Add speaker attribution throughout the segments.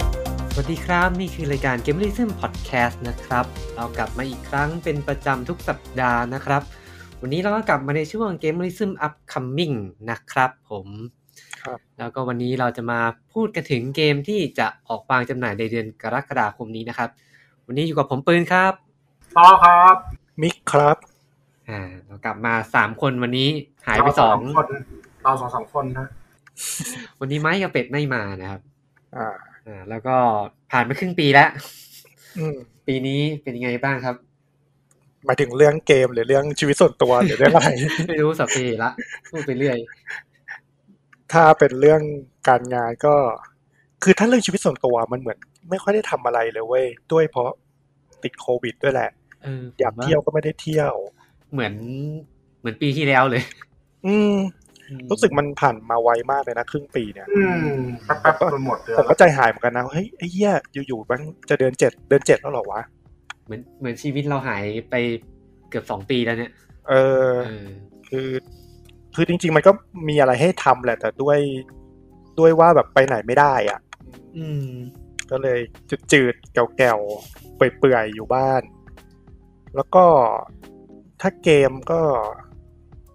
Speaker 1: ครับ นี่คือรายการ g a m e r i s m Podcast นะครับ เรากลับมาอีกครั้งเป็นประจำทุกสัปดาห์นะครับ วันนี้เราก็กลับมาในช่วง g a m e r i s m Upcoming นะครับผม
Speaker 2: ครับ
Speaker 1: แล้วก็วันนี้เราจะมาพูดกันถึงเกมที่จะออกวางจำหน่ายในเดือนกรกฎาคมนี้นะครับ วันนี้อยู่กับผมปืนครับ
Speaker 3: ต่อครับ
Speaker 2: มิกครับ
Speaker 1: อ่า เรากลับมาสามคนวันนี้หายไปสอง
Speaker 3: เราเราสองสามคนนะ
Speaker 1: วันนี้ไม้กับเป็ดไม่มานะครับ
Speaker 2: อ่า
Speaker 1: อ่า แล้วก็ผ่านไปครึ่งปีแล้ว
Speaker 2: อืม
Speaker 1: ปีนี้เป็นยังไงบ้างครับ
Speaker 2: หมายถึงเรื่องเกมหรือเรื่องชีวิตส่วนตัวหรือเรื่องอะไร
Speaker 1: ไม่รู้สับเพละพูดไปเรื่อย
Speaker 2: ถ้าเป็นเรื่องการงานก็ คือถ้าเรื่องชีวิตส่วนตัวมันเหมือน ไม่ค่อยได้ทำอะไรเลยเว้ย ด้วยเพราะติดโควิดด้วยแหละ
Speaker 1: เออ
Speaker 2: อยากเที่ยวก็ไม่ได้เที่ยว
Speaker 1: เหมือนเหมือนปีที่แล้วเลย
Speaker 2: อืม รู้สึกมันผ่านมาไวมากเลยนะ ครึ่งปีเนี่ย
Speaker 3: อืมแป๊บๆจนหมดเดือ
Speaker 2: ผ
Speaker 3: น
Speaker 2: ม
Speaker 3: แล้
Speaker 2: ก็
Speaker 3: ว
Speaker 2: ใจหายเหมือนกันนะ เฮ้ยไอ้เหี้ยอยู่ๆมันจะเดือนเจ็ดเดือนเจ็ดแล้วเหรอวะ
Speaker 1: เหมือนเหมือนชีวิตเราหายไปเกือบสองปีแล้วเนี่ย
Speaker 2: เออ
Speaker 1: เออ
Speaker 2: คือ คือจริง ๆ มันก็มีอะไรให้ทำแหละ แต่ด้วย ด้วยว่าแบบไปไหนไม่ได้อ่ะ
Speaker 1: อืม
Speaker 2: ก็เลยจืดๆแก่วๆเปื่อยๆอยู่บ้าน แล้วก็ถ้าเกมก็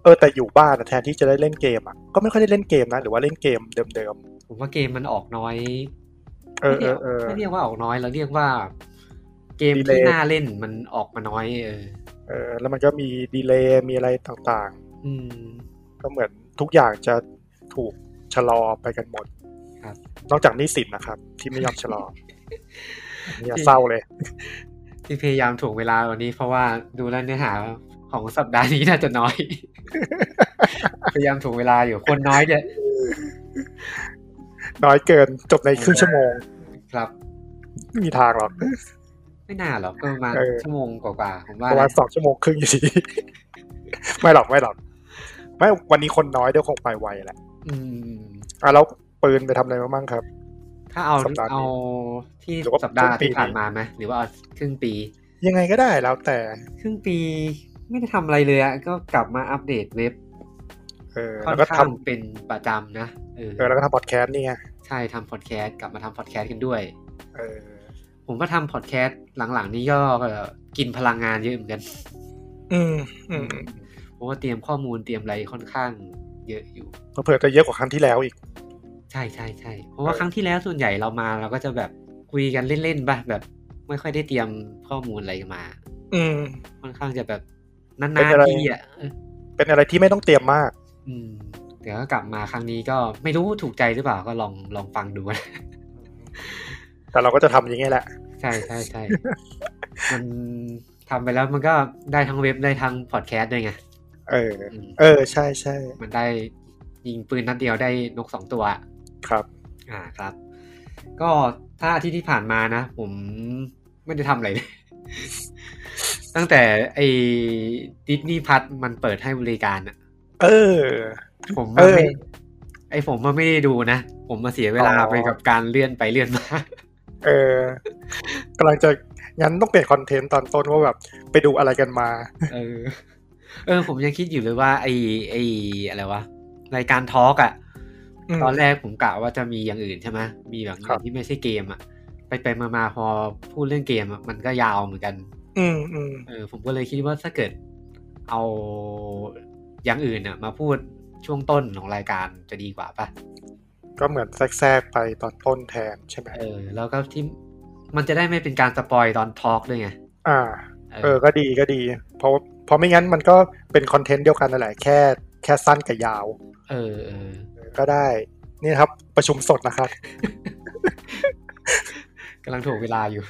Speaker 2: เออแต่อยู่บ้านอะแทนที่จะได้เล่นเกมอ่ะก็ไม่ค่อยได้เล่นเกมนะ หรือว่าเล่นเกมเดิม
Speaker 1: ผมว่าเกมมันออกน้อย
Speaker 2: ๆเออเออเออ
Speaker 1: ไม่เรียกว่าออกน้อยเราเรียกว่า เกม
Speaker 2: Delay
Speaker 1: ที่น่าเล่นมันออกมาน้อย เออ
Speaker 2: เออแล้วมันก็มีดีเลย์มีอะไรต่าง
Speaker 1: อืม
Speaker 2: ๆ ก็เหมือนทุกอย่างจะถูกชะลอไปกันหมด
Speaker 1: ครับ
Speaker 2: นอกจากหนี้สินนะครับ ที่ไม่ยอมชะ ลอเนี่ยเศร้าเลย
Speaker 1: ที่พยายามถ่วงเวลาวันนี้ เพราะว่าดูแล้วเนื้อหาของสัปดาห์นี้น่าจะน้อย พยายามถ่วงเวลาอยู่คนน้อยเนี่ย
Speaker 2: น้อยเกินจบในครึ่งชั่วโมง
Speaker 1: ครับ
Speaker 2: ไม่มีทางหรอก
Speaker 1: ไม่น่าหรอกก็ประมาณ
Speaker 2: เออ
Speaker 1: ชั่วโมงกว่าๆผมว่า
Speaker 2: ประมาณสองชั่วโมงครึ่งอยู่ดี ไม่หรอกไม่หรอกไม่วันนี้คนน้อยเดี๋ยวคงไปไวแหละ
Speaker 1: อืม
Speaker 2: อ่ะแล้วปืนไปทำอะไรมาบ้างครับ
Speaker 1: ถ้าเอา
Speaker 2: สัปดาห์นี้
Speaker 1: เอาที่
Speaker 2: หรือว่า
Speaker 1: สัปดาห์
Speaker 2: ครึ่งปี
Speaker 1: ที่ผ่านมาไหมหรือว่าเอาครึ่งปี
Speaker 2: ยังไงก็ได้แล้วแต่
Speaker 1: ครึ่งปีไม่ได้ทำอะไรเลยอะก็กลับมาอัปเดตเว็บ
Speaker 2: เออ
Speaker 1: ค่อ
Speaker 2: แล้
Speaker 1: น
Speaker 2: วก็ทำ
Speaker 1: ข้างเป็นประจำนะเออ
Speaker 2: เออแล้วก็ทำพอดแคสต์นี่ไง
Speaker 1: ใช่ทำพอดแคสต์กลับมาทำพอดแคสต์กันด้วย
Speaker 2: เออ
Speaker 1: ผมว่าทำพอดแคสต์หลังๆ นี้ก็เอ่อกินพลังงานเยอะเหมือนกัน
Speaker 2: อืมอืม
Speaker 1: เพราะว่าเตรียมข้อมูลเตรียมอะไรค่อนข้างเยอะอยู่
Speaker 2: เผื่อๆจะเยอะกว่าครั้งที่แล้วอีก
Speaker 1: ใช่ใช่ใช่เพราะว่า
Speaker 2: เออ
Speaker 1: ครั้งที่แล้วส่วนใหญ่เรามาเราก็จะแบบคุยกันเล่นๆป่ะแบบไม่ค่อยได้เตรียมข้อมูลอะไรมา
Speaker 2: อืม
Speaker 1: ค่อนข้างจะแบบนา
Speaker 2: เป็น
Speaker 1: น
Speaker 2: อะไร
Speaker 1: ๆทีอ่ะเออ
Speaker 2: เป็นอะไรที่ไม่ต้องเตรียมมาก
Speaker 1: อืมแต่ก็กลับมาครั้งนี้ก็ไม่รู้ถูกใจหรือเปล่าก็ลองลองฟังดูนะ
Speaker 2: แต่เราก็จะทำอย่างงี้แหละ
Speaker 1: ใช่ใช่ใช่ มันทำไปแล้วมันก็ได้ทั้งเว็บได้ทั้งพอดแคสต์ด้วยไง
Speaker 2: เออ
Speaker 1: อืม
Speaker 2: เออ ใช่ใช่
Speaker 1: มันได้ยิงปืนนัดเดียวได้นกสองตัว
Speaker 2: ครับ
Speaker 1: อ่าครับ ก็ถ้าอาทิตย์ที่ผ่านมานะ ผมไม่ได้ทำอะไรเลย ตั้งแต่ไอ้ดิสนีย์พัทมันเปิดให้บริการอะ
Speaker 2: เออ
Speaker 1: ผม
Speaker 2: เอ
Speaker 1: ว่า
Speaker 2: อ
Speaker 1: ไม่ไอ้ผมว่าไม่ได้ดูนะ ผมมาเสียเวลา
Speaker 2: อ๋อ
Speaker 1: ไปกับการเลื่อนไปเลื่อนมา
Speaker 2: เออกำลังจะงั้นต้องเปลี่ยนคอนเทนต์ตอนต้นว่าแบบไปดูอะไรกันมา
Speaker 1: เออ เออ ผมยังคิดอยู่เลยว่า ไอ้ไอ้อะไรวะรายการทอล์กอะ
Speaker 2: อืม
Speaker 1: ตอนแรกผมกะว่าจะมีอย่างอื่นใช่ไหมมีแบบ
Speaker 2: ครับ
Speaker 1: ที่ไม่ใช่เกมอะไปไปมามาพอพูดเรื่องเกมอะมันก็ยาวเหมือนกัน
Speaker 2: อืมอืม
Speaker 1: เออผมก็เลยคิดว่าถ้าเกิดเอาอย่างอื่นน่ะมาพูดช่วงต้นของรายการจะดีกว่าป่ะ
Speaker 2: ก็เหมือนแทรกๆไปตอนต้นแทนใช่ไหม
Speaker 1: เออ แล้วก็ที่มันจะได้ไม่เป็นการสปอยตอนทอล์กด้วยไง
Speaker 2: อ่า
Speaker 1: เอ
Speaker 2: เอ
Speaker 1: อ
Speaker 2: อก็ดีก็ดี เพราะเพราะไม่งั้นมันก็เป็นคอนเทนต์เดียวกันนั่นแหละแค่แค่สั้นกับยาว
Speaker 1: เออเออ
Speaker 2: ก็ได้ นี่นะครับ ประชุมสดนะครับ
Speaker 1: กำลังถูกเวลาอยู่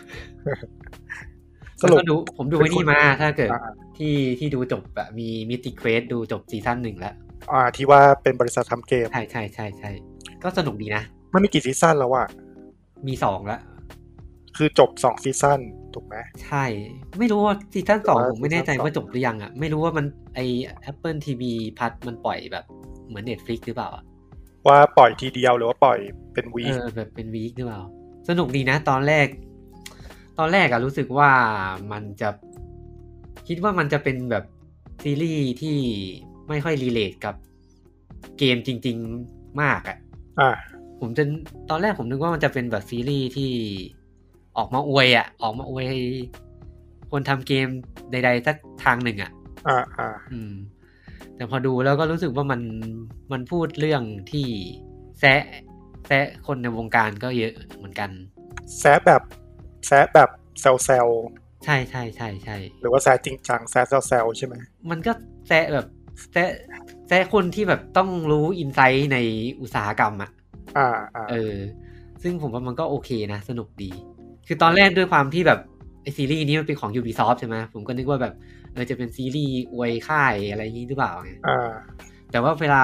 Speaker 2: สรุป
Speaker 1: แล้วก็ดูผมดูไอ้นี่มาถ้าเกิด
Speaker 2: อ่า
Speaker 1: ที่ที่ดูจบอะมีมิติเควสดูจบซีซั่นหนึ่งแล้ว
Speaker 2: อ่าที่ว่าเป็นบริษัททำเกม
Speaker 1: ใช่ใช่ใช่ใช่ก็สนุกดีนะ
Speaker 2: มันมีกี่ซีซั่นแล้วอะ
Speaker 1: มีสองแล้ว
Speaker 2: คือจบสองซีซั่นถูกไหม
Speaker 1: ใช่ ไม่รู้ว่าซีซั่นสอง
Speaker 2: แต่ว่า
Speaker 1: ผมไม่แน่ใจ
Speaker 2: ซีซั่นสอง
Speaker 1: ว่าจบหรือยังอ่ะ ไม่รู้ว่ามันไอ Apple TV พัดมันปล่อยแบบเหมือน Netflix หรือเปล่าอะ
Speaker 2: ว่าปล่อยทีเดียวหรือว่าปล่อยเป็นวี
Speaker 1: เอ
Speaker 2: ค
Speaker 1: อแบบเป็นวีคหรือเปล่า สนุกดีนะตอนแรก ตอนแรกอะรู้สึกว่ามันจะคิดว่ามันจะเป็นแบบซีรีส์ที่ไม่ค่อยรีเลทกับเกมจริง ๆมากอะ
Speaker 2: อ่า
Speaker 1: ผมจะตอนแรกผมนึกว่ามันจะเป็นแบบซีรีส์ที่ ออกมาอวยอะ่ะ ออกมาอวย คนทำเกมใดๆสักทางหนึ่งอะ่ะ
Speaker 2: อ่าอ่า
Speaker 1: อืม แต่พอดูแล้วก็รู้สึกว่ามันมันพูดเรื่องที่แซะแซะคนในวงการก็เยอะเหมือนกัน
Speaker 2: แซะแบบแซะแบบแซวแซว
Speaker 1: ใช่ใช่ใช่ใช่
Speaker 2: ๆหรือว่าแซะจริงจังแซะแซวแซวๆใช่ไหม
Speaker 1: มันก็แซะแบบแซะแซะคนที่แบบต้องรู้อินไซต์ในอุตสาหกรรมอ่ะ
Speaker 2: อ่าอ่า
Speaker 1: เออ ซึ่งผมว่ามันก็โอเคนะ สนุกดี คือตอนแรกด้วยความที่แบบไอซีรีส์นี้มันเป็นของ Ubisoft ใช่ไหมผมก็นึกว่าแบบเออจะเป็นซีรีส์อวยค่ายอะไรอย่างนี้หรือเปล่าไง
Speaker 2: อ่า
Speaker 1: แต่ว่าเวลา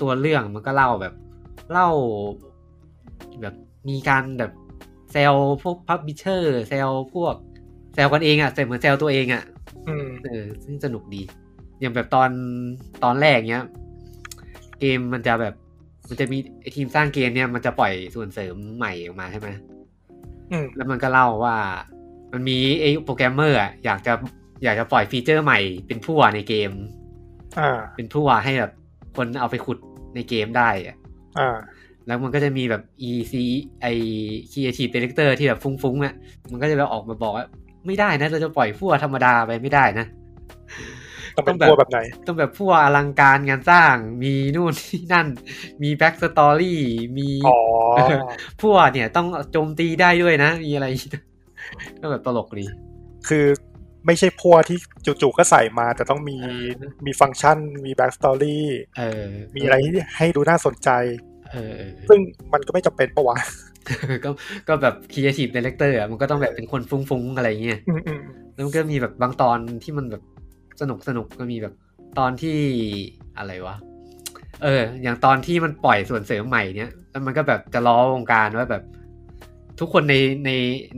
Speaker 1: ตัวเรื่องมันก็เล่าแบบเล่า แบบมีการแบบแซลพวกพับบิเชอร์แซลพวกแซลกันเองอะ่ะแต่เหมือนแซลตัวเองอ่ะ
Speaker 2: อืม
Speaker 1: เออซึ่งสนุกดี อย่างแบบตอนตอนแรกเนี้ย เกมมันจะแบบ มันจะมีไอทีมสร้างเกมเนี่ยมันจะปล่อยส่วนเสริมใหม่ออกมาใช่ไหม
Speaker 2: อืม
Speaker 1: แล้วมันก็เล่าว่า มันมีไอโปรแกรมเมอร์อะอยากจะอยากจะปล่อยฟีเจอร์ใหม่เป็นพั่วในเกม
Speaker 2: อ่า
Speaker 1: เป็นพั่วให้แบบคนเอาไปขุดในเกมได้อะ
Speaker 2: อ่า
Speaker 1: แล้วมันก็จะมีแบบ e c ไอ creative director ที่แบบฟุ้งๆอ่ะมันก็จะแบบออกมาบอกว่าไม่ได้นะเราจะปล่อยพั่วธรรมดาไปไม่ได้นะ
Speaker 2: ต้องเป็
Speaker 1: ต้อง
Speaker 2: น
Speaker 1: แบบ
Speaker 2: พวกแบบไหน
Speaker 1: ต้องแบบผู้อลังการงานสร้าง มีนู่นนี่นั่น มีแบ็กสตอรี่ มี
Speaker 2: อ๋อ
Speaker 1: ผู้เนี่ยต้องโจมตีได้ด้วยนะ มีอะไรอย่างงี้นะก็แบบตลกดี
Speaker 2: คือไม่ใช่พวกที่จู่ๆก็ใส่มา แต่ต้องมี
Speaker 1: เออ
Speaker 2: มีฟังก์ชัน มีแบ็กสตอรี่
Speaker 1: เออ
Speaker 2: มีอะไรที่ให้ดูน่าสนใจ
Speaker 1: เออเออเอ
Speaker 2: ซึ่งมันก็ไม่จำเป็นปะวะ
Speaker 1: อก็ก็แบบครีเอทีฟดีเลกเตอร์อ่ะมันก็ต้องแบบเป็นคนฟุ้งๆ อะไรอย่างเงี้ย
Speaker 2: อืมอืม
Speaker 1: แล้วมันก็มีแบบบางตอนที่มันแบบสนุกสนุกก็มีแบบตอนที่อะไรวะ เออ อย่างตอนที่มันปล่อยส่วนเสริมใหม่เนี้ยแล้วมันก็แบบจะล้อวงการว่าแบบ ทุกคนในใน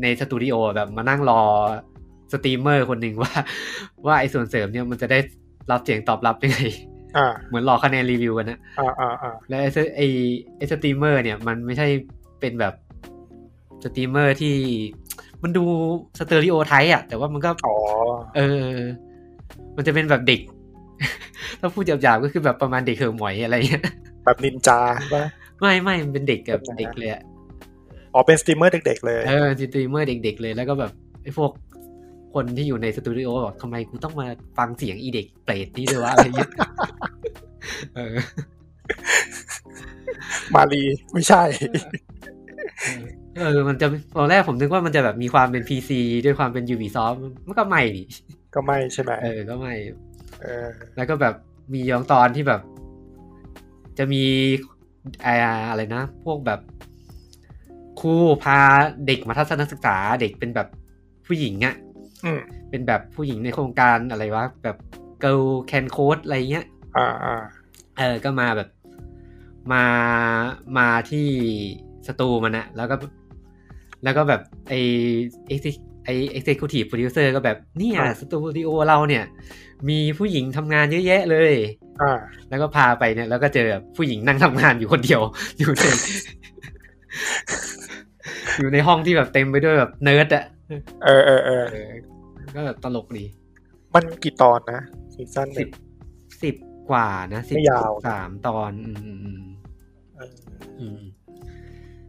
Speaker 1: ในสตูดิโอแบบมานั่งรอสตรีมเมอร์คนหนึ่งว่า ว่าไอ้ส่วนเสริมเนี่ยมันจะได้รับเสียงตอบรับยังไง
Speaker 2: อ่า
Speaker 1: เหมือนรอคะแนนรีวิวกันนะ
Speaker 2: อ่าอ่าอ่า
Speaker 1: และไอ้สไอไอสตรีมเมอร์เนี่ยมันไม่ใช่เป็นแบบสตรีมเมอร์ที่ มันดูสเตอริโอไทป์อะแต่ว่ามันก็
Speaker 2: อ๋อ
Speaker 1: เออ มันจะเป็นแบบเด็ก ถ้าพูดหยาบๆก็คือแบบประมาณเด็กเหอะหมอยอะไรเงี้ย
Speaker 2: แบบนินจาใช่ปะ
Speaker 1: ไม่ไม่มันเป็นเด็กแบบเด็กเลยอะ
Speaker 2: อ๋อ เป็นสตรีมเมอร์เด็กๆเลย
Speaker 1: เออสตรีมเมอร์เด็กๆเลย แล้วก็แบบไอ้พวกคนที่อยู่ในสตูดิโอบอกทำไมกูต้องมาฟังเสียงอีเด็กเปรตนี่ด้วยวะอะไรเงี้ย เออ
Speaker 2: มารีไม่ใช่
Speaker 1: เออ มันจะตอนแรกผมนึกว่ามันจะแบบมีความเป็น PC ด้วยความเป็น Ubisoft มันก็ไม่นี่
Speaker 2: ก็ไม่ใช่ไหม
Speaker 1: เออ ก็ไม่
Speaker 2: เออ
Speaker 1: แล้วก็แบบมีบางตอนที่แบบ จะมีเอ่ออะไรนะ พวกแบบครูพาเด็กมาทัศนศึกษาเด็กเป็นแบบผู้หญิงอะ
Speaker 2: อืม
Speaker 1: เป็นแบบผู้หญิงในโครงการอะไรวะแบบเกิลแคนโคดอะไรเงี้ย
Speaker 2: อ่าอ่า
Speaker 1: เออ ก็มาแบบ มา มาที่สตูมันอะแล้วก็ แล้วก็แบบไอเอ็กซ์ไอเอ็กซ์คิวทีฟโปรดิวเซอร์ก็แบบเนี่ยสตูดิโอเราเนี่ย มีผู้หญิงทำงานเยอะแยะเลย
Speaker 2: อ่า
Speaker 1: แล้วก็พาไปเนี่ย แล้วก็เจอแบบผู้หญิงนั่งทำงานอยู่คนเดียว อยู่ใน อยู่ในห้องที่แบบเต็มไปด้วยแบบเนิร์ดอะ
Speaker 2: เออเออเออ
Speaker 1: เออ ก็แบบตลกดี
Speaker 2: มันกี่ตอนนะซีซั่นห
Speaker 1: สิ
Speaker 2: นึ่
Speaker 1: บ
Speaker 2: ง
Speaker 1: สิบกว่านะสิบ
Speaker 2: ไม่ยาว
Speaker 1: สามตอนอืมอืมอืม
Speaker 2: เออ
Speaker 1: อืม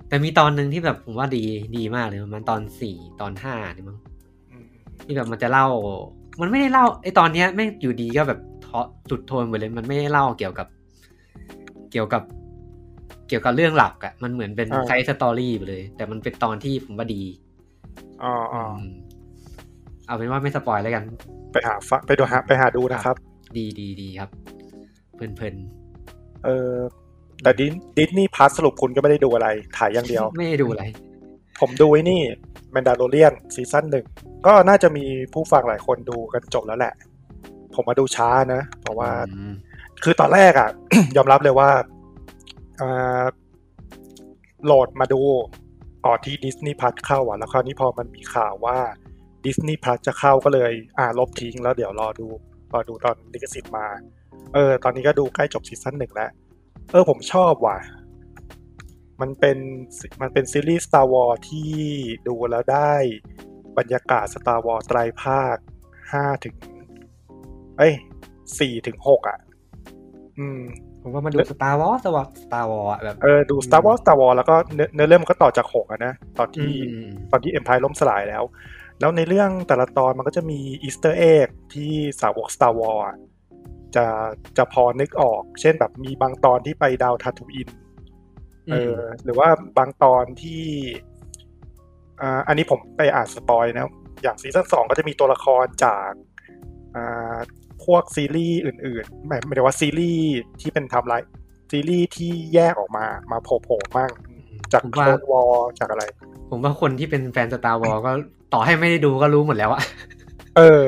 Speaker 1: แต่มีตอนหนึ่งที่แบบผมว่าดีดีมากเลยประมันตอนสี่ตอนห้าเนี่ยมั้ง
Speaker 2: อืม
Speaker 1: ที่แบบมันจะเล่า มันไม่ได้เล่าไอตอนเนี้ยแม่งอยู่ดีก็แบบทอจุดโทนไปเลย มันไม่ได้เล่าเกี่ยวกับ เกี่ยวกับ เกี่ยวกับเรื่องหลักอะมันเหมือนเป็น
Speaker 2: อ่า
Speaker 1: ไซส์สตอรี่ไปเลย แต่มันเป็นตอนที่ผมว่าดี
Speaker 2: อ๋ออ๋อ
Speaker 1: อืมเอาเป็นว่าไม่สปอยแล้วกัน
Speaker 2: ไปหาฟะไปดูหาไปหาดูนะครับ
Speaker 1: ดีดีดีครับ เพลินเพลิน
Speaker 2: เออ แต่ดิสดิสนี่พาร์ทสรุปคุณก็ไม่ได้ดูอะไร ถ่ายอย่าง เดียว
Speaker 1: ไม่ได้ดูอะไร
Speaker 2: ผมดูไอ้นี่แมนดาโลเรียนซีซั่นหนึ่งก็น่าจะมีผู้ฟังหลายคนดูกันจบแล้วแหละ ผมมาดูช้านะ เพราะว่า
Speaker 1: อืม
Speaker 2: คือตอนแรกอะ่ะ ยอมรับเลยว่าเอ่อโหลดมาดูก่อนที่ดิสนีย์พัทเข้าอ่ะ แล้วคราวนี้พอมันมีข่าวว่าดิสนีย์พัทจะเข้าก็เลย อ่าลบทิ้งแล้วเดี๋ยวรอดูรอดูตอนลิขสิทธิ์มา เออ ตอนนี้ก็ดูใกล้จบซีซั่นหนึ่งแล้ว เออผมชอบว่ะ มันเป็นมันเป็นซีรีส์ Star Wars ที่ดูแล้วได้บรรยากาศ Star Wars ไตรภาคห้าถึง เอ้ยสี่ถึงหกอ่ะ อืม
Speaker 1: ผมว่ามาดูสตาร์วอลสวอสตาร์วอลแบบ
Speaker 2: เออดู Star Wars Star Wars แล้วก็เนื้อเนื้อเรื่องมันก็ต่อจากหกอะนะตอน
Speaker 1: อื
Speaker 2: ที่
Speaker 1: มอืมอืม
Speaker 2: ตอนที่ Empire ล่มสลายแล้ว แล้วในเรื่องแต่ละตอนมันก็จะมีอีสเตอร์เอ็กที่สาวก Star Wars อะจะจะพอนึกออก เช่นแบบมีบางตอนที่ไปดาวทาทูอิน เอออหรือว่าบางตอนที่อ่าอันนี้ผมไปอ่านสปอยนะ อย่างซีซั่นสองก็จะมีตัวละครจากอ่าพวกซีรีส์อื่นๆหมายหมายถึงว่าซีรีส์ที่เป็นไทำไรซีรีส์ที่แยกออกมามาโผล่ๆบ้างจาก
Speaker 1: ผม
Speaker 2: โค
Speaker 1: ว่า
Speaker 2: ดวอจากอะไร
Speaker 1: ผมว่าคนที่เป็นแฟนสตาร์วอลก็ต่อให้ไม่ได้ดูก็รู้หมดแล้วอะ
Speaker 2: เออ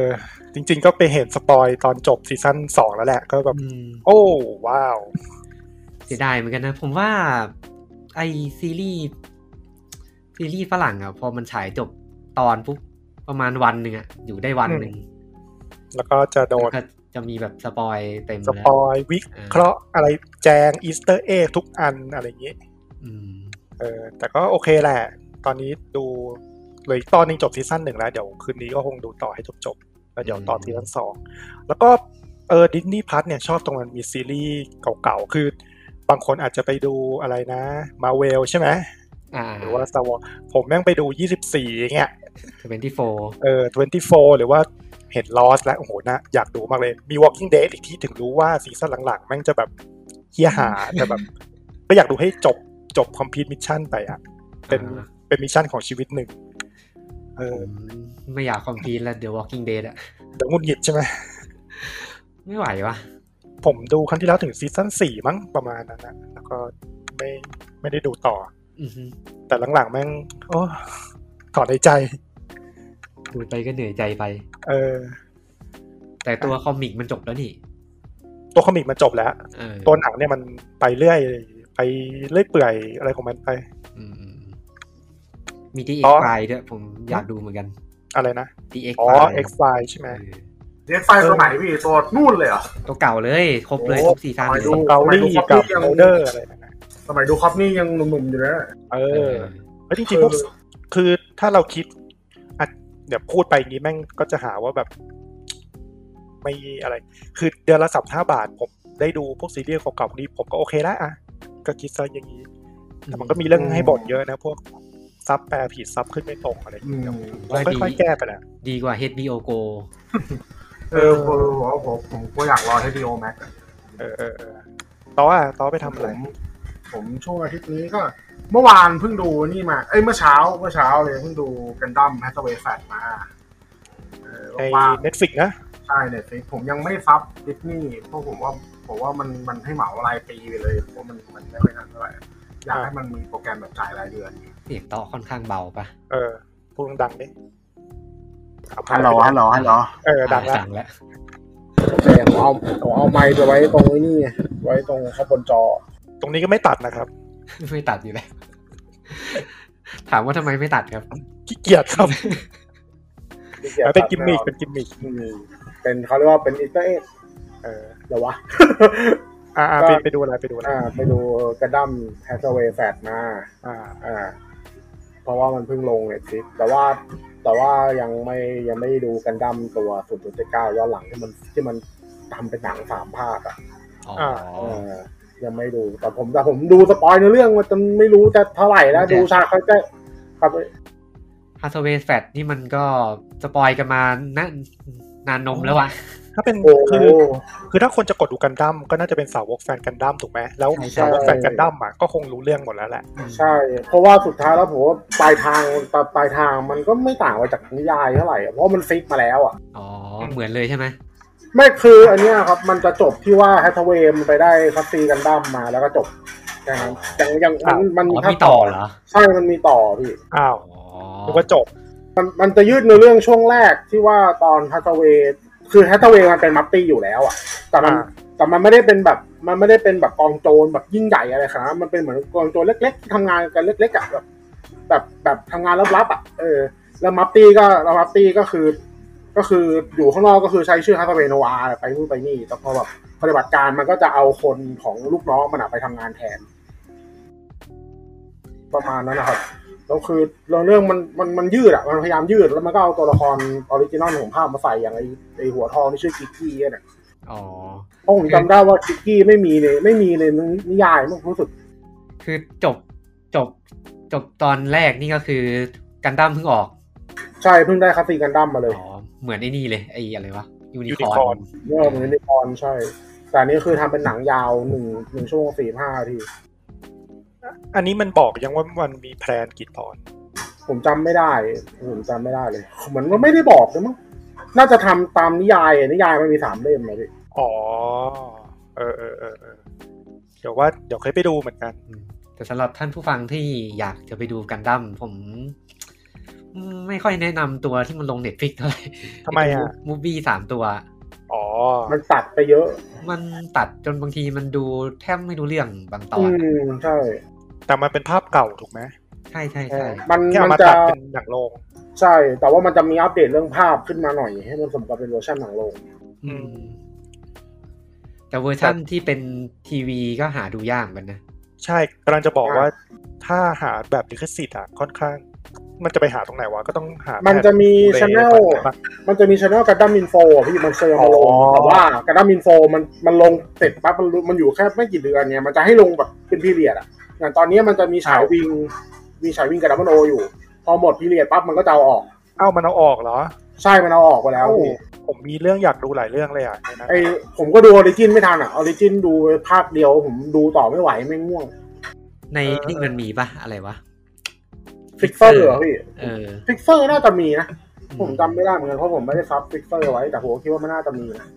Speaker 2: จริงๆก็ไปเห็นสปอยตอนจบซีซั่นสองแล้วแหละ ก็แบบ
Speaker 1: อืม
Speaker 2: โอ้ ว้าว
Speaker 1: เสียดายเหมือนกันนะ ผมว่าไอซีรีส์ซีรีส์ฝรั่งอะพอมันฉายจบตอนปุ๊บประมาณวันหนึ่งอะอยู่ได้วันหนึ่ง
Speaker 2: แล้วก็จะโดน
Speaker 1: แล้วก็จะมีแบบสปอยเต็ม
Speaker 2: ส
Speaker 1: แล้
Speaker 2: ป
Speaker 1: ว
Speaker 2: อยวิเคราะห์อะไรแจงอีสเตอร์เอ็กทุกอันอะไรอย่างนี้
Speaker 1: อืม
Speaker 2: เออแต่ก็โอเคแหละ ตอนนี้ดูเหลืออีกตอนหนึงจบซีซั่นหนึ่งแล้ว เดี๋ยวคืนนี้ก็คงดูต่อให้จบจบๆแล้วเดี๋ยวต่อ
Speaker 1: ม
Speaker 2: ซีซั่นสองแล้วก็เออดิสนีย์พัทเนี่ยชอบตรงมันมีซีรีส์เก่าๆ คือบางคนอาจจะไปดูอะไรนะมาเวลใช่ไหม
Speaker 1: อ่า
Speaker 2: หรือว่า Star Wars ผมแม่งไปดู 24อย่างเงี้ย
Speaker 1: จะเป็นที่โฟ
Speaker 2: เออ24 หรือว่าเห็น Lost แล้วโอ้โหนะอยากดูมากเลยมี Walking Dead อีกที่ถึงรู้ว่าซีซั่นหลังๆ แม่งจะแบบเฮี้ยหาแต่แบบ ก็อยากดูให้จบจบคอมพลีทมิชชั่นไปอ่ะ เป็น เป็นมิชชั่นของชีวิตหนึ่ง เออ
Speaker 1: ไม่อยากคอมพีนแล้ว The Walking Dead อะ
Speaker 2: เดี๋ยวหงุดหงิดใช่ไหม
Speaker 1: ไม่ไหววะ
Speaker 2: ผมดูครั้งที่แล้วถึงซีซั่นสี่มั้งประมาณนั้นนะแล้วก็ไม่ไม่ได้ดูต่อ
Speaker 1: อือฮึ
Speaker 2: แต่หลังๆแม่ง โอ้ถอนในใจ
Speaker 1: ดูไปก็เหนื่อยใจไป
Speaker 2: เออ
Speaker 1: แต่ตัวคอมิกมันจบแล้วนี่
Speaker 2: ตัวคอมิกมันจบแล้ว
Speaker 1: เออ
Speaker 2: ตัวหนังเนี่ยมันไปเรื่อย ไปเรื่อยเปื่อยอะไรของมันไป
Speaker 1: อืมอืมอืมมีที่เอ็
Speaker 2: อ๋
Speaker 1: ก
Speaker 2: อ
Speaker 1: ไฟด้วยผมอยากดูเหมือนกัน
Speaker 2: อะไรนะ
Speaker 1: ที่เอ็ก
Speaker 2: อ๋อ
Speaker 1: ไฟ
Speaker 2: X f i ใช่ไหม
Speaker 3: เด็กไฟตัวไหนพี่ตัวนู่นเลยเหรอ
Speaker 1: ตัวเก่าเลยครบเลย
Speaker 3: โอ้
Speaker 1: ทุกซีซั่น
Speaker 3: ไป
Speaker 1: เลย
Speaker 3: ดู
Speaker 2: เกาหลีกับโรเดอร์อะไรนะ
Speaker 3: สมัยดูคอปนี่ยังหนุ่มๆอยู่เลยนะ
Speaker 2: เอ
Speaker 1: เอ
Speaker 2: อ
Speaker 1: อ
Speaker 2: แล้วจริงๆพวกคือถ้าเราคิดอ่ะเดี๋ยวพูดไปอย่างนี้แม่งก็จะหาว่าแบบ ไม่อะไร คือเดือนละสามห้าบาท ผมได้ดูพวกซีรีส์เก่าๆนี้ผมก็โอเคละอ่ะก็คิดซะอย่างนี้ แต่มันก็มีเรื่อง
Speaker 3: อืม
Speaker 2: ให้บ่นเยอะนะ พวกซับแปลผิดซับขึ้นไม่ตรงอะไรอย่าง
Speaker 3: อื
Speaker 2: เงี้ย
Speaker 3: ม
Speaker 2: ผมค่อยๆแก้ไปนะ
Speaker 1: ดีกว่า HBO Go
Speaker 3: เออผมผมผมก็อยากรอให้ดีโอแม็ก
Speaker 2: เออเออเออต่ออ่ะต่อไปทำ
Speaker 3: ผ
Speaker 2: อะไร
Speaker 3: ม ผมช่วงอาทิตย์นี้ก็ เมื่อวานเพิ่งดูนี่มา เอ้ยเมื่อเช้าเมื่อเช้าเลยเพิ่งดูกันดั้มแฮตเวย์แฟดมาเออ
Speaker 2: ใน
Speaker 3: ว่าง
Speaker 2: Netflix นะ
Speaker 3: ใช่เนี่ยผมยังไม่ซับดิสนีย์เพราะผมว่าผมว่ามันมันให้เหมารายปีไปเลยเพราะมันมันไม่ค่อยนั่นเท่าไหร่อยาก
Speaker 2: อ่า
Speaker 3: ให้มันมีโปรแกรมแบบจ่ายรายเดือน
Speaker 1: เสียงต่อค่อนข้างเบาปะ
Speaker 2: เออพูดดังๆดิ
Speaker 3: ฮัลโหลฮัลโหลฮัลโหล
Speaker 2: เออดังละ
Speaker 1: สั่งแล้ว
Speaker 3: ผมเอาผมเอาไมค์ไปไว้ตรงไอ้นี่ไงไว้ตรงข้างบนจอ
Speaker 2: ตรงนี้ก็ไม่ตัดนะครับ
Speaker 1: ไม่ตัดอยู่แล้ว ถามว่าทำไมไม่ตัดครับ
Speaker 2: ขี้เกียจครับเป็นกิมมิคเป็นกิมมิค
Speaker 3: อืมเป็นเขาเรียกว่าเป็นอิสเอ็ก
Speaker 2: เออ
Speaker 3: หรอวะ
Speaker 2: อ่าไปไปดูอะไรไปดูอะไร
Speaker 3: อ่า ไปดูกระดัมแฮสเวย์แฟดมา
Speaker 2: อ่า
Speaker 3: อ่า เพราะว่ามันเพิ่งลงเน็ตฟิกแต่ว่าแต่ว่ายังไม่ยังไม่ได้ดูกันดั้มตัวศูนย์จุดเก้าย้อนหลังที่มันที่มันทำเป็นหนังสามภาคอ่ะ
Speaker 1: อ๋อ
Speaker 2: อ่า
Speaker 1: อ
Speaker 3: เออ ยังไม่ดูแต่ผมแต่ผมดูสปอยในเรื่องมันจนไม่รู้จะเท่าไหร่แล้ว
Speaker 1: โอเค
Speaker 3: ดูฉากเขาจะครับ
Speaker 1: h a t h a w a y Fat นี่มันก็สปอยกันมานานนานนมแล้วอะ
Speaker 2: ถ้าเป็น
Speaker 3: โอ้โห
Speaker 2: คือคือถ้าคนจะกดดูกันดั้มก็น่าจะเป็นสาวกแฟนกันดั้มถูกไหมแล้ว
Speaker 3: ใช่ใช่
Speaker 2: สาวกแฟนกันดั้มอ่ะก็คงรู้เรื่องหมดแล้วแหละ
Speaker 3: ใช่ เพราะว่าสุดท้ายแล้วผมว่าปลายทางปลายปลายทางมันก็ไม่ต่างไปจากนิยายเท่าไหร่อะเพราะมันฟิกมาแล้วอ่ะ
Speaker 1: อ๋อ เหมือนเลยใช่ไหม
Speaker 3: ไม่คืออันเนี้ยครับมันจะจบที่ว่าแฮทเวย์มันไปได้คัสซีกันดั้มมาแล้วก็จบแค่นั้นยังยังมันมัน
Speaker 1: อ๋อ
Speaker 3: ภา
Speaker 1: มี
Speaker 3: ค
Speaker 1: ต่อเหรอ
Speaker 3: ใช่มันมีต่อพี่
Speaker 2: อ้าว
Speaker 1: อ๋อ
Speaker 2: นึกว่าจบ
Speaker 3: มันมันจะยืดในเรื่องช่วงแรกที่ว่าตอนแฮทเวย์คือแฮทเวย์มันเป็นมัตตี้อยู่แล้วอ่ะ แต่มัน
Speaker 2: อ่า
Speaker 3: แต่มันไม่ได้เป็นแบบมันไม่ได้เป็นแบบกองโจรแบบยิ่งใหญ่อะไรขนาดนั้นมันเป็นเหมือนกองโจรเล็กๆที่ทำงานกันเล็กๆอ่ะแบบแบบแบบทำงานลับๆอ่ะเออแล้วมัตตี้ก็แล้วมัตตี้ก็คือ ก็คืออยู่ข้างนอกก็คือใช้ชื่อฮัตเวโนอาไปนู่นไปนี่แต่พอแบบปฏิบัติการมันก็จะเอาคนของลูกน้องมันอะไปทำงานแทน ประมาณนั้นนะครับแล้วคือเรื่องเรื่องมันมันมันยืดอ่ะมันพยายามยืดแล้วมันก็เอาตัวละครออริจินอลของภาพมาใส่อย่างไอไอหัวทองที่ชื่อกิกกี้เนี่
Speaker 1: อ
Speaker 3: ย
Speaker 1: อ๋อ
Speaker 3: เพราะผมจำได้ว่าคิกกี้ไม่มีเลยไม่มีเลยนิยายมั้งรู้สึก
Speaker 1: คือจบจบจบตอนแรกนี่ก็คือกันดั้มเพิ่งออก
Speaker 3: ใช่เพิ่งได้คาซีกันดั้มมาเลย
Speaker 1: อ๋อ เหมือนไอ้นี่เลย ไอ้อะไรวะยูนิคอร์
Speaker 2: Unicorn
Speaker 1: น
Speaker 3: เรื่องเหมือนในตอนใช่ แต่อันนี่คือทำเป็นหนังยาวหนึ่งหนึ่งชั่วโมงสี่ห้าที
Speaker 2: อันนี้มันบอกยังว่ามันมีแพลนกี่ตอน
Speaker 3: ผมจำไม่ได้ ผมจำไม่ได้เลยเหมือนมันไม่ได้บอกเลยมั้งน่าจะทำตามนิยายอะนิยายมันมีสามเล่มไหมพี่
Speaker 2: อ๋อ เออเออเออเออเดี๋ยวว่าเดี๋ยวเคยไปดูเหมือนกัน
Speaker 1: อืมแต่สำหรับท่านผู้ฟังที่อยากจะไปดูกันดั้มผมอืมไม่ค่อยแนะนำตัวที่มันลงเน็ตฟิกเท่าไหร่
Speaker 2: ทำไมอ่ะ
Speaker 1: มูบี้สามตัว
Speaker 2: อ๋อ
Speaker 3: มันตัดไปเยอะ
Speaker 1: มันตัดจนบางทีมันดูแทบไม่รู้เรื่องบางตอ
Speaker 3: อื
Speaker 1: น
Speaker 3: มใช่
Speaker 2: แต่มันเป็นภาพเก่าถูกไหม
Speaker 1: ใช่ใช่ใช่
Speaker 3: มัน
Speaker 2: แค่เอา
Speaker 3: มัน
Speaker 2: มา
Speaker 3: จะ
Speaker 2: ตัดเป็นหนังโรง
Speaker 3: ใช่ แต่ว่ามันจะมีอัปเดตเรื่องภาพขึ้นมาหน่อย ให้มันสมกับเป็นเวอร์ชันหนังโรง
Speaker 2: อืม
Speaker 1: อืมแต่เวอร์ชั่นที่เป็นทีวีก็หาดูยากเหมือนกันนะ
Speaker 2: ใช่กำลังจะบอกว่าถ้าหาแบบลิขสิทธิ์อ่ะค่อนข้าง มันจะไปหาตรงไหนวะ ก็ต้องหา
Speaker 3: มั
Speaker 2: มัน
Speaker 3: จะมีช anel มันจะมีช anel ก a ดัมมินโฟพี่มันเซลล์มาลงแต่ว่าก a ดัมมินโฟมันมันลงเสร็จปั๊บมันรู้มันอยู่แค่ไม่กี่เดือนเนี่ยมันจะให้ลงแบบเป็นพีเรียดอะอย่างตอนนี้มันจะมีฉายวิงมีฉายวิงกับดัมมินโออยู่ พอหมดพีเรียดปั๊บมันก็จะเอาออก
Speaker 2: เอ้ามันเอาออกเหรอ
Speaker 3: ใช่มันเอาออกไปแล้ว
Speaker 2: เอ้า
Speaker 3: พี่
Speaker 2: ผมมีเรื่องอยากดูหลายเรื่องเลยอ่ะในนั้น
Speaker 3: ไอผมก็ดูออริจินไม่ทันอ่ะออริจินดูภาคเดียว ผมดูต่อไม่ไหวไม่ง่วง
Speaker 1: ในนี่มันมีปะอะไรวะ
Speaker 3: ฟิกเซอร์เหรอพี่
Speaker 1: เออ
Speaker 3: ฟิกเซอร์น่าจะมีนะ ผมจำ
Speaker 1: อื
Speaker 3: ไม่ได้เหมือนกันเพราะผมไม่ได้ซับฟิกเซอร์ไว้แต่ผมก็คิดว่ามันน่าจะมีนะ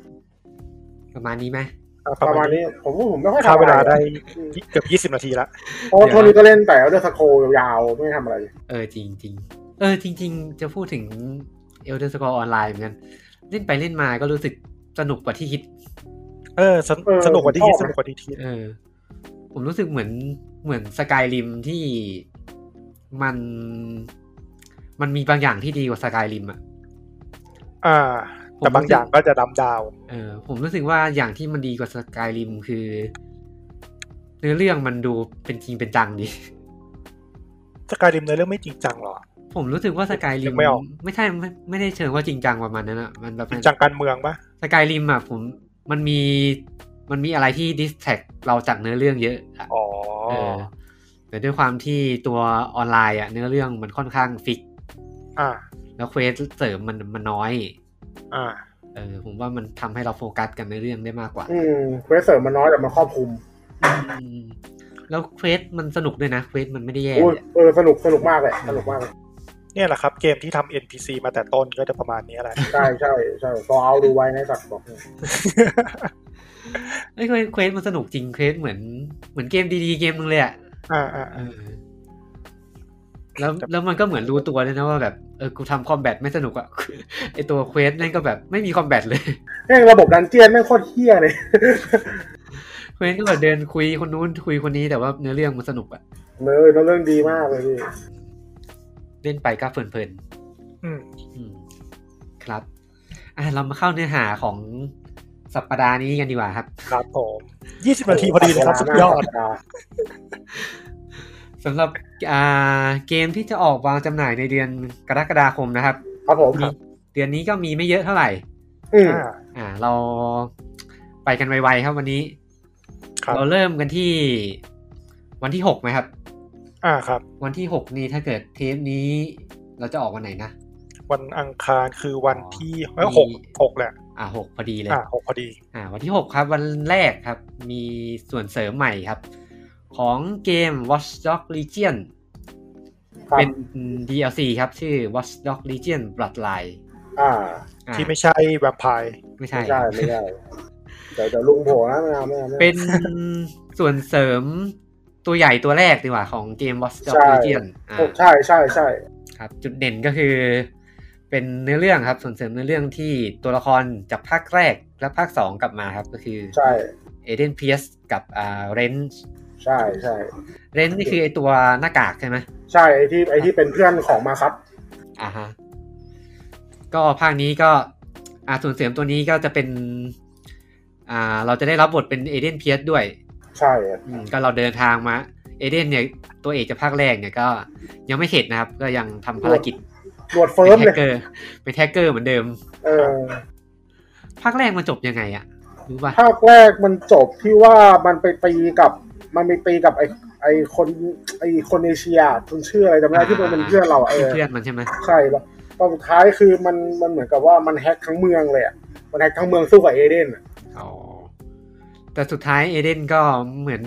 Speaker 1: ประมาณนี้ไหม
Speaker 2: อ่ะป
Speaker 3: ประ ระ
Speaker 2: มา
Speaker 3: มา
Speaker 2: ณ
Speaker 3: ณ
Speaker 2: นี้
Speaker 3: นี้ผมว่าผมไม่ค่อย
Speaker 2: ค่า
Speaker 3: ทำ
Speaker 2: เว
Speaker 3: อะไร
Speaker 2: ลาได้
Speaker 3: อืม
Speaker 2: เกือบยี่สิบนาทีละ
Speaker 3: เพราะว่า
Speaker 1: เดี๋ยว
Speaker 3: โทนี้ก็เล่นแต่เดอร์สโคยาวๆไม่ทำอะไร
Speaker 1: เออจริงจริงๆเออจริง ๆ จะพูดถึงเอลเดอร์สกอร์ออนไลน์เหมือนกันเล่นไปเล่นมาก็รู้สึกสนุกกว่าที่คิด
Speaker 2: เออสนสนุกกว่าที่คิดสนุกกว่าที่คิด
Speaker 1: เออ ผมรู้สึกเหมือนเหมือนสกายริมที่มัน มันมีบางอย่างที่ดีกว่าสกายริมอ่ะ
Speaker 2: อ่า แต่บางอย่างก็จะดำดาว
Speaker 1: เออผมรู้สึกว่าอย่างที่มันดีกว่าสกายริมคือเนื้อเรื่องมันดูเป็นจริงเป็นจังดี
Speaker 2: สกายริมเนื้อเรื่องไม่จริงจังหรอ
Speaker 1: ผมรู้สึกว่าสกายริม
Speaker 2: ไม่ออก
Speaker 1: ไม่ใช่ไม่ไม่ได้เชิงว่าจริงจังประมาณนั้นอะมันแบบ
Speaker 2: จริงจังการเมืองปะ
Speaker 1: สกายริมอะผมมันมีมันมีอะไรที่ดิสแท็กเราจากเนื้อเรื่องเยอะอะ
Speaker 2: อ๋อ
Speaker 1: เออแต่ด้วยความที่ตัวออนไลน์อะเนื้อเรื่องมันค่อนข้างฟิก
Speaker 2: อ่า
Speaker 1: แล้วเควสเสริมมันมันน้อย
Speaker 2: อ่า
Speaker 1: เออผมว่ามันทำให้เราโฟกัสกันในเรื่องได้มากกว่า
Speaker 3: อืมเควสเสริมมันน้อยแต่มันครอบคลุม
Speaker 1: อืมแล้วเควสมันสนุกด้วยนะเควสมันไม่ได้แย่
Speaker 3: โอ้ย
Speaker 1: เลย
Speaker 3: เออสนุกสนุกมากเลยสนุกมากเลย
Speaker 2: เนี่ยแหละครับ เกมที่ทำ NPC มาแต่ต้นก็จะประมาณนี้แหละ
Speaker 3: ใช่ใช่ใช่พอเอาดูไว้นะสัตว์บอกเนี่ย
Speaker 1: เอ้ยเควสเควสมันสนุกจริงเควสเหมือนเหมือนเกมดีๆเกมนึงเลยอะ
Speaker 2: อ่าอ่า
Speaker 1: เออแล้วแล้วมันก็เหมือนรู้ตัวเลยนะว่าแบบเออกูทำคอมแบทไม่สนุกอะ ไอตัวเควสนั่นก็แบบไม่มีคอมแบทเลย
Speaker 3: เอ้ยระบบดันเจียนแม่งโคตรเฮี้ยเลย
Speaker 1: เควสก็แบบเดินคุยคนนู้นคุยคนนี้แต่ว่าเนื้อเรื่องมันสนุกอะ
Speaker 3: เนยเรื่องดีมากเลยพี่
Speaker 1: เล่นไปก็เพลินๆ
Speaker 2: อืม
Speaker 1: อืมครับ อ่ะเรามาเข้าเนื้อหาของสัปปดาห์นี้กันดีกว่าครับ
Speaker 2: ครับผมยี่สิบนาทีพอดีเลยครับ สุดยอด
Speaker 1: สำหรับอ่าเกมที่จะออกวางจำหน่ายในเดือนกรกฎาคมนะครับ
Speaker 3: ครับผม
Speaker 1: มีเดือนนี้ก็มีไม่เยอะเท่าไหร่
Speaker 3: อืม
Speaker 2: อ่า
Speaker 1: อ่า เราไปกันไวๆครับวันนี้
Speaker 2: ครับ
Speaker 1: เราเริ่มกันที่วันที่หกไหมครับ
Speaker 2: อ่าครับ
Speaker 1: วันที่หกนี้ถ้าเกิดเทปนี้ เราจะออกวันไหนนะ
Speaker 2: วันอังคารคือวันที่
Speaker 1: อ๋อ
Speaker 2: หก
Speaker 1: มี
Speaker 2: หกแหละ
Speaker 1: อ่าหกพอดีเลย
Speaker 2: อ่าหกพอดี
Speaker 1: อ่าวันที่ 6 ครับวันแรกครับ มีส่วนเสริมใหม่ครับ ของเกม Watch Dogs Legion
Speaker 3: ครับ
Speaker 1: เป็น DLC ครับ ชื่อ Watch Dogs Legion Bloodline
Speaker 3: อ่า
Speaker 1: อ่า
Speaker 2: ที่ไม่ใช่แวมไพร์
Speaker 1: ไม่ใช่
Speaker 3: ไม่ได้ไม่ได้เดี๋ยวเดี๋ยวลุงโผล่นะไม่เอาไม่เอาไม่เอา
Speaker 1: เป็น ส่วนเสริมตัวใหญ่ตัวแรกดีกว่าของเกม Watch
Speaker 3: ใช่
Speaker 1: Dogs Legion อ่า
Speaker 3: โอ้ใช่ใช่ใช่
Speaker 1: ครับจุดเด่นก็คือ เป็นเนื้อเรื่องครับ ส่วนเสริมเนื้อเรื่องที่ตัวละครจากภาคแรกและภาค 2 กลับมาครับ ก็คือ
Speaker 3: ใช่
Speaker 1: เอเดนเพียสกับอ่าเรน
Speaker 3: ใช่ใช่
Speaker 1: เรนนี่คือไอตัวหน้ากากใช่ไหม
Speaker 3: ใช่ไอที่ไอที่เป็นเพื่อนของมาครับ
Speaker 1: อ่าฮะ ก็ภาคนี้ก็อ่าส่วนเสริมตัวนี้ก็จะเป็น อ่า เราจะได้รับบทเป็นเอเดนเพียสด้วย
Speaker 3: ใช่
Speaker 1: อืมก็เราเดินทางมา เอเดนเนี่ย ตัวเอกจากภาคแรกเนี่ยก็ยังไม่เข็ดนะครับ ก็ยังทำภารกิจ
Speaker 3: หนวดเฟิ
Speaker 1: เป็
Speaker 3: ร์ม
Speaker 1: นแฮก
Speaker 3: เลย
Speaker 1: เกอร์เป็นแฮกเกอร์เหมือนเดิม
Speaker 3: เออ
Speaker 1: ภาคแรกมันจบยังไงอะ
Speaker 3: โห
Speaker 1: รู้ป่ะ
Speaker 3: ภาคแรกมันจบที่ว่ามันไปตีกับ มันไปตีกับไอไอคนไอคนเอเชียคนชื่ออะไรจำไม่ได้ที่มันเป็นเพื่อนเราอะเออ
Speaker 1: เพื่อนมันใช่ไหม
Speaker 3: ใช่แล้วตอนสุดท้ายคือมันมันเหมือนกับว่ามันแฮกทั้งเมืองเลยอ่ะมันแฮกทั้งเมืองสู้กับเอเดนอะ
Speaker 1: อ๋อแต่สุดท้ายเอเดนก็เหมือน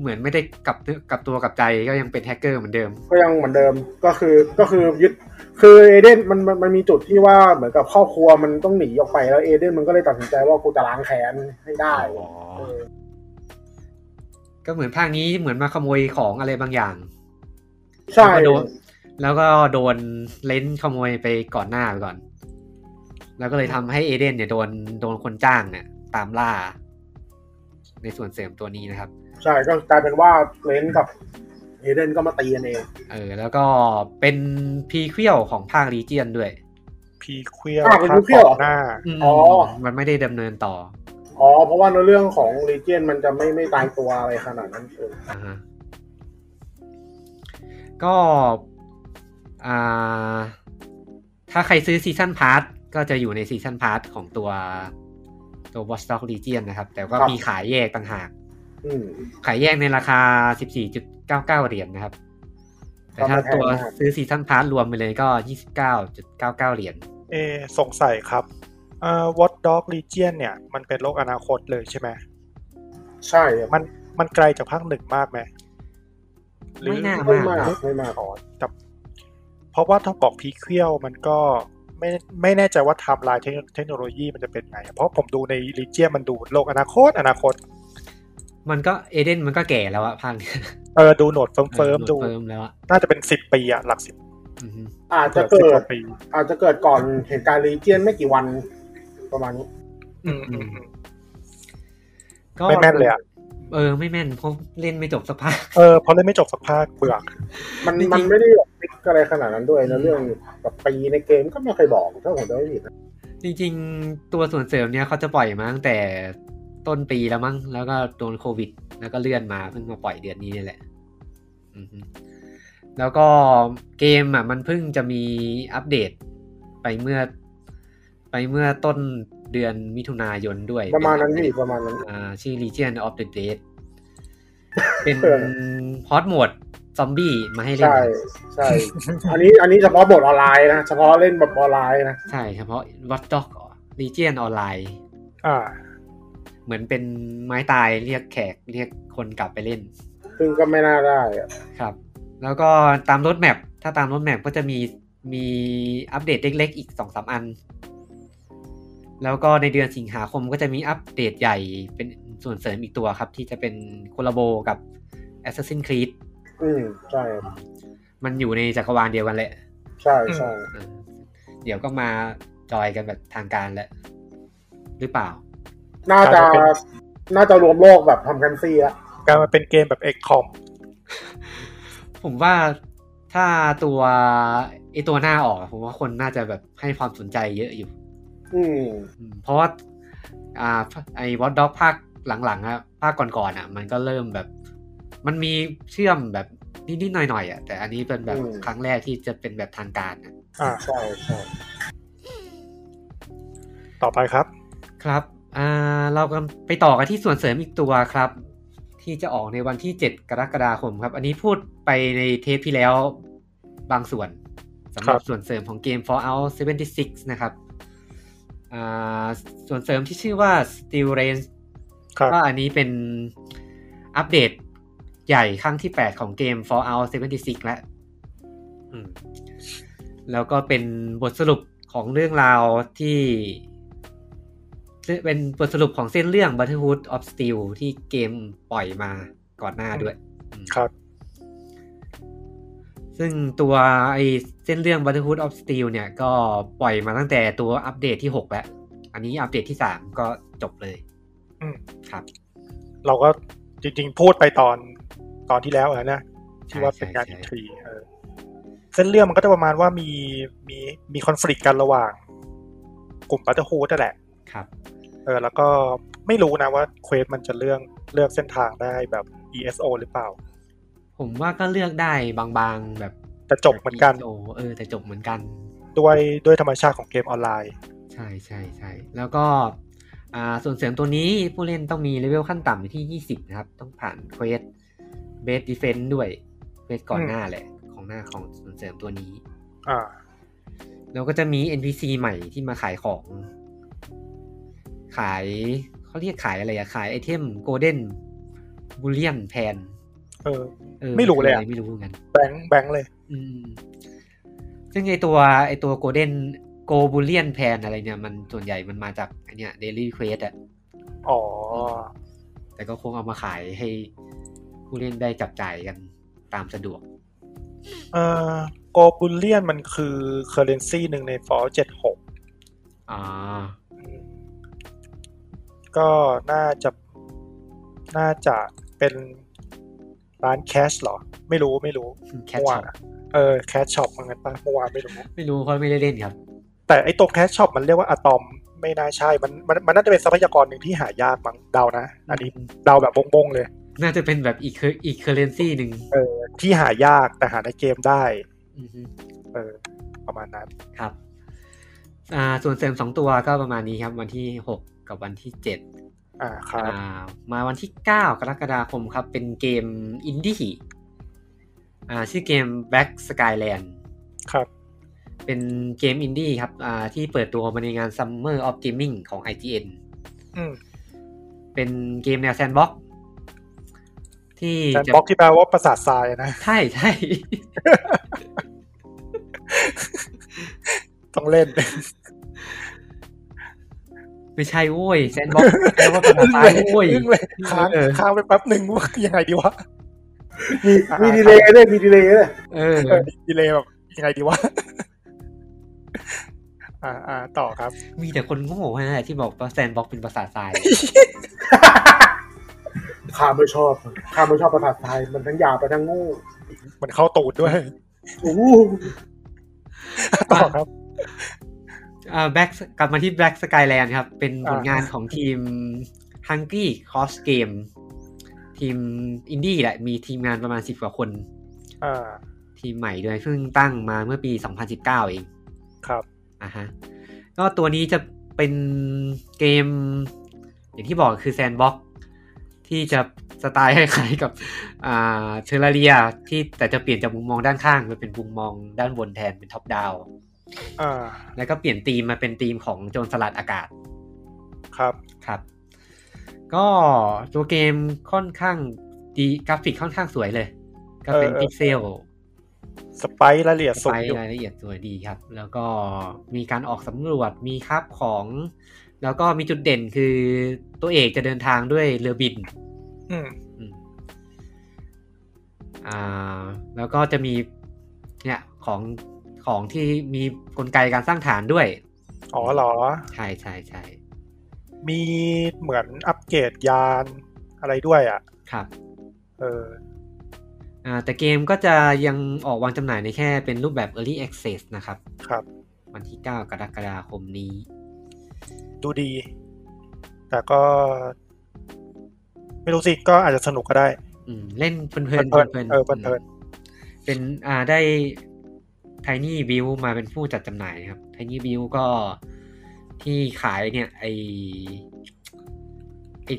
Speaker 1: เหมือนไม่ได้กลับตัวกลับตัวกลับใจก็ยังเป็นแฮกเกอร์เหมือนเดิม
Speaker 3: ก็ยังเหมือนเดิมก็คือก็คือยึดคือเอเดนมันมันมันมีจุดที่ว่าเหมือนกับครอบครัวมันต้องหนีออกไปแล้วเอเดนมันก็เลยตัดสินใจว่ากูจะล้างแค้นให้ได้เออ
Speaker 1: ก็เหมือนภาคนี้เหมือนมาขโมยของอะไรบางอย่าง
Speaker 3: ใช่
Speaker 1: แล้วก็โดนแล้วก็โดนเลนส์ขโมยไปก่อนหน้าไปก่อน แล้วก็เลยทำให้เอเดนเนี่ยโดนโดนคนจ้างเนี่ย ตามล่า ในส่วนเสริมตัวนี้นะครับ
Speaker 3: ใช่ก็กลายเป็นว่าเลนกับเอเดนก็มาตีกันเอง
Speaker 1: เออ แล้วก็เป็นพีเคียวของภาครีเจียนด้วย
Speaker 2: พีเคียว
Speaker 3: อ้าวเป็นลูกเพี้ยวเหรอ
Speaker 2: หน้า
Speaker 1: ม
Speaker 3: อ๋อ
Speaker 1: มันไม่ได้ดำเนินต่อ
Speaker 3: อ๋อเพราะว่าในเรื่องของลีเจนมันจะไม่ไม่ตายตัวอะไรขนาดนั้นเออ
Speaker 1: อ่าฮะก็อ่าถ้าใครซื้อซีซันพาร์ทก็จะอยู่ในซีซันพาร์ทของตัวตัว Watch Dogs Legion นะครับ แต่ก็มีขายแยกต่างหาก
Speaker 3: อืม
Speaker 1: ขายแยกในราคา 14.99 เหรียญนะครับ แต่ถ้า
Speaker 3: ก็ไม่แพง
Speaker 1: ตัว
Speaker 3: มาก
Speaker 1: ซื้อซีซั่นพาร์ทรวมไปเลยก็ 29.99 เหรียญ
Speaker 2: เออสงสัยครับเอ่อ Watch Dog Legion เนี่ย มันเป็นโลกอนาคตเลยใช่ไหม
Speaker 3: ใช่ครับ
Speaker 2: มันมันไกลจากภาคหนึ่งมากไหมหรือ
Speaker 1: ไม่น่า
Speaker 3: ไม่มากไม่มาก
Speaker 2: อ๋อแต่เพราะว่าถ้าบอกพีเคียวมันก็ไม่ไม่แน่ใจว่าไทม์ไลน์เทคโนโลยีมันจะเป็นไง เพราะผมดูใน Legion มันดูโลกอนาคต อนาคต
Speaker 1: มันก็เอเดนมันก็แก่แล้วอะภาคเนี้ย
Speaker 2: เออดูโหนดเฟิร์มเฟิร์ม
Speaker 1: ออ
Speaker 2: ดู
Speaker 1: เฟิร์มแล้วอะ
Speaker 2: น่าจะเป็นสิบปีอะหลักสิบ
Speaker 1: อือฮึ
Speaker 3: อาจจะ
Speaker 2: สิบ
Speaker 3: เกิ
Speaker 2: ก
Speaker 3: ด
Speaker 2: ว่าปี
Speaker 3: อาจจะเกิดก่อนเหตุการณ์ลีเจียนไม่กี่วันประมาณนี้
Speaker 2: อืมอืมอืม
Speaker 1: ก็
Speaker 2: ไม่แม่นเลยอะ
Speaker 1: เออ ไม่แม่นเพราะเล่นไม่จบสักพั ก
Speaker 2: เออเพราะเล่นไม่จบสักภาคเปลื อก
Speaker 3: มัน
Speaker 1: จริงๆ
Speaker 3: มันไม่ได้แบบฟิกอะไรขนาดนั้นด้วยนะเรื่องแบบปีในเกมก็ไม่เคยบอกถ้าผมจำไม่ผิดนะ
Speaker 1: จริงๆ ตัวส่วนเสริมเนี้ยเขาจะปล่อยมาตั้งแต่ต้นปีแล้วมั้ง แล้วก็โดนโควิด แล้วก็เลื่อนมาเพิ่งมาปล่อยเดือนนี้นี่แหละอือฮึแล้วก็เกมอ่ะมันเพิ่งจะมีอัปเดตไปเมื่อ ไปเมื่อต้นเดือนมิถุนายนด้วย
Speaker 3: ประมาณนั้น
Speaker 1: เป็อั
Speaker 3: พี่
Speaker 1: ปเดต
Speaker 3: ประมาณนั้น
Speaker 1: อ่าชื่อ Legion of the Dead เป็น
Speaker 3: เออ
Speaker 1: ฮอตโหมดซอมบี้มาให้เล่น
Speaker 3: ใช่ใช่ อันนี้อันนี้เฉพาะบทออนไลน์นะเฉพาะเล่นแบบออนไลน์นะ
Speaker 1: ใช่เฉพาะ Watch Dogs Legion ออนไลน์
Speaker 2: อ่า
Speaker 1: เหมือนเป็นไม้ตายเรียกแขกเรียกคนกลับไปเล่น
Speaker 3: ซึ่งก็ไม่น่าได้อะ
Speaker 1: ครับ แล้วก็ตามรถแมพถ้าตามรถแมพก็จะมีมีอัปเดตเล็กๆอีกสองสามอัน แล้วก็ในเดือนสิงหาคมก็จะมีอัปเดตใหญ่เป็นส่วนเสริมอีกตัวครับ ที่จะเป็นคอลลาโบกับ Assassin's Creed
Speaker 3: อืมใช่
Speaker 1: มันอยู่ในจักรวาลเดียวกันแหละ
Speaker 3: ใช่ใช่
Speaker 1: อ่าเดี๋ยวก็มาจอยกันแบบทางการแล้ว หรือเปล่า
Speaker 3: น่าจะ
Speaker 2: ใช่ครับ
Speaker 3: น่าจะรวมโลกแบบทำกันซีอะ
Speaker 2: การมาเป็นเกมแบบเอ็กคอม
Speaker 1: ผมว่าถ้าตัวไอตัวหน้าออกอะผมว่าคนน่าจะแบบให้ความสนใจเยอะอยู่
Speaker 3: อืม
Speaker 1: อืมเพราะว่าอ่าไอวอตด็อกภาคหลังๆอะภาคก่อนๆอะมันก็เริ่มแบบ มันมีเชื่อมแบบนิดๆหน่อยๆอะแต่อันนี้เป็นแบบ
Speaker 3: อืม
Speaker 1: ครั้งแรกที่จะเป็นแบบทางการอะ
Speaker 2: อ่า
Speaker 3: ใช่ใช่
Speaker 2: ต่อไปครับ
Speaker 1: ครับอ่าเรากำลังไปต่อกันที่ส่วนเสริมอีกตัวครับ ที่จะออกในวันที่ 7 กรกฎาคมครับ อันนี้พูดไปในเทปที่แล้วบางส่วนสำหรับ
Speaker 2: ครับ
Speaker 1: ส่วนเสริมของเกม Fallout 76 นะครับอ่าส่วนเสริมที่ชื่อว่า Steel Range
Speaker 2: ครับ
Speaker 1: ก็อันนี้เป็นอัปเดตใหญ่ครั้งที่ 8 ของเกม Fallout 76 แล้วอืมแล้วก็เป็นบทสรุปของเรื่องราวที่ เป็นบทสรุปของเส้นเรื่อง Brotherhood of Steel ที่เกมปล่อยมาก่อนหน้าด้วยอืม
Speaker 2: ครับ
Speaker 1: ซึ่งตัวไอเส้นเรื่อง Brotherhood of Steel เนี่ยก็ปล่อยมาตั้งแต่ตัวอัปเดตที่ 6 แล้ว อันนี้อัปเดตที่ 3 ก็จบเลย
Speaker 2: อืม
Speaker 1: ครับ
Speaker 2: เราก็จริงๆ พูดไปตอนตอนที่แล้วอะนะ ที่ว่าเป็นงาน
Speaker 1: ใช่
Speaker 2: อิ
Speaker 1: ใช่
Speaker 2: นทรีเออเส้นเรื่องมันก็จะประมาณว่ามีมีมีคอนฟ lict กันระหว่าง กลุ่มปัตเตอร์ฮูดนั่นแหละ
Speaker 1: ครับ
Speaker 2: เออ แล้วก็ไม่รู้นะว่าเควสมันจะเลือกเลือกเส้นทางได้แบบ ESO หรือเปล่า
Speaker 1: ผมว่าก็เลือกได้บางๆแบบ
Speaker 2: แต่จบเหมือนกัน
Speaker 1: โอเออแต่จบเหมือนกัน
Speaker 2: ด้วยด้วยธรรมชาติของเกมออนไลน์
Speaker 1: ใช่ใช่ใช่แล้วก็ อ่าส่วนเสริมตัวนี้ผู้เล่นต้องมีเลเวลขั้นต่ำอยู่ที่ 20 นะครับ ต้องผ่านเควสเบสดีเฟนต์ด้วยเควสก่อน
Speaker 2: อืม
Speaker 1: หน้าแหละ ของหน้าของส่วนเสริมตัวนี้
Speaker 2: อ่า
Speaker 1: แล้วก็จะมี NPC ใหม่ที่มาขายของ ขายเขาเรียกขายอะไรอะขายไอเทมโกลเด้นบูเลียนแพน
Speaker 2: เออ ไม่รู้เลยอะ
Speaker 1: ไม่รู้เหมือนกัน
Speaker 2: แบงค์แบงค์เลย
Speaker 1: อืม ซึ่งไอตัวไอตัวโกลเด้นโกบูเลียนแพนอะไรเนี่ย มันส่วนใหญ่มันมาจากไอเนี่ยเดลี่เควสอะ
Speaker 2: อ๋อ
Speaker 1: แต่ก็คงเอามาขายให้ผู้เล่นได้จับจ่ายกันตามสะดวก
Speaker 2: เอ่อโกบุลเลียนมันคือเคอร์เรนซีหนึ่งในฟอร์เจ็ดหก
Speaker 1: อ่า
Speaker 2: ก็น่าจะน่าจะเป็นร้านแคชเหรอ ไม่รู้ไม่รู้
Speaker 1: แคชช็
Speaker 2: เมื่อ
Speaker 1: อ
Speaker 2: วา
Speaker 1: น ป
Speaker 2: อะเออแคชช็อปมันกันปะเมื่อวานไม่รู้
Speaker 1: ไม่รู้เพราะไม่ได้เล่นครับ
Speaker 2: แต่ไอ้ตัวแคชช็อปมันเรียกว่าอะตอมไม่น่าใช่ มันมันมันน่าจะเป็นทรัพยากรหนึ่งที่หายากมั้งเดานะ อันนี้เดาแบบบงๆเลย
Speaker 1: น่าจะเป็นแบบอีกอีกเคอร์เรนซีหนึ่ง
Speaker 2: ที่หายากแต่หาในเกมได้
Speaker 1: อือฮึ
Speaker 2: เออ ประมาณนั้น
Speaker 1: ครับ อ่า ส่วนเสริมสองตัวก็ประมาณนี้ครับ วันที่หกกับวันที่เจ็ด
Speaker 2: อ่าครับ
Speaker 1: อ่า มาวันที่เก้ากรกฎาคมครับ เป็นเกมอินดี้อ่าชื่อเกม Black Skyland
Speaker 2: ครับ
Speaker 1: เป็นเกมอินดี้ครับ อ่า ที่เปิดตัวมาในงาน Summer of Gaming ของ IGN
Speaker 2: อืม
Speaker 1: เป็นเกมแนวแซนด์บ็อกซ์ที่
Speaker 2: แต่
Speaker 1: จะ
Speaker 2: บล็อกที่แปลว่าประสาททรายนะ
Speaker 1: ใช่ ใช่
Speaker 2: ต้องเล่น
Speaker 1: ไม่ใช่โว้ยแซนด์บ็อกซ์แปลว่าภาษาไทยโว้ย
Speaker 2: อึ้งเลยค้าง
Speaker 1: เออ
Speaker 2: ค้างไปแป๊บหนึ่ง ว่ายังไงดีวะ
Speaker 3: มีมีดีเลย์ด้วยมีดีเลย์ด้วย
Speaker 1: เออ
Speaker 2: เออดีเลยแบบยังไงดีวะ อ่าอ่าต่อครับ
Speaker 1: มีแต่คนโง่ฮะที่บอกว่าแซนด์บ็อกซ์เป็นภาษาทราย
Speaker 3: ข้าไม่ชอบข้าไม่ชอบประทัดไทยมันทั้งยาวไปทั้งงู
Speaker 2: มันเข้าตูดด้วย
Speaker 3: โอ้โห
Speaker 2: ต่อครับ
Speaker 1: อ่าแบ็กกลับมาที่ Black Skyland ครับ เป็นผล
Speaker 2: อ่าง
Speaker 1: งาน ของทีม Hungry Cross Game ทีมอินดี้แหละ มีทีมงานประมาณ 10 กว่าคน
Speaker 2: อ่า
Speaker 1: ทีมใหม่ด้วยเพิ่งตั้งมาเมื่อปี 2019 เอง
Speaker 2: ครับ
Speaker 1: อ่าฮะก็ตัวนี้จะเป็นเกม อย่างที่บอกคือแซนบ็อกที่จะสไตล์คล้ายๆกับอ่าเทอร์เรียที่แต่จะเปลี่ยนจากมุมมองด้านข้างไปเป็นมุมมองด้านบนแทนเป็นท็อปดาว
Speaker 2: อ่า
Speaker 1: แล้วก็เปลี่ยนธีมมาเป็นธีมของโจรสลัดอากาศ
Speaker 2: ครับ
Speaker 1: ครับ ก็ตัวเกมค่อนข้างดีกราฟิกค่อนข้างสวยเลย ก็เป็น
Speaker 2: เออเออ
Speaker 1: พิกเซล
Speaker 2: สไปร์รายละเอียด
Speaker 1: ส
Speaker 2: สู
Speaker 1: ไป
Speaker 2: งอยู่
Speaker 1: รายละเอียดสวยดีครับ แล้วก็มีการออกสำรวจมีครับของ แล้วก็มีจุดเด่นคือตัวเอกจะเดินทางด้วยเรือบิน
Speaker 2: อืม
Speaker 1: อืมอ่า แล้วก็จะมีเนี่ยของของที่มีกลไกการสร้างฐานด้วย
Speaker 2: อ๋อเหรอ
Speaker 1: ใช่ใช่ใช่
Speaker 2: มีเหมือนอัปเกรดยานอะไรด้วยอ่ะ
Speaker 1: ครับ
Speaker 2: เออ
Speaker 1: อ่าแต่เกมก็จะยังออกวางจำหน่ายในแค่เป็นรูปแบบ Early Access นะครับ
Speaker 2: ครับ
Speaker 1: วันที่ 9 กรกฎาคมนี้
Speaker 2: ดูดี แต่ก็ ไม่รู้สิ ก็อาจจะสนุกก็ได้
Speaker 1: อืมเล่นเพลินๆเพลิน
Speaker 2: เพลินๆเออเพลินๆ
Speaker 1: ๆเป็นอ่าได้ไทนี่บิวมาเป็นผู้จัดจำหน่ายนะครับไทนี่บิวก็ที่ขายเนี่ย ไอไอ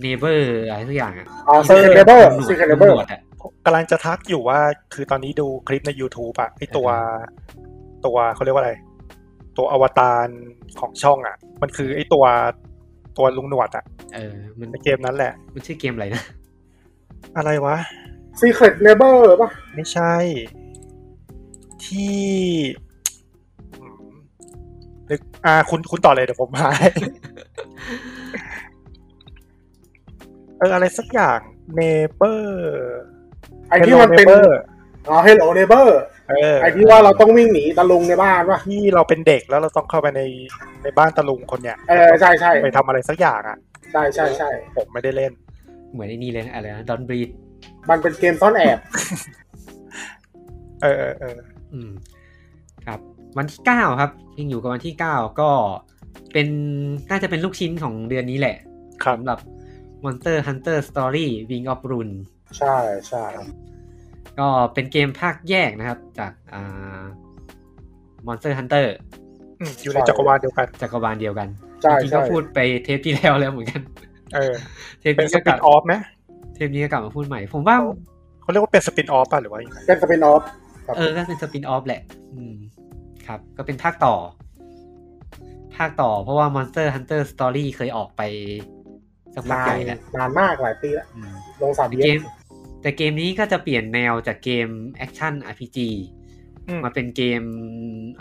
Speaker 1: เนเบอร์อะไรสักอย่างอ่ะ
Speaker 3: อ่าซีเคเลเบอร์ซีเคเลเบอร์
Speaker 1: ตำวจอะ
Speaker 2: กำลังจะทักอยู่ว่าคือตอนนี้ดูคลิปใน YouTube อะไอตัวตัวเขาเรียกว่าอะไร ตัวอวตารของช่องอะมันคือไอตัวตัวลุงหนวดอะ
Speaker 1: เออ มัน
Speaker 2: ในเกมนั้นแหละ
Speaker 1: มันชื่อเกมอะไรนะ
Speaker 2: อะไรวะ
Speaker 3: ซีเครตเนเบอร์ป่ะ
Speaker 2: ไม่ใช่ ที่อืมนึกอ่าคุณคุณต่อเลยเดี๋ยวผมหาให้ เอออะไรสักอย่างเนเปอร์
Speaker 3: ไอที่มันเป็นอ๋อเฮลโลเนเบอร์
Speaker 2: เออ
Speaker 3: ไอที่ว่าเราต้องวิ่งหนีตะลุงในบ้านป่ะ
Speaker 2: ที่เราเป็นเด็กแล้วเราต้องเข้าไปในในบ้านตะลุงคนเนี่ย
Speaker 3: เออใช่ใช่
Speaker 2: ไปทำอะไรสักอย่างอ่ะ
Speaker 3: ใช่ใช่ใช่
Speaker 2: ผมไม่ได้เล่น
Speaker 1: เหมือนไอ้นี่เลยนะอะไรนะดอนบรีด
Speaker 3: มันเป็นเกมซ่อนแอบ
Speaker 2: เออเออเออ
Speaker 1: อืม ครับ วันที่ 9 ครับยังอยู่กับวันที่ 9 ก็เป็นน่าจะเป็นลูกชิ้นของเดือนนี้แหละ
Speaker 2: ครับ
Speaker 1: สำหรับ Monster Hunter Story Wing of Rune
Speaker 3: ใช่ใช่
Speaker 1: ก็เป็นเกมภาคแยกนะครับ จากอ่า Monster Hunter
Speaker 2: อืมอยู่ในจักรวาลเดียวกัน
Speaker 1: จักรวาลเดียวกัน
Speaker 3: ใช่
Speaker 1: จริงๆ
Speaker 3: ใช่
Speaker 1: ก็พูดไปเทปที่แล้วแล้วเหมือนกัน
Speaker 2: เออ
Speaker 1: เทป
Speaker 2: เป็น
Speaker 1: นี้
Speaker 2: ส
Speaker 1: ก็ก
Speaker 2: ปิ
Speaker 1: ลับ
Speaker 2: นออฟไหม
Speaker 1: เทปนี้ก็กลับมาพูดใหม่ ผมว่า
Speaker 2: เขาเรียกว่าเป็นสปินออฟป่ะหรือว่ายังไง
Speaker 3: เป็นสปินออฟ ครับ
Speaker 1: เออก็เป็นสปินออฟแหละ อืม ครับ ก็เป็นภาคต่อ ภาคต่อ เพราะว่า Monster Hunter Story เคยออกไปสักพัก
Speaker 3: นา
Speaker 1: ให
Speaker 3: น
Speaker 1: ญ่แล้ว
Speaker 3: นานมากหลายปีแล้ว
Speaker 1: อืม
Speaker 3: ลงสาม
Speaker 1: แต่
Speaker 3: เย
Speaker 1: เก
Speaker 3: อะ
Speaker 1: มแต่เกมนี้ก็จะเปลี่ยนแนวจากเกมแอคชั่น RPG
Speaker 2: อืม
Speaker 1: มาเป็นเกม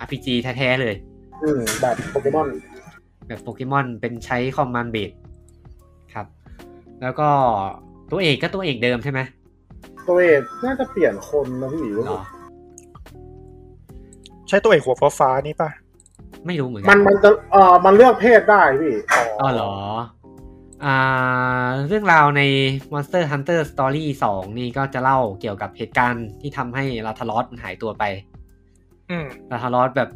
Speaker 1: RPG แท้ๆเลย
Speaker 3: อืมแบบโปเกมอน
Speaker 1: แบบโปเกมอนเป็นใช้คอมมานด์เบดครับ แล้วก็ตัวเอกก็ตัวเอกเดิมใช่ไหม
Speaker 3: ตัวเอกน่าจะเปลี่ยนคนนะพี่หมิว
Speaker 1: เหรอ
Speaker 2: ใช่ตัวเอกหัวฟ้าฟ้าๆนี่ป่ะ
Speaker 1: ไม่รู้เหมือน
Speaker 3: มั
Speaker 1: กัน น
Speaker 3: มันจะเอ่อมันเลือกเพศได้พี่
Speaker 1: อ๋อเหรออ่าเรื่องราวใน Monster Hunter Story 2 นี่ก็จะเล่าเกี่ยวกับเหตุการณ์ที่ทำให้ลาทารอสมันหายตัวไป
Speaker 2: อืม
Speaker 1: ลาทารอสแบบ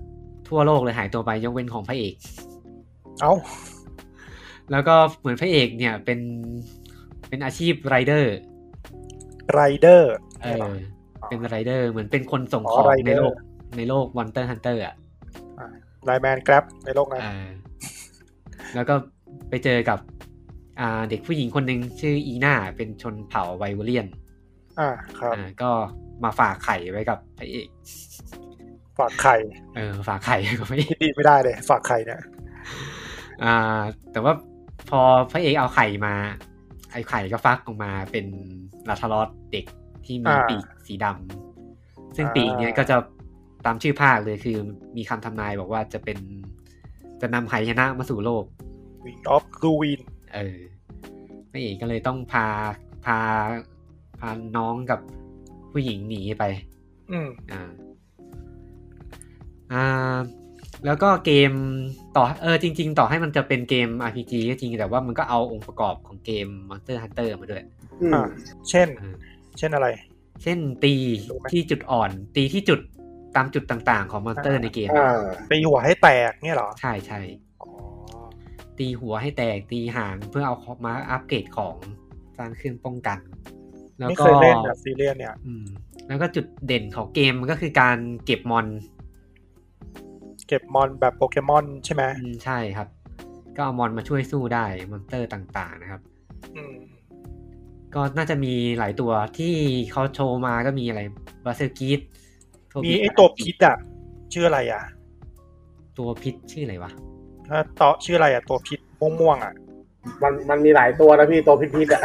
Speaker 1: ทั่วโลกเลยหายตัวไปยกเว้นของพระเอก
Speaker 2: เอ้า
Speaker 1: แล้วก็เหมือนพระเอกเนี่ยเป็นเป็นอาชีพไรเดอร์
Speaker 2: ไรเดอร์
Speaker 1: เออเป็นไรเดอร์เหมือนเป็นคนส่ง
Speaker 2: อ๋
Speaker 1: ข
Speaker 2: อ
Speaker 1: อง
Speaker 2: ไรเด
Speaker 1: ใน
Speaker 2: อร์
Speaker 1: โลกในโลกวันเตอร์ฮันเตอร์อ่ะ
Speaker 2: ไลแมนแกร็บในโลกนั้น
Speaker 1: เออแล้วก็ไปเจอกับอ่าเด็กผู้หญิงคนหนึ่งชื่ออีน่าเป็นชนเผ่าไวโอเลียน
Speaker 2: อ่าครับ
Speaker 1: อ่าก็มาฝากไข่ไว้กับพระเอก
Speaker 2: ฝากไข่
Speaker 1: เออฝากไข่ไว้กับพระเอก
Speaker 2: ที่ดีไม่ได้เลย ฝากไข่เนี่ย
Speaker 1: อ่า แต่ว่าพอพระเอกเอาไข่มาไอ้ไข่ก็ฟักออกมาเป็นลาทารอสเด็กที่มีปีกสีดำซึ่งปีกเนี้ยก็จะตามชื่อภาคเลยคือมีคำทำนายบอกว่าจะเป็นจะนำไหายนะมาสู่โลก
Speaker 2: วิงออฟลูวิน
Speaker 1: เออพระเอกก็เลยต้องพาพาพาน้องกับผู้หญิงหนีไป
Speaker 2: อืม
Speaker 1: อ่า อ่า แล้วก็เกมต่อ เออ จริง ๆ ต่อให้มันจะเป็นเกม RPG ก็จริง แต่ว่ามันก็เอาองค์ประกอบของเกม Monster Hunter มาด้วย
Speaker 3: อืม
Speaker 2: อ่า เช่น
Speaker 1: อ่า
Speaker 2: เช่นอะไร
Speaker 1: เช่นตีที่จุดอ่อน ตีที่จุดตามจุดต่างๆ ของมอนสเตอร์ในเกม
Speaker 3: อ่า
Speaker 2: ตีหัวให้แตกเนี่ยเหรอ
Speaker 1: ใช่ใช่
Speaker 2: อ๋อ
Speaker 1: ตีหัวให้แตก ตีหางเพื่อเอามาอัปเกรดของสร้างเครื่องป้องกัน แล้ว
Speaker 2: ไม่
Speaker 1: ก็
Speaker 2: เคยเล่นแบบซีเรียสเนี่ย
Speaker 1: อืม แล้วก็จุดเด่นของเกมมันก็คือการเก็บมอน
Speaker 2: เก็บมอนแบบโปเกมอนใช่ไหม
Speaker 1: อืมใช่ครับ ก็เอามอนมาช่วยสู้ได้มอนสเตอร์ต่างๆนะครับ
Speaker 2: อืม
Speaker 1: ก็น่าจะมีหลายตัวที่เขาโชว์มาก็มีอะไรบาเซอร์กีต
Speaker 2: มีไอตัวพิษอ่ะ ชื่ออะไรอ่ะ
Speaker 1: ตัวพิษชื่ออะไรวะ
Speaker 2: ถ้าต่อชื่ออะไรอ่ะ ตัวพิษม่ว งๆอ่ะ
Speaker 3: มันมันมีหลายตัวนะพี่ตัวพิษๆอ่ะ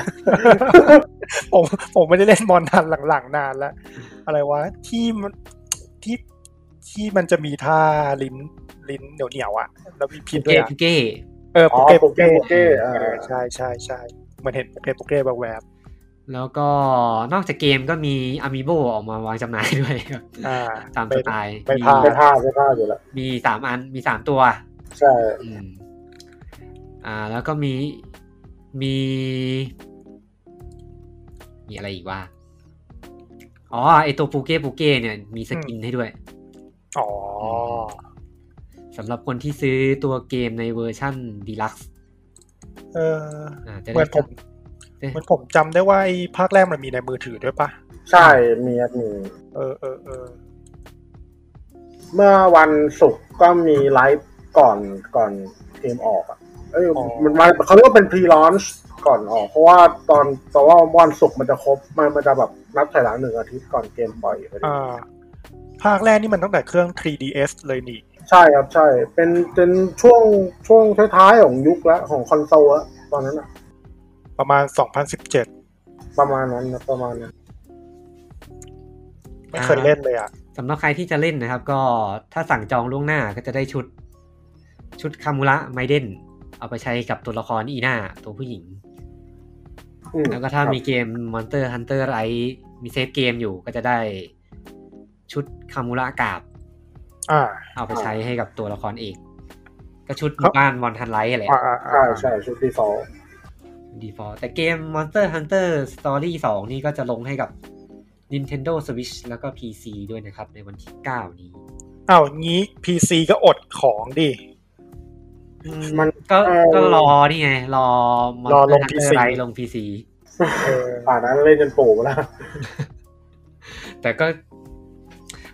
Speaker 2: ผมผมไม่ได้เล่นมอนนานหลังๆนานแล้ว อะไรวะที่มันที่ที่มันจะมีท่าลิ้นลิ้นเหนียวๆอ่ะ แล้วมีพิษด้วย
Speaker 1: เก้
Speaker 2: อ่ะ
Speaker 1: เก้
Speaker 2: เออ
Speaker 3: อ๋
Speaker 2: โป
Speaker 3: อ
Speaker 2: เก
Speaker 3: โป
Speaker 2: โป
Speaker 3: เก
Speaker 2: เก
Speaker 3: โปเกเอ
Speaker 2: เอ
Speaker 3: อ
Speaker 2: อใช่ใช่ใช่เหมันเห็นโปเกโปเกแบบแวบ
Speaker 1: แล้วก็นอกจากเกมก็มีอามิโบออกมาวางจำหน่ายด้วยครับ
Speaker 2: ๆอ่า
Speaker 1: ตาม
Speaker 2: ไป
Speaker 1: สไตล์
Speaker 2: ไป
Speaker 1: มี
Speaker 2: พา
Speaker 3: ไม่พลาดไม่พลาดอยู่แล้ว
Speaker 1: มีสามอันมีสามตัว
Speaker 3: ใช่
Speaker 1: อืม อ่า แล้วก็มีมี มีอะไรอีกว่า อ๋อไอตัวปูเก้ปูเก้เนี่ย มีสกินให้ด้วย
Speaker 2: อ๋อ
Speaker 1: สำหรับคนที่ซื้อตัวเกมในเวอร์ชั่นดีลักซ์
Speaker 2: เออ
Speaker 1: อ่าจะ
Speaker 2: เหมื
Speaker 1: ได้
Speaker 2: อนผม
Speaker 1: จะ
Speaker 2: เหมันผมจำได้ว่าไอ้ภาคแรกมันมีในมือถือด้วยปะ
Speaker 3: ใช่มีมี
Speaker 2: เออเออเออ
Speaker 3: เมื่อวันศุกร์ก็มีไลฟ์ก่อนก่อนเกมออกอะเอ้ยมันมันเขาเรียกว่าเป็นพรีลอนช์ก่อนออก เพราะว่าตอนแต่ว่าวันศุกร์มันจะครบ มันมันจะแบบนับถอยหลังหนึ่งอาทิตย์ก่อนเกมปล่อยอะไรอย่างเงี้ย
Speaker 2: อ่าภาคแรกนี่มันตั้งแต่เครื่อง 3ds เลยนี่
Speaker 3: ใช่ครับใช่ เป็นเป็นช่วงช่วงท้ายๆของยุคแล้วของคอนโซลอะตอนนั้นอะ
Speaker 2: ประมาณ 2017
Speaker 3: ประมาณนั้นนะประมาณนั้น
Speaker 2: ไม่เคยเล่นเลยอ่ะ
Speaker 1: สำหรับใครที่จะเล่นนะครับ ก็ถ้าสั่งจองล่วงหน้าก็จะได้ชุด ชุดคามุระไมเดนเอาไปใช้กับตัวละครอีน่าตัวผู้หญิง
Speaker 3: อื
Speaker 1: แล้วก็ถ้า
Speaker 3: ครับ
Speaker 1: มีเกม Monster Hunter ไรมีเซฟเกมอยู่ก็จะได้ชุดคามูระกาบ
Speaker 2: อ่า
Speaker 1: เอาไปใช้ให้กับตัวละครเอกก็ชุดหมู่บ้านวันทันไลท์อะไร
Speaker 2: อ่าอ่า
Speaker 3: ใช่
Speaker 2: อ่า
Speaker 3: ใช่ชุดที่สอง
Speaker 1: ดีฟอแต่เกม Monster Hunter Story 2 นี่ก็จะลงให้กับ Nintendo Switch แล้วก็ PC ด้วยนะครับ ในวันที่ 9 นี้
Speaker 2: อ้าวงี้ PC ก็อดของดิ
Speaker 3: มัน
Speaker 1: ก็
Speaker 3: เอ่อ
Speaker 1: ก็รอนี่ไง รอ
Speaker 2: รอ
Speaker 1: Monster
Speaker 2: ลง
Speaker 1: Hunter
Speaker 2: PC
Speaker 1: ไรลง PC
Speaker 2: เออ
Speaker 3: ป่านนั้นเล่นจนโปู่แล้ว
Speaker 1: แต่ก็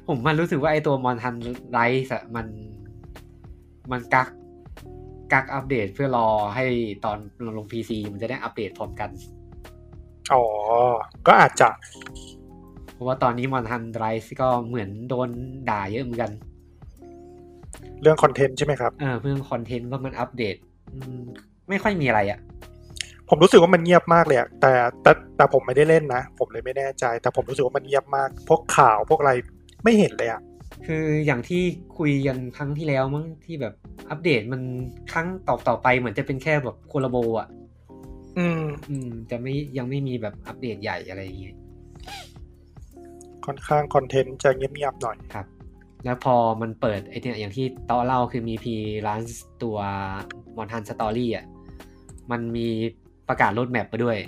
Speaker 1: ผมมันรู้สึกว่าไอตัวมอนทันไรส์มันมันกัก กักอัปเดตเพื่อรอให้ตอนลง PC มันจะได้อัปเดตพร้อมกัน
Speaker 2: อ๋อ ก็อาจจะ
Speaker 1: เพราะว่าตอนนี้มอนฮันไรส์ก็เหมือนโดนด่าเยอะเหมือนกัน
Speaker 2: เรื่องคอนเทนต์ใช่ไหมครับ
Speaker 1: เออเพื่องคอนเทนต์ว่ามันอัปเดตอืมไม่ค่อยมีอะไรอะ่ะ
Speaker 2: ผมรู้สึกว่ามันเงียบมากเลยอะแต่แต่แต่ผมไม่ได้เล่นนะ ผมเลยไม่แน่ใจ แต่ผมรู้สึกว่ามันเงียบมาก พวกข่าวพวกอะไรไม่เห็นเลยอะ
Speaker 1: คืออย่างที่คุยกันครั้งที่แล้วมั้งที่แบบอัปเดตมันครั้งต่อต่อไปเหมือนจะเป็นแค่แบบโคลาโบอ่ะ
Speaker 2: อืม
Speaker 1: อืมจะไม่ยังไม่มีแบบอัปเดตใหญ่อะไรอย่างงี้
Speaker 2: ค่อนข้างคอนเทนต์จะเงียบๆหน่อย
Speaker 1: ครับ แล้วพอมันเปิดไอเนี่ยอย่างที่ตอนเล่าคือมีพีร้านตัวมอนฮันสตอรี่อ่ะ มันมีประกาศรถแมปมาด้วย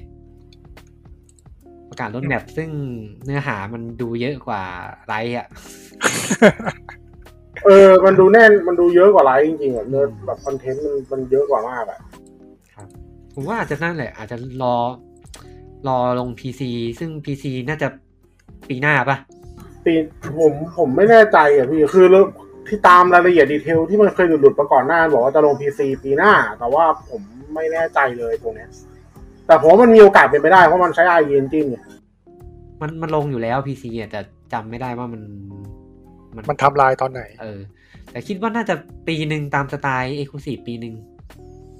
Speaker 1: ประกาศรถแมปซึ่งเนื้อหามันดูเยอะกว่าไรอ่ะ
Speaker 3: เออ มันดูแน่น มันดูเยอะกว่าไลฟ์จริงๆอะเนื้อแบบคอนเทนต์มันมันเยอะกว่ามากอะ
Speaker 1: ผมว่าอาจจะนั่นแหละ อาจจะรอรอลง PC ซึ่ง PC น่าจะปีหน้าปะ
Speaker 3: ปีผมผมไม่แน่ใจอะพี่ คือเรื่องที่ตามรายละเอียดดีเทลที่มันเคยหลุดๆมาก่อนหน้า บอกว่าจะลงพีซีปีหน้า แต่ว่าผมไม่แน่ใจเลยตรงเนี้ย แต่ผมว่ามันมีโอกาสเป็นไปได้เพราะมันใช้ไอเอนจินเนี่ย
Speaker 1: มันมันลงอยู่แล้ว PC อ่ะแต่จำไม่ได้ว่ามันมัน
Speaker 2: มันไทำลายตอนไหน
Speaker 1: เออ แต่คิดว่าน่าจะปีหนึ่งตามสไตล์เอ c ก u s i v e ปีหนึ่ง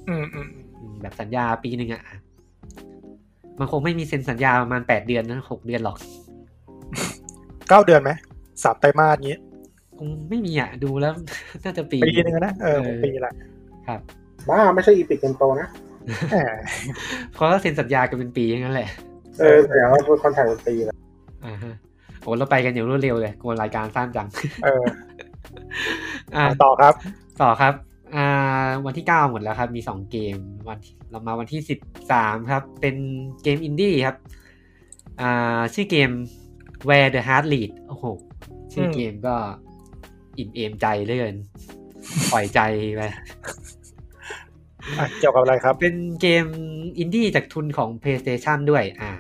Speaker 2: อืมอืมอืม
Speaker 1: อืมแบบสัญญาปีหนึ่งอ่ะ มันคงไม่มีเซ็นสัญญาประมาณแปดเดือนนะหกเดือนหรอก
Speaker 2: เก้าเดือนไหมสามไตรมาสนี้
Speaker 1: คงไม่มีอ่ะ ดูแล้ว น่าจะปี
Speaker 2: ปีนึงอะนะเออ
Speaker 1: เออ
Speaker 2: ปีละ
Speaker 1: ครับ
Speaker 3: บ้าไม่ใช่อีพิกเกมโตนะ
Speaker 2: แหม
Speaker 1: เพราะว่าเซ็นสัญญากันเป็นปีอย่างนั้นแหละ
Speaker 3: เออเดี๋ยวคอนแทคมันตีนะ
Speaker 1: อ่าฮะโอ้เราไปกันอย่างรวดเร็วเลยกลัวรายการสั้นจัง
Speaker 2: เออ
Speaker 1: อ่ะ
Speaker 2: ต่อครับ
Speaker 1: ต่อครับ อ่า วันที่ 9 หมดแล้วครับ มี 2 เกม วันที่เรามาวันที่ 13 ครับ เป็นเกมอินดี้ครับ อ่า ชื่อเกม Where the Heart Lead โอ้โห ชื่อเกมก็อิ่มเอมใจเหลยเกิน ปล่อยใจไป
Speaker 2: อ่ะเกี่ยวกับอะไรครับ
Speaker 1: เป็นเกมอินดี้จากทุนของ PlayStation ด้วย อ่า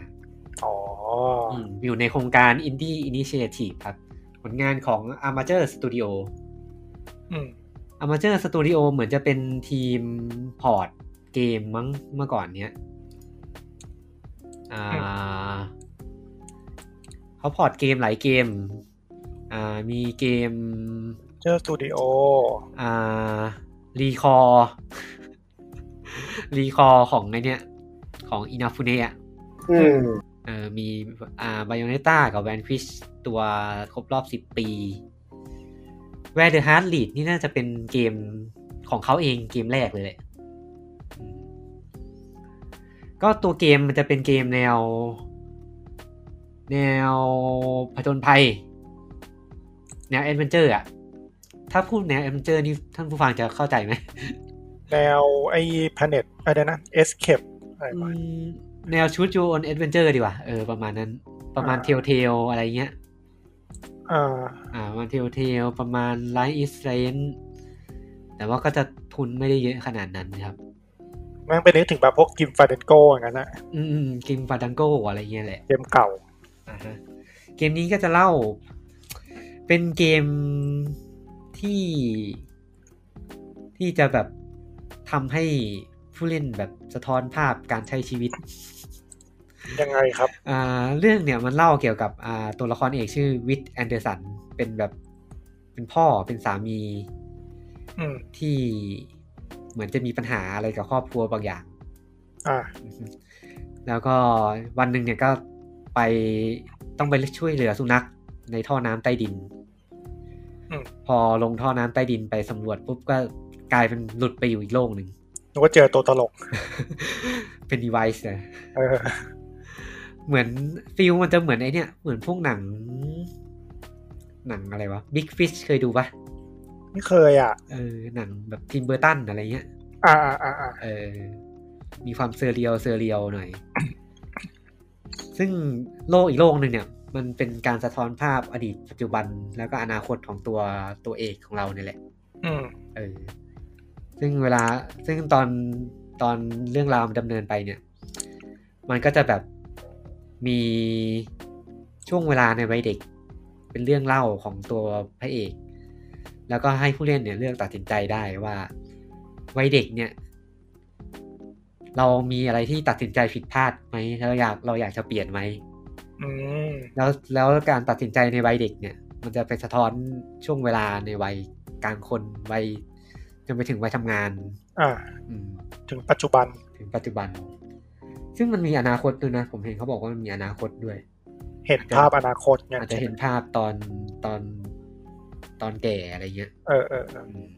Speaker 2: อ๋ออ
Speaker 1: อืมอยู่ในโครงการ Indie Initiative ครับ ผลงานของ Amateur Studio
Speaker 2: อืม
Speaker 1: a m a t e u r Studio เหมือนจะเป็นทีมพอร์ตเกมมั้งเมื่อก่อนเนี้ยอ่า
Speaker 2: อื
Speaker 1: เขาพอร์ตเกมหลายเกมอ่ามีเกม
Speaker 2: เจอสตูดิโอ
Speaker 1: อ่ารีคอ รีคอของไอเนี้ยของอินาฟูเนะ
Speaker 3: อืม
Speaker 1: เออมีอ่าไบโอเนต้ากับแวนควิชตัวครบรอบ 10 ปี Where the Heart Lead นี่น่าจะเป็นเกมของเขาเองเกมแรกเลยแหละอืมก็ตัวเกมมันจะเป็นเกมแนว แนวผจญภัย แนวแอดเวนเจอร์อะถ้าพูดแนวแอดเวนเจอร์นี่ท่านผู้ฟังจะเข้าใจไหม
Speaker 2: แนวไอ้ planet อะไรนะ escape อะไร
Speaker 1: อื
Speaker 2: วะ
Speaker 1: มแนวชุดจูออนแอดเวนเจอร์ดีกว่าเออประมาณนั้น ประมาณเทลเทลอะไรเงี้ย
Speaker 2: อ่า
Speaker 1: อ่ามันเทลเทลประมาณไลท์อิสเ a นแต่ว่าก็จะทุนไม่ได้เยอะขนาดนั้นครับ
Speaker 2: แม่งไปนึกถึงแบบพวกกิมฟาเดนโกอย่างนั้นนะ
Speaker 1: อืมๆกิมฟาดังโกอะไรเงี้ยแหละ
Speaker 2: เกมเก่า
Speaker 1: อ่าฮะเกมนี้ก็จะเล่า เป็นเกมที่ ที่จะแบบทำให้ผู้เล่นแบบสะท้อนภาพการใช้ชีวิต
Speaker 2: ยังไงครับ
Speaker 1: อ่าเรื่องเนี่ยมันเล่าเกี่ยวกับอ่าตัวละครเอกชื่อวิทแอนเดอร์สันเป็นแบบเป็นพ่อเป็นสามี
Speaker 2: อืม
Speaker 1: ที่เหมือนจะมีปัญหาอะไรกับครอบครัวบางอย่าง
Speaker 2: อ่า
Speaker 1: แล้วก็วันหนึ่งเนี่ยก็ไปต้องไปช่วยเหลือสุนัขในท่อน้ำใต้ดิน
Speaker 2: อืม
Speaker 1: พอลงท่อน้ำใต้ดินไปสำรวจปุ๊บก็กลายเป็นหลุดไปอยู่อีกโลกหนึ่ง
Speaker 2: นึกว่าเจอตัวตลก
Speaker 1: เป็นดีไวส์นะ
Speaker 2: เออ
Speaker 1: เหมือนฟิลมันจะเหมือนไอเนี่ย เหมือนพวกหนัง หนังอะไรวะ Big Fish เคยดูปะ
Speaker 2: ไม่เคยอ่ะ
Speaker 1: เออหนังแบบทิมเบอร์ตันอะไรเงี้ย
Speaker 2: อ่าอ่าอ่าอ่า
Speaker 1: เออมีความเซอร์เรียลเซอร์เรียลหน่อย ซึ่งโลกอีกโลกหนึ่งเนี่ย มันเป็นการสะท้อนภาพอดีตปัจจุบันแล้วก็อนาคตของตัวตัวเอกของเราเนี่ยแหละ
Speaker 2: อืม
Speaker 1: เออ ซึ่งเวลา ซึ่งตอนตอนเรื่องราวมันดำเนินไปเนี่ย มันก็จะแบบมีช่วงเวลาในวัยเด็ก เป็นเรื่องเล่าของตัวพระเอก แล้วก็ให้ผู้เล่นเนี่ยเลือกตัดสินใจได้ว่า วัยเด็กเนี่ย เรามีอะไรที่ตัดสินใจผิดพลาดไหมเราอยากเราอยากจะเปลี่ยนไหม
Speaker 2: อืม
Speaker 1: แล้วแล้วการตัดสินใจในวัยเด็กเนี่ย มันจะไปสะท้อนช่วงเวลาในวัยกลางคนวัยจนไปถึงวัยทำงาน
Speaker 2: อ่า
Speaker 1: อืม
Speaker 2: ถึงปัจจุบัน
Speaker 1: ถึงปัจจุบัน ซึ่งมันมีอนาคตด้วยนะ ผมเห็นเขาบอกว่ามันมีอนาคตด้วย
Speaker 2: เห็นภาพอนาคตไง
Speaker 1: อาจจะเห็นภาพตอนตอนตอนแก่อะไรเงี้ย
Speaker 2: เออเออเออ
Speaker 1: อืม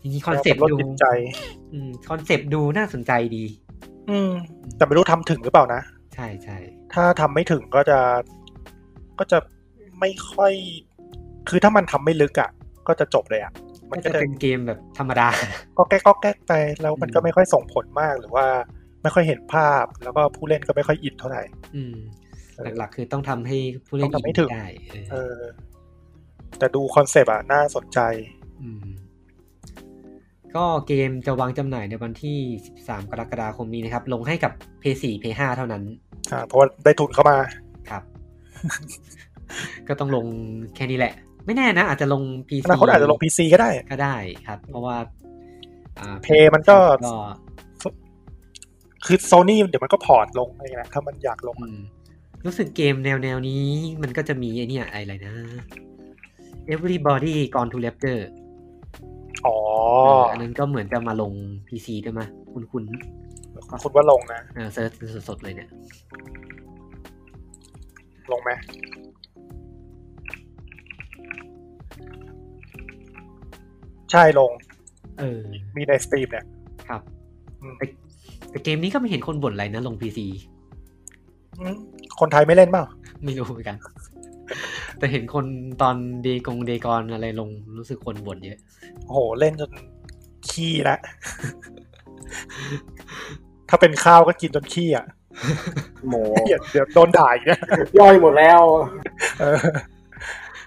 Speaker 1: จริงๆคอนเซปต์
Speaker 2: ลด
Speaker 1: ดู
Speaker 2: จิตใจ
Speaker 1: อืมคอนเซปต์ดูน่าสนใจดี
Speaker 2: อืม แต่ไม่รู้ทำถึงหรือเปล่านะ
Speaker 1: ใช่ใช่
Speaker 2: ถ้าทำไม่ถึงก็จะก็จะไม่ค่อย คือถ้ามันทำไม่ลึกอ่ะ ก็จะจบเลยอ่ะ มัน
Speaker 1: ก็
Speaker 2: ก็
Speaker 1: จะ
Speaker 2: จะ
Speaker 1: เป็นเกมแบบธรรมดา
Speaker 2: ก็แก้ก็แก้ไป แล้วมัน
Speaker 1: อืม
Speaker 2: ก็ไม่ค่อยส่งผลมากหรือว่า ไม่ค่อยเห็นภาพ แล้วก็ผู้เล่นก็ไม่ค่อยอินเท่าไหร่
Speaker 1: อืม
Speaker 2: เออ
Speaker 1: หลักๆ คือต้องทำให้ผู้เล่น
Speaker 2: ต้องทำให้
Speaker 1: อิน
Speaker 2: ถึง
Speaker 1: ได้เออ
Speaker 2: เออ แต่ดูคอนเซปต์อ่ะ น่าสนใจ
Speaker 1: อืมก็เกมจะวางจำหน่ายในวันที่ 13 กรกฎาคมนี้นะครับ ลงให้กับ PS4 PS5 เท่านั้น
Speaker 2: อ่า เพราะว่าได้ทุนเข้ามา
Speaker 1: ครับ ก็ต้องลงแค่นี้แหละ ไม่แน่นะ อาจจะลง PC
Speaker 2: อนาคตอาจจะลง PC ก็ได้
Speaker 1: ก็ได้ครับ เพราะว่าอ่า
Speaker 2: Play มันก็
Speaker 1: ก็
Speaker 2: คือโซนี่เดี๋ยวมันก็พอร์ตลงอะไรเงี้ยถ้ามันอยากลง
Speaker 1: อื
Speaker 2: อะ
Speaker 1: มรู้สึกเกมแนวแนวๆนี้ มันก็จะมีไอเนี่ยอะไรนะ Everybody Gone to Rapture
Speaker 2: อ๋อ
Speaker 1: เอออันนั้นก็เหมือนจะมาลง PC ด้วยมั้ยคุ้นๆ
Speaker 2: คุณว่าลงนะ
Speaker 1: เออเซิร์ชสดๆเลยเนี่ย
Speaker 2: ลงไหมใช่ลง
Speaker 1: เออ
Speaker 2: มีในสตรีมเนี่ย
Speaker 1: ครับ
Speaker 2: อืม
Speaker 1: แต่แต่เกมนี้ก็ไม่เห็นคนบ่นอะไรนะลงพีซี
Speaker 2: อืมคนไทยไม่เล่นเปล่า
Speaker 1: ไม่รู้เหมือนกัน แต่เห็นคนตอนเดกงเดกอนอะไรลงรู้สึกคนบ่นเยอะ
Speaker 2: โอ้โห เล่นจนขี้ละ ถ้าเป็นข้าวก็กินจนขี้อ่ะ
Speaker 3: โหม
Speaker 2: เดี๋ยวเดี๋ยวโดนด่าอีกเนี่ย
Speaker 3: ย่อยหมดแล้ว
Speaker 2: เออ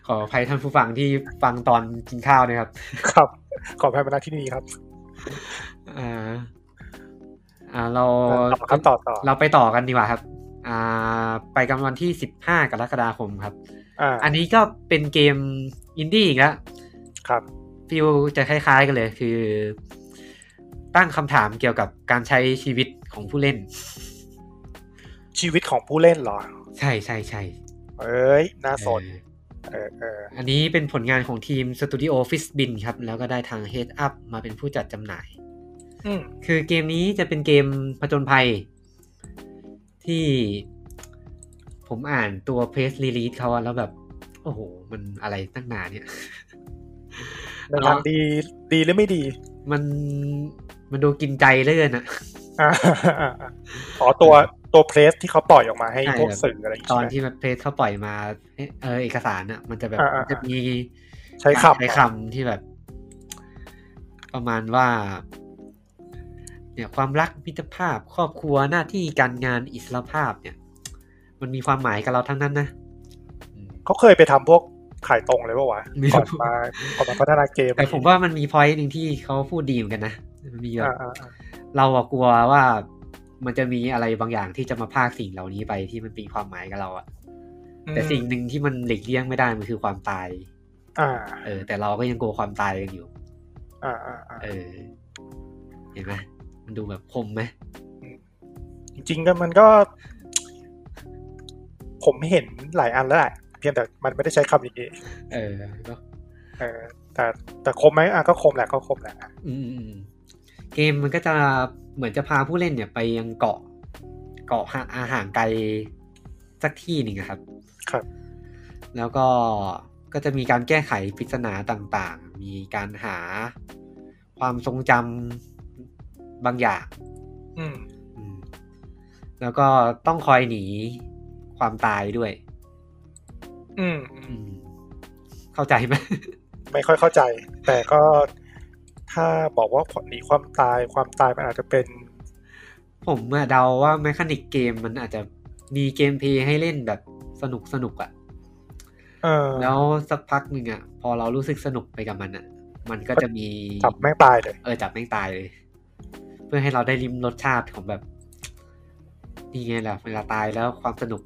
Speaker 1: ขออภัยท่านผู้ฟังที่ฟังตอนกินข้าวนะครับ
Speaker 2: ครับ ขอแพ้มาณที่นี่ครับ
Speaker 1: อ่าอ่าเรา
Speaker 2: ต่อครับต่อต่อ
Speaker 1: เราไปต่อกันดีกว่าครับ อ่า ไปกันวันที่สิบห้ากรกฎาคมครับ
Speaker 2: อ่า
Speaker 1: อันนี้ก็เป็นเกมอินดี้อีกแล้ว
Speaker 2: ครับ
Speaker 1: ฟิลจะคล้ายๆกันเลยคือ ตั้งคำถามเกี่ยวกับการใช้ชีวิตของผู้เล่น
Speaker 2: ชีวิตของผู้เล่นเหรอ
Speaker 1: ใช่ใช่ใช่
Speaker 2: เอ้ย น่าสน
Speaker 1: เออ
Speaker 2: เออเออ
Speaker 1: อันนี้เป็นผลงานของทีมสตูดิโอฟิสบินครับ แล้วก็ได้ทาง Head Up มาเป็นผู้จัดจำหน่าย
Speaker 2: อืม
Speaker 1: คือเกมนี้จะเป็นเกมผจญภัย ที่ผมอ่านตัวเพสรีลีสเขาอะแล้วแบบ โอ้โห มันอะไรตั้งนานเนี่ย
Speaker 2: ในทางดีดีหรือไม่ดี
Speaker 1: มันมันดูกินใจเหลยนอะ
Speaker 2: อ่าอ่าอ่าอ๋อตัวตัวเพรสที่เขาปล่อยออกมาให้
Speaker 1: ใช่
Speaker 2: พวก
Speaker 1: ครับ
Speaker 2: สื่ออะไรอย่าง
Speaker 1: ตอ
Speaker 2: เงี้
Speaker 1: น
Speaker 2: ย
Speaker 1: ที่มันเพจเขาปล่อยมาเออเอกสารน่ะ มันจะแบบ
Speaker 2: อ่าอ่า
Speaker 1: มันจะมี
Speaker 2: ใช้
Speaker 1: การ
Speaker 2: คำ
Speaker 1: ใช้คำที่แบบ ประมาณว่า เนี่ย ความรักมิตรภาพครอบครัวหน้าที่การงานอิสรภาพ เนี่ย มันมีความหมายกับเราทั้งนั้นนะอืม
Speaker 2: เขาเคยไปทำพวกขายตรงเลยปะวะ
Speaker 1: ไม่รู้
Speaker 2: ก่อนมาก่อนมาพัฒนาเกม
Speaker 1: แต่ผมว่ามันมีพอยต์หนึ่งที่เขาพูดดีเหมือนกันนะมันมีแบบ
Speaker 2: อ่าอ่าอ่า
Speaker 1: เราอะกลัวว่ามันจะมีอะไรบางอย่างที่จะมาพรากสิ่งเหล่านี้ไปที่มันมีความหมายกับเราอะแต่สิ่งหนึ่งที่มันหลีกเลี่ยงไม่ได้มันคือความตาย
Speaker 2: อ่า
Speaker 1: เออแต่เราก็ยังกลัวความตายกันอยู่
Speaker 2: อ่าอ่าอ่า
Speaker 1: เออ เห็นไหมมันดูแบบคมไหม
Speaker 2: จริงๆก็มันก็ ผมเห็นหลายอันแล้วแหละเพียงแต่มันไม่ได้ใช้คำอย่างนี้
Speaker 1: เออก็
Speaker 2: เออ แต่แต่คมไหมอ่ะก็คมแหละก็คมแหละอ่ะ
Speaker 1: อืมอืมอืมเกมมันก็จะเหมือนจะพาผู้เล่นเนี่ยไปยังเกาะ เกาะห่างอาห่างไกลสักที่หนึ่งอะครับ
Speaker 2: ครับ
Speaker 1: แล้วก็ก็จะมีการแก้ไขปริศนาต่างๆ มีการหาความทรงจำบางอย่าง
Speaker 2: อืม
Speaker 1: อืมแล้วก็ต้องคอยหนีความตายด้วย
Speaker 2: อืม
Speaker 1: อืมเข้าใจไหม
Speaker 2: ไม่ค่อยเข้าใจ แต่ก็ถ้าบอกว่าหนีความตายความตายมันอาจจะเป็น
Speaker 1: ผมอะเดาว่าแมคานิกเกมมันอาจจะมีเกมเพลย์ให้เล่นแบบสนุกสนุกอะ
Speaker 2: เออ
Speaker 1: แล้วสักพักหนึ่งอะพอเรารู้สึกสนุกไปกับมันอะมันก็จะมี
Speaker 2: จับแม่งตายเลย
Speaker 1: เออจับแม่งตายเลย เพื่อให้เราได้ริมรสชาติของแบบนี่ไงแหละเวลาตายแล้วความสนุก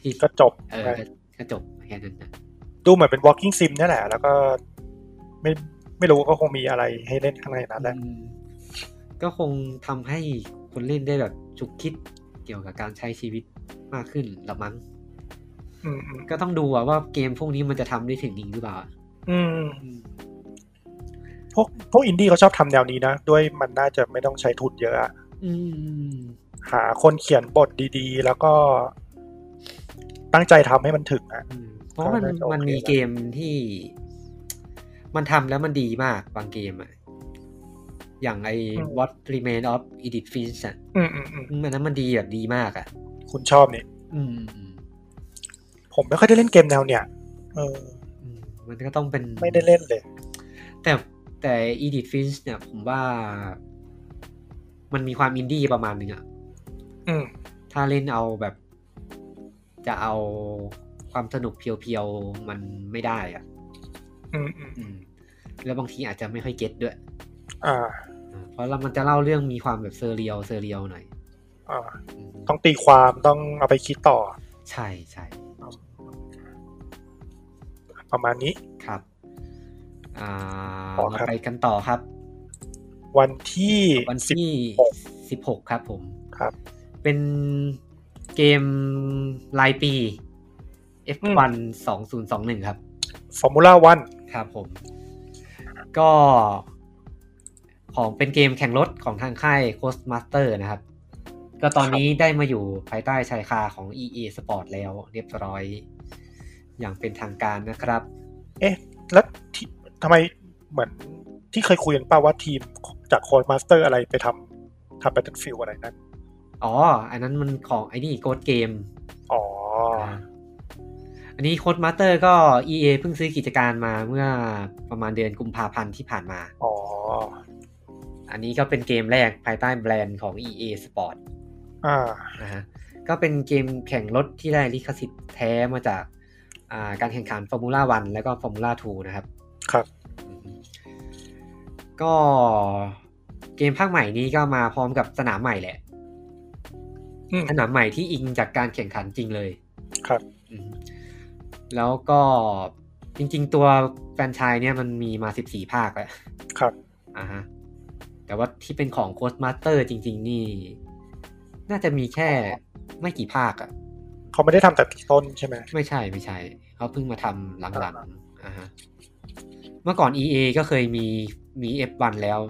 Speaker 1: ที่
Speaker 2: ก็จบ
Speaker 1: เออ
Speaker 2: ไป
Speaker 1: ก็ก็จบแค่นั้นนะ
Speaker 2: ดูเหมือนเป็น walking sim นี่แหละ แล้วก็ไม่ ไม่รู้ก็คงมีอะไรให้เล่นข้างในนั้นแหละ
Speaker 1: อืมก็คงทำให้คนเล่นได้แบบฉุกคิดเกี่ยวกับการใช้ชีวิตมากขึ้นหรือมั้ง
Speaker 2: อืมอืม
Speaker 1: ก็ต้องดูอะว่าเกมพวกนี้มันจะทำได้ถึงจริงหรือเปล่าอะ
Speaker 2: อืมพวกพวกอินดี้เขาชอบทำแนวนี้นะ ด้วยมันน่าจะไม่ต้องใช้ทุนเยอะอะ
Speaker 1: อืม
Speaker 2: หาคนเขียนบทดีๆ แล้วก็ตั้งใจทำให้มันถึงอะ
Speaker 1: อืมเพราะมัน
Speaker 2: ก็น่าจะโอเค
Speaker 1: มันมีเกมที่ มันทำแล้วมันดีมากบางเกมอะอย่างไอ้ What Remain of Edith Finch อะ
Speaker 2: อืมอืมอืม
Speaker 1: อืมอันนั้นมันดีแบบดีมากอะ
Speaker 2: คุณชอบนี่
Speaker 1: อืมอืม
Speaker 2: ผมไม่ค่อยได้เล่นเกมแนวเนี่ย เออ
Speaker 1: อืมมันก็ต้องเป็น
Speaker 2: ไม่ได้เล่นเลย
Speaker 1: แต่แต่ Edith Finch เนี่ย ผมว่า มันมีความอินดี้ประมาณหนึ่งอะ
Speaker 2: อืม
Speaker 1: ถ้าเล่นเอาแบบ จะเอาความสนุกเพียวๆ มันไม่ได้อะ
Speaker 2: อืมอืม
Speaker 1: อืม แล้วบางทีอาจจะไม่ค่อยเก็ตด้วย
Speaker 2: อ่า
Speaker 1: อ่าเพราะเรามันจะเล่าเรื่องมีความแบบเซอร์เรียลเซอร์เรียลหน่อย
Speaker 2: อ่า
Speaker 1: อืม
Speaker 2: ต้องตีความต้องเอาไปคิดต่อ
Speaker 1: ใช่ใช่
Speaker 2: ประมาณนี้
Speaker 1: ครับ อ่า
Speaker 2: ต่อครั
Speaker 1: เรา
Speaker 2: บ
Speaker 1: ไปกันต่อครับ
Speaker 2: วันที่
Speaker 1: วัน
Speaker 2: สิบ
Speaker 1: ที่สิบหกครับผม
Speaker 2: ครับ
Speaker 1: เป็นเกมรายปี F1 สองศูนย์สองหนึ่งครับ
Speaker 2: ฟอร์มูล่าวัน
Speaker 1: ครับผม ก็ของเป็นเกมแข่งรถของทางค่าย Coastmaster นะครับ ก็ตอนนี้ได้มาอยู่ภายใต้ชายคาของ EA Sport แล้วเรียบร้อย อย่างเป็นทางการนะครับ
Speaker 2: เอ๊ะ แล้วที่ทำไมเหมือนที่เคยคุยกันป่าว่าทีมจากโค้ดมาสเตอร์อะไรไปทำทำแบทเทิลฟิลอะไรนั้น
Speaker 1: อ๋อ อันนั้นมันของไอ้นี่โกดเกม
Speaker 2: อ๋อ
Speaker 1: อันนี้ Coastmaster ก็ EA เพิ่งซื้อกิจการมาเมื่อประมาณเดือนกุมภาพันธ์ที่ผ่านมา
Speaker 2: อ๋อ
Speaker 1: อันนี้ก็เป็นเกมแรกภายใต้แบรนด์ของ EA Sport
Speaker 2: อ่า
Speaker 1: นะฮะก็เป็นเกมแข่งรถที่ได้ลิขสิทธิ์แท้มาจากอ่าการแข่งขันฟอร์มูล่าวันแล้วก็ฟอร์มูล่าทูนะครับ
Speaker 2: ครับ
Speaker 1: ก็เกมภาคใหม่นี้ก็มาพร้อมกับสนามใหม่แหละ
Speaker 2: อืม
Speaker 1: สนามใหม่ที่อิงจากการแข่งขันจริงเลย
Speaker 2: ครับ
Speaker 1: อืมแล้วก็จริงๆ ตัวแฟรนไชายเนี่ยมันมีมา 14 ภาคแล้ว
Speaker 2: ครับ
Speaker 1: อ่าฮะแต่ว่าที่เป็นของโค้ดมาสเตอร์จริง ๆ นี่ น่าจะมีแค่ไม่กี่ภาคอะ
Speaker 2: เขาไม่ได้ทำแต่ต้นใช่ไหม
Speaker 1: ไม่ใช่ไม่ใช่ เขาเพิ่งมาทำหลังๆอ่าฮะเมื่อก่อน EA ก็เคยมีมี F1 แล้ว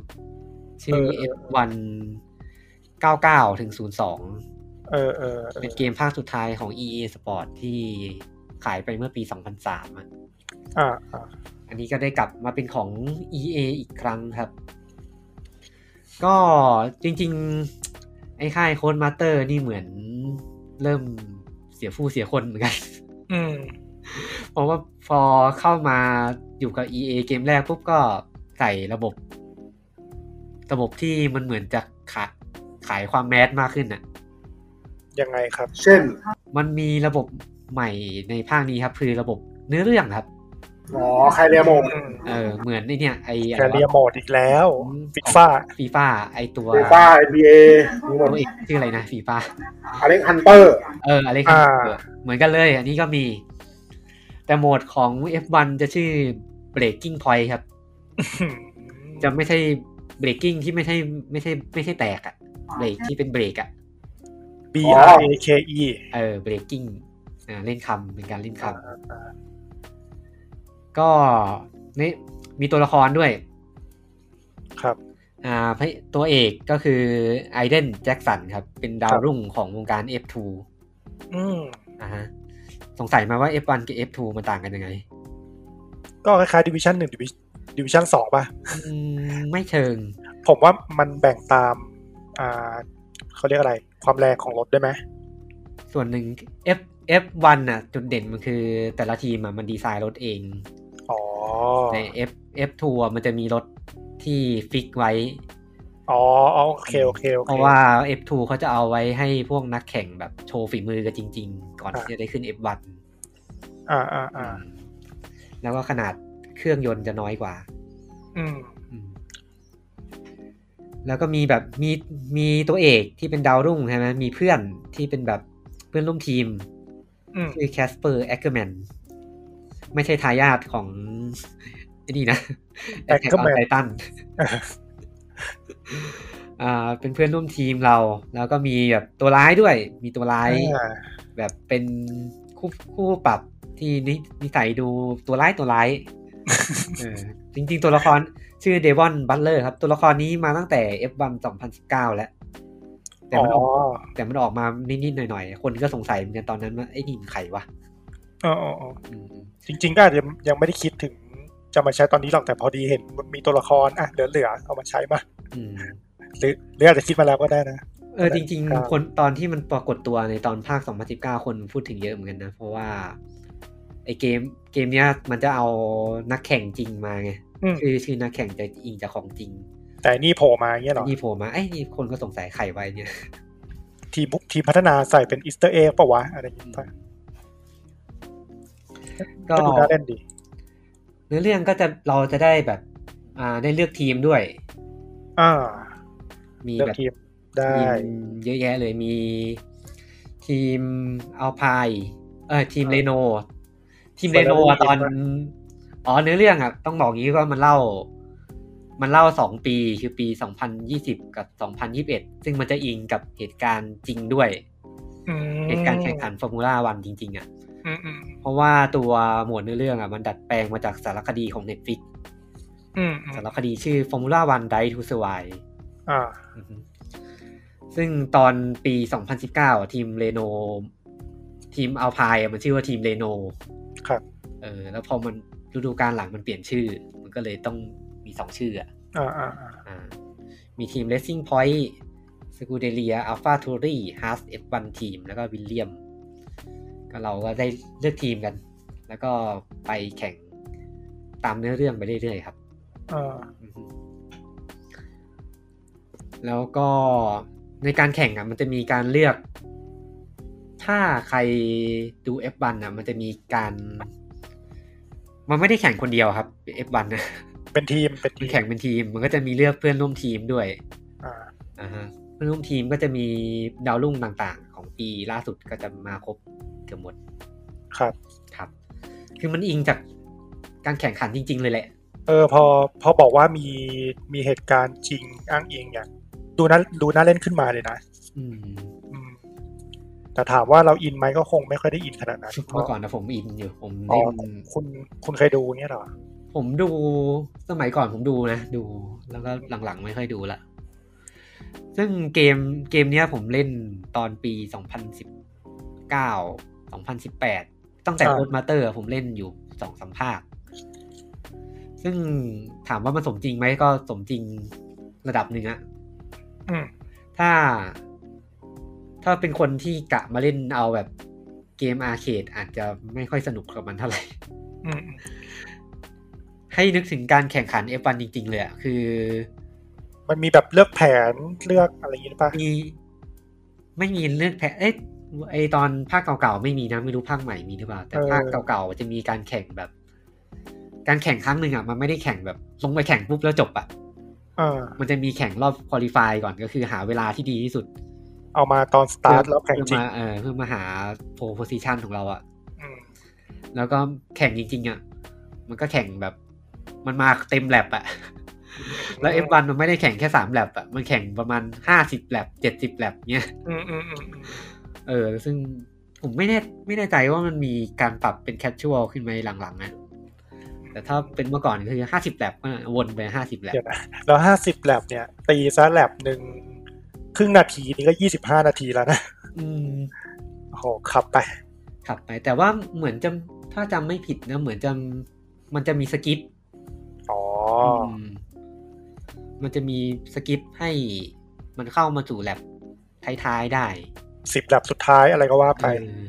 Speaker 1: ชื่อ
Speaker 2: เออเออ
Speaker 1: F1 99ถึง
Speaker 2: เออเออเอ
Speaker 1: 02
Speaker 2: อ
Speaker 1: เป็นเกมภาคสุดท้ายของ EA Sport ที่ขายไปเมื่อปี 2003อะ
Speaker 2: อ่าอ่า
Speaker 1: อันนี้ก็ได้กลับมาเป็นของ EA อีกครั้งครับ ก็จริงๆ ไอ้ค่ายโค้ดมาสเตอร์นี่เหมือนเริ่มเสียผู้เสียคนเหมือนกัน
Speaker 2: อืม
Speaker 1: เพราะว่าพอเข้ามาอยู่กับ EA เกมแรกปุ๊บก็ใส่ระบบ ระบบที่มันเหมือนจะขายขายความแมสมากขึ้นน่ะ
Speaker 2: ยังไงครับ
Speaker 3: เช่น
Speaker 1: มันมีระบบใหม่ในภาคนี้ครับ คือระบบเนื้อเรื่องครับ
Speaker 3: อ๋อใครเรียมง
Speaker 1: เออเหมือนไอเนี่ยไออะ
Speaker 2: แคเรียโหมดอีกแล้วฟิ
Speaker 1: ฟ่า
Speaker 2: ฟ่า
Speaker 1: ฟีฟ่าไอตัว
Speaker 3: เอฟ้าเอบีเอมีหมด
Speaker 1: ตัวเอกชื่ออะไรนะฟีฟ่า
Speaker 3: อเล็กฮันเตอร์
Speaker 1: เอออะไรครับเหมือนกันเลย อันนี้ก็มี แต่โหมดของ F1 จะชื่อ breaking point ครับ จะไม่ใช่ breaking ที่ไม่ใช่ไม่ใช่ไม่ใช่แตกอะเบรกที่เป็นเบรกอะ
Speaker 2: บี R A K E
Speaker 1: เออ breaking อ่าเล่นคำเป็นการเล่นคำก็นี่มีตัวละครด้วย
Speaker 2: ครับ
Speaker 1: อ่าพระตัวเอกก็คือไอเดนแจ็ s สันครับ เป็นดาวรุ่งของวงการ F2
Speaker 2: อืม
Speaker 1: อ่าฮะสงสัยมาว่า F1 กับ F2 มันต่างกันยังไง
Speaker 2: ก็คล้ายๆดิวิชั่นหนึ่งดิวิชั่นสองป่ะ
Speaker 1: อืมไม่เชิง
Speaker 2: ผมว่ามันแบ่งตาม อ่าเขาเรียกอะไร ความแรงของรถได้ไหม
Speaker 1: ส่วนหนึ่ง F F1 น่ะ จุดเด่นมันคือแต่ละทีมอะมันดีไซน์รถเอง
Speaker 2: อ๋อ
Speaker 1: ใน F F2 อะมันจะมีรถที่ฟิกไว้
Speaker 2: อ๋ออ๋อโอเค โอเค โอเค
Speaker 1: เพราะว่า F2 เขาจะเอาไว้ให้พวกนักแข่งแบบโชว์ฝีมือกันจริง ๆ ก่อน
Speaker 2: อ่ะ
Speaker 1: ที่จะได้ขึ้น F1
Speaker 2: อ่าอ่าอ่า
Speaker 1: แล้วก็ขนาดเครื่องยนต์จะน้อยกว่า
Speaker 2: อืม
Speaker 1: อืมแล้วก็มีแบบมีมีตัวเอกที่เป็นดาวรุ่งใช่ไหมมีเพื่อนที่เป็นแบบเพื่อนร่วมทีม
Speaker 2: อืม
Speaker 1: คือแคสเปอร์แอคเกอร์แมนไม่ใช่ทายาทของ ไอ้นี่นะ
Speaker 2: Anchorman
Speaker 1: แอ t แทกออนไท ทันอ่าเป็นเพื่อนร่วมทีมเรา แล้วก็มีแบบตัวร้ายด้วย มีตัวร้าย
Speaker 2: อ่า
Speaker 1: แบบเป็นคู่คู่ปรับที่นินิสัยดูตัวร้ายตัวร้าย เออจริงๆ ตัวละครชื่อเดวอนบัตเลอร์ครับ ตัวละครนี้มาตั้งแต่ F1 2019 แล้ว แต่
Speaker 2: อ๋อ
Speaker 1: มันออกแต่มันออกมานิดๆหน่อยๆ คนก็สงสัยเหมือนกันตอนนั้นว่าไอ้นี่มันใครวะ
Speaker 2: อ๋ออ๋ออ๋อ
Speaker 1: อืม
Speaker 2: จริง ๆ ก็อาจจะยังไม่ได้คิดถึงจะมาใช้ตอนนี้หรอกแต่พอดีเห็นมีตัวละครอ่ะเหลือๆเอามาใช้มา
Speaker 1: อืม
Speaker 2: หรือหรืออาจจะคิดมาแล้วก็ได้นะ
Speaker 1: เออจริง
Speaker 2: ครับ
Speaker 1: ๆ คนตอนที่มันปรากฏตัวในตอนภาค 2019 คนพูดถึงเยอะเหมือนกันนะ เพราะว่าไอ้เกมเกมเนี้ยมันจะเอานักแข่งจริงมาไง
Speaker 2: อืม
Speaker 1: คือชื่อนักแข่งจะอิงจากของจริง
Speaker 2: แต่นี่โผล่มาอย่างเงี้ยเหรอ
Speaker 1: นี่โผล่มาไอ้ยนี่คนก็สงสัยไข่ไว้เนี่ย
Speaker 2: ทีมบุกทีมพัฒนาใส่เป็นอีสเตอร์เอ็กปะวะอะไรอย่างเงี้ย
Speaker 1: ก็
Speaker 2: ก็ดูน่าเล่นดี
Speaker 1: เนื้อเรื่องก็จะเราจะได้แบบ อ่าได้เลือกทีมด้วย
Speaker 2: อ่า
Speaker 1: มี
Speaker 2: เลือก
Speaker 1: แบบ
Speaker 2: ทีมได้
Speaker 1: ทีมเยอะแยะเลยมีทีมอัลพายเออทีม
Speaker 2: อ่า
Speaker 1: เรโนทีม
Speaker 2: ส่
Speaker 1: เร
Speaker 2: วน
Speaker 1: โน
Speaker 2: เราได้
Speaker 1: ตอน
Speaker 2: ยินว่า
Speaker 1: อ๋อเนื้อเรื่องอ่ะ ต้องบอกงี้ว่ามันเล่า มันเล่าสองปีคือปีสองพันยี่สิบกับสองพันยิบเอ็ดซึ่งมันจะอิงกับเหตุการณ์จริงด้วย
Speaker 2: อืม
Speaker 1: เหตุการณ์แข่งขันฟอร์มูล่าวันจริง ๆอ่ะ
Speaker 2: อืมอืม
Speaker 1: เพราะว่าตัวหมวดเนื้อเรื่องอ่ะมันดัดแปลงมาจากสารคดีของ Netflix
Speaker 2: อืมอืม
Speaker 1: สารคดีชื่อ Formula One Drive to Survive
Speaker 2: อ่า
Speaker 1: อือฮึซึ่งตอนปี 2019 ทีมเรโนทีมอัลพายมันชื่อว่าทีมเรโน
Speaker 2: ครับ
Speaker 1: เออแล้วพอมันฤดูกาลหลังมันเปลี่ยนชื่อ มันก็เลยต้องมีสองชื่ออ่ะ
Speaker 2: อ่าอ่าอ่า
Speaker 1: อ่ามีทีม Racing Point สกูเดเลียอัลฟาทูรี่ฮาร์สเอฟวันทีมแล้วก็วิลเลียม ก็เราก็ได้เลือกทีมกัน แล้วก็ไปแข่งตามเนื้อเรื่องไปเรื่อยๆครับ
Speaker 2: อ่า
Speaker 1: อือฮึแล้วก็ในการแข่งอ่ะ มันจะมีการเลือก ถ้าใครดู F1 อ่ะ มันจะมีการ มันไม่ได้แข่งคนเดียวครับ F1 นะ
Speaker 2: เป็นทีมเป็น
Speaker 1: มั
Speaker 2: ที
Speaker 1: น
Speaker 2: ม
Speaker 1: แข่งเป็นทีม มันก็จะมีเลือกเพื่อนร่วมทีมด้วย
Speaker 2: อ่า
Speaker 1: อ่าฮะเพื่อนร่วมทีมก็จะมีดาวรุ่งต่างๆ ของปีล่าสุดก็จะมาครบเกือบหมด
Speaker 2: ครับ
Speaker 1: ครับ คือมันอิงจากการแข่งขันจริง ๆ เลยแหละ
Speaker 2: เออพอพอบอกว่ามีมีเหตุการณ์จริงอ้างอิงเนี่ยดูน่าดูน่าเล่นขึ้นมาเลยนะ
Speaker 1: อืม
Speaker 2: อืมแต่ถามว่าเราอินไหมก็คงไม่ค่อยได้อินขนาดนั้น
Speaker 1: เมื่อก่อนนะผมอินอยู่ผม
Speaker 2: อ๋อ
Speaker 1: เล่น
Speaker 2: คุณคุณเคยดูเนี่ยเหรอ
Speaker 1: ผมดูสมัยก่อนผมดูนะ ดูแล้วก็หลังๆไม่ค่อยดูละ ซึ่งเกมเกมเนี้ยผมเล่นตอนปี 2019 2018 ตั้งแต่โคดมาเตอร์ผมเล่นอยู่สองสามภาค ซึ่งถามว่ามันสมจริงไหมก็สมจริงระดับหนึ่งอะ
Speaker 2: อืม
Speaker 1: ถ้า ถ้าเป็นคนที่กะมาเล่นเอาแบบเกมอาร์เคดอาจจะไม่ค่อยสนุกกับมันเท่าไหร่
Speaker 2: อืมอืม
Speaker 1: ให้นึกถึงการแข่งขัน F1 จริง ๆ เลยอะคือ
Speaker 2: มันมีแบบเลือกแผนเลือกอะไรอย่างนี้หรือเปล่ะ
Speaker 1: มีไม่มีเลือกแพ้เอ๊ะไอตอนภาคเก่าๆไม่มีนะ ไม่รู้ภาคใหม่มีหรือเปล่า แต่ภาคเก่าๆจะมีการแข่งแบบ การแข่งครั้งหนึ่งอ่ะมันไม่ได้แข่งแบบ ลงไปแข่งปุ๊บแล้วจบอ่ะ
Speaker 2: อ่า
Speaker 1: มันจะมีแข่งรอบคุริฟายก่อนก็คือหาเวลาที่ดีที่สุด
Speaker 2: เอามาตอนสตาร์ทแล้วแข่ง
Speaker 1: เพื่อ
Speaker 2: จริง
Speaker 1: มาเออเพื่อมาหาโพโพซิชันของเราอ่ะ
Speaker 2: อืม
Speaker 1: แล้วก็แข่งจริงๆอ่ะ มันก็แข่งแบบ มันมาเต็มแลบอ่ะ แล้ว F1 มันไม่ได้แข่งแค่สามแลบอ่ะ มันแข่งประมาณห้าสิบแลบเจ็ดสิบแลบเนี้ย
Speaker 2: อืมอืมอืมอืม
Speaker 1: เออ ซึ่งผมไม่แน่ไม่แน่ใจว่ามันมีการปรับเป็นแคชชวลขึ้นไหมหลังๆนะแต่ถ้าเป็นเมื่อก่อนคือห้าสิบแลบก็วนไปห้าสิบแลบ
Speaker 2: เดี๋ยวนะแล้วห้าสิบแลบเนี่ย ตีซะแลบหนึ่งครึ่งนาทีนี่ก็ยี่สิบห้านาทีแล้วนะ
Speaker 1: อืม
Speaker 2: โอ้โหขับไป
Speaker 1: ขับไป แต่ว่าเหมือนจะถ้าจำไม่ผิดนะ เหมือนจะมันจะมีสกิป
Speaker 2: อ๋ออ
Speaker 1: มมันจะมีสกิปให้มันเข้ามาสู่แลบท้ายๆได้
Speaker 2: สิบแลบสุดท้ายอะไรก็ว่าไป
Speaker 1: เออ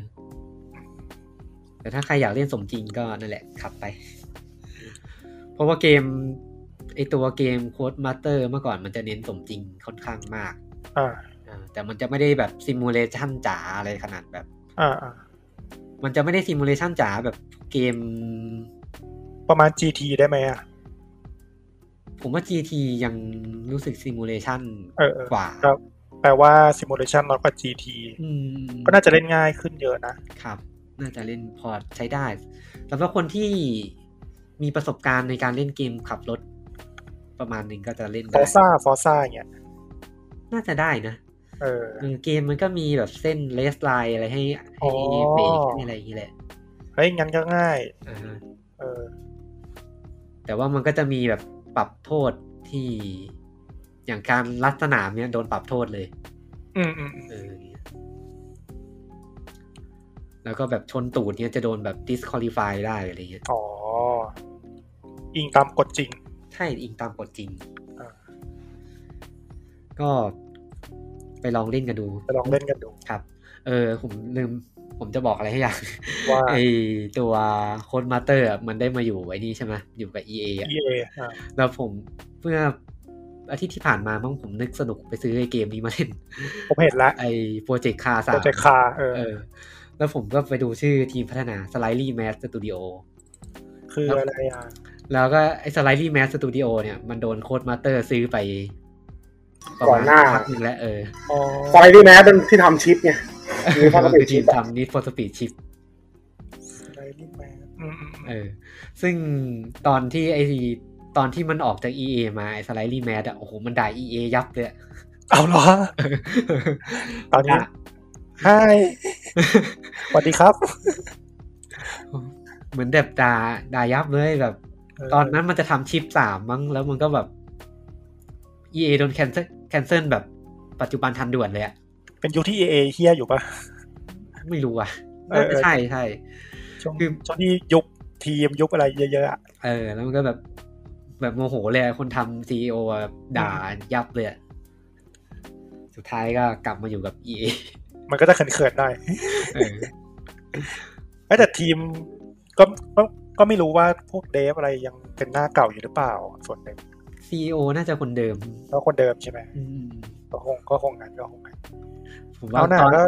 Speaker 1: แต่ถ้าใครอยากเล่นสมจริงก็นั่นแหละขับไป เพราะว่าเกมไอตัวเกมโค้ดมาสเตอร์เมื่อก่อนมันจะเน้นสมจริงค่อนข้างมาก
Speaker 2: อ่า
Speaker 1: อ่าแต่มันจะไม่ได้แบบซิมูเลชันจ๋าอะไรขนาดแบบ
Speaker 2: อ่าอ่า
Speaker 1: มันจะไม่ได้ซิมูเลชันจ๋าแบบเกม
Speaker 2: ประมาณ GT ได้ไหมอ่ะ
Speaker 1: ผมว่า GT ยังรู้สึกซิมูเลชัน
Speaker 2: เออเออ
Speaker 1: กว่า
Speaker 2: ครับ แปลว่า Simulation น้อยกว่า GT
Speaker 1: อืม
Speaker 2: ก็น่าจะเล่นง่ายขึ้นเยอะนะ
Speaker 1: ครับ น่าจะเล่นพอร์ตใช้ได้สำหรับคนที่ มีประสบการณ์ในการเล่นเกมขับรถ ประมาณหนึ่งก็จะเล่น
Speaker 2: ฟ
Speaker 1: ได้
Speaker 2: อซ่าฟอซ่าเนี่ย
Speaker 1: น่าจะได้นะ
Speaker 2: เออ
Speaker 1: เออเกมมันก็มีแบบเส้นเลสไลน์อะไรให้
Speaker 2: อ๋
Speaker 1: ให้
Speaker 2: อ
Speaker 1: เบรกให้อะไรอย่างนี้แหละ
Speaker 2: เฮ้ยงั้นก็ง่าย
Speaker 1: อ่าฮะ
Speaker 2: เออ
Speaker 1: แต่ว่ามันก็จะมีแบบปรับโทษที่อย่างการลัดสนามเนี่ยโดนปรับโทษเลย
Speaker 2: อืมอืม
Speaker 1: เออเนี่ยแล้วก็แบบชนตูดเนี่ยจะโดนแบบ disqualify ได้อะไรเงี้ย
Speaker 2: อ๋อ อิงตามกฎจริง
Speaker 1: ใช่อิงตามกฎจริง
Speaker 2: อ่า
Speaker 1: ก็ไปลองเล่นกันดู
Speaker 2: ไปลองเล่นกันดู
Speaker 1: ครับ เออ ผมลืม ผมจะบอกอะไรให้อย่าง
Speaker 2: ว่า
Speaker 1: ไอตัวโค้ดมาเตอร์มันได้มาอยู่ไว้นี่ใช่ไหมอยู่กับ EA อะ
Speaker 2: EA อ่ะ
Speaker 1: แล้วผมเมื่ออาทิตย์ที่ผ่านมามั้งผมนึกสนุกไปซื้อไอเกมนี้มาเล่น
Speaker 2: ผมเห็นแล้ว
Speaker 1: ไอโปรเจกต์คาสา
Speaker 2: โปร
Speaker 1: ม
Speaker 2: เจกต์คาเออ
Speaker 1: เออ แล้วผมก็ไปดูชื่อทีมพัฒนา s l i d e r y Mass Studio
Speaker 2: คืออะไรอ่ะ
Speaker 1: แล้วก็ไอ s l i d e r y Mass Studio เนี่ยมันโดนโค้ดมาเตอร์ซื้อไปประ
Speaker 3: ก่
Speaker 1: ม
Speaker 3: อน
Speaker 1: ณ
Speaker 3: หน้า
Speaker 1: พักหนึ่งแล้วเออ
Speaker 2: อ๋อ
Speaker 3: ไฟที่แม้เป็นที่ทำชิปไง หรือ Need for
Speaker 1: ก็
Speaker 3: Speed
Speaker 1: คือทีม
Speaker 3: Chip อะ
Speaker 1: ทำ Need for Speed Chip
Speaker 2: ไลนิ่แมนอืมอืมอื
Speaker 1: เอ
Speaker 2: ม
Speaker 1: อ ซึ่งตอนที่ไอตอนที่มันออกจาก EA มาไอ s l i d e r y Mass อะโอ้โหมันด่า EA ยับเลยอะ
Speaker 2: เอาเหรอ ตอนนี้
Speaker 1: ด่า
Speaker 2: ใช่สวัสดีครับ
Speaker 1: เหมือนแบบด่าด่ายับเลยแบบ
Speaker 2: เออ
Speaker 1: ตอนนั้นมันจะทำชิปสามมั้งแล้วมันก็แบบ EA โดนแคนเซิลแคนเซิลแบบปัจจุบันทันด่วนเลยอะ
Speaker 2: เป็นยุคที่ EA เฮียอยู่ปะ
Speaker 1: ไม่รู้อะ
Speaker 2: เออ
Speaker 1: น่าจะใช่ใช่
Speaker 2: ช่วง
Speaker 1: คือ
Speaker 2: ช่วงที่ยุคทีมยุคอะไรเยอะๆอะ
Speaker 1: เออ แล้วมันก็แบบแบบโมโหเลยอะคนทำซีโอะด่ายับเลยอะสุดท้ายก็กลับมาอยู่กับ EA
Speaker 2: มันก็จะเขินๆหน่อย
Speaker 1: เออ
Speaker 2: เอ้ยแต่ทีมก็ก็ก็ไม่รู้ว่าพวกเดฟอะไรยังเป็นหน้าเก่าอยู่หรือเปล่า ส่วนหนึ่ง
Speaker 1: ซีโอน่าจะคนเดิม
Speaker 2: ก็คนเดิมใช่ไหม
Speaker 1: อืม
Speaker 2: ก็คงก็คงงั้นก็คงงั้น
Speaker 1: ผมว่า
Speaker 2: เอาหน้า
Speaker 1: ตอน
Speaker 2: ก็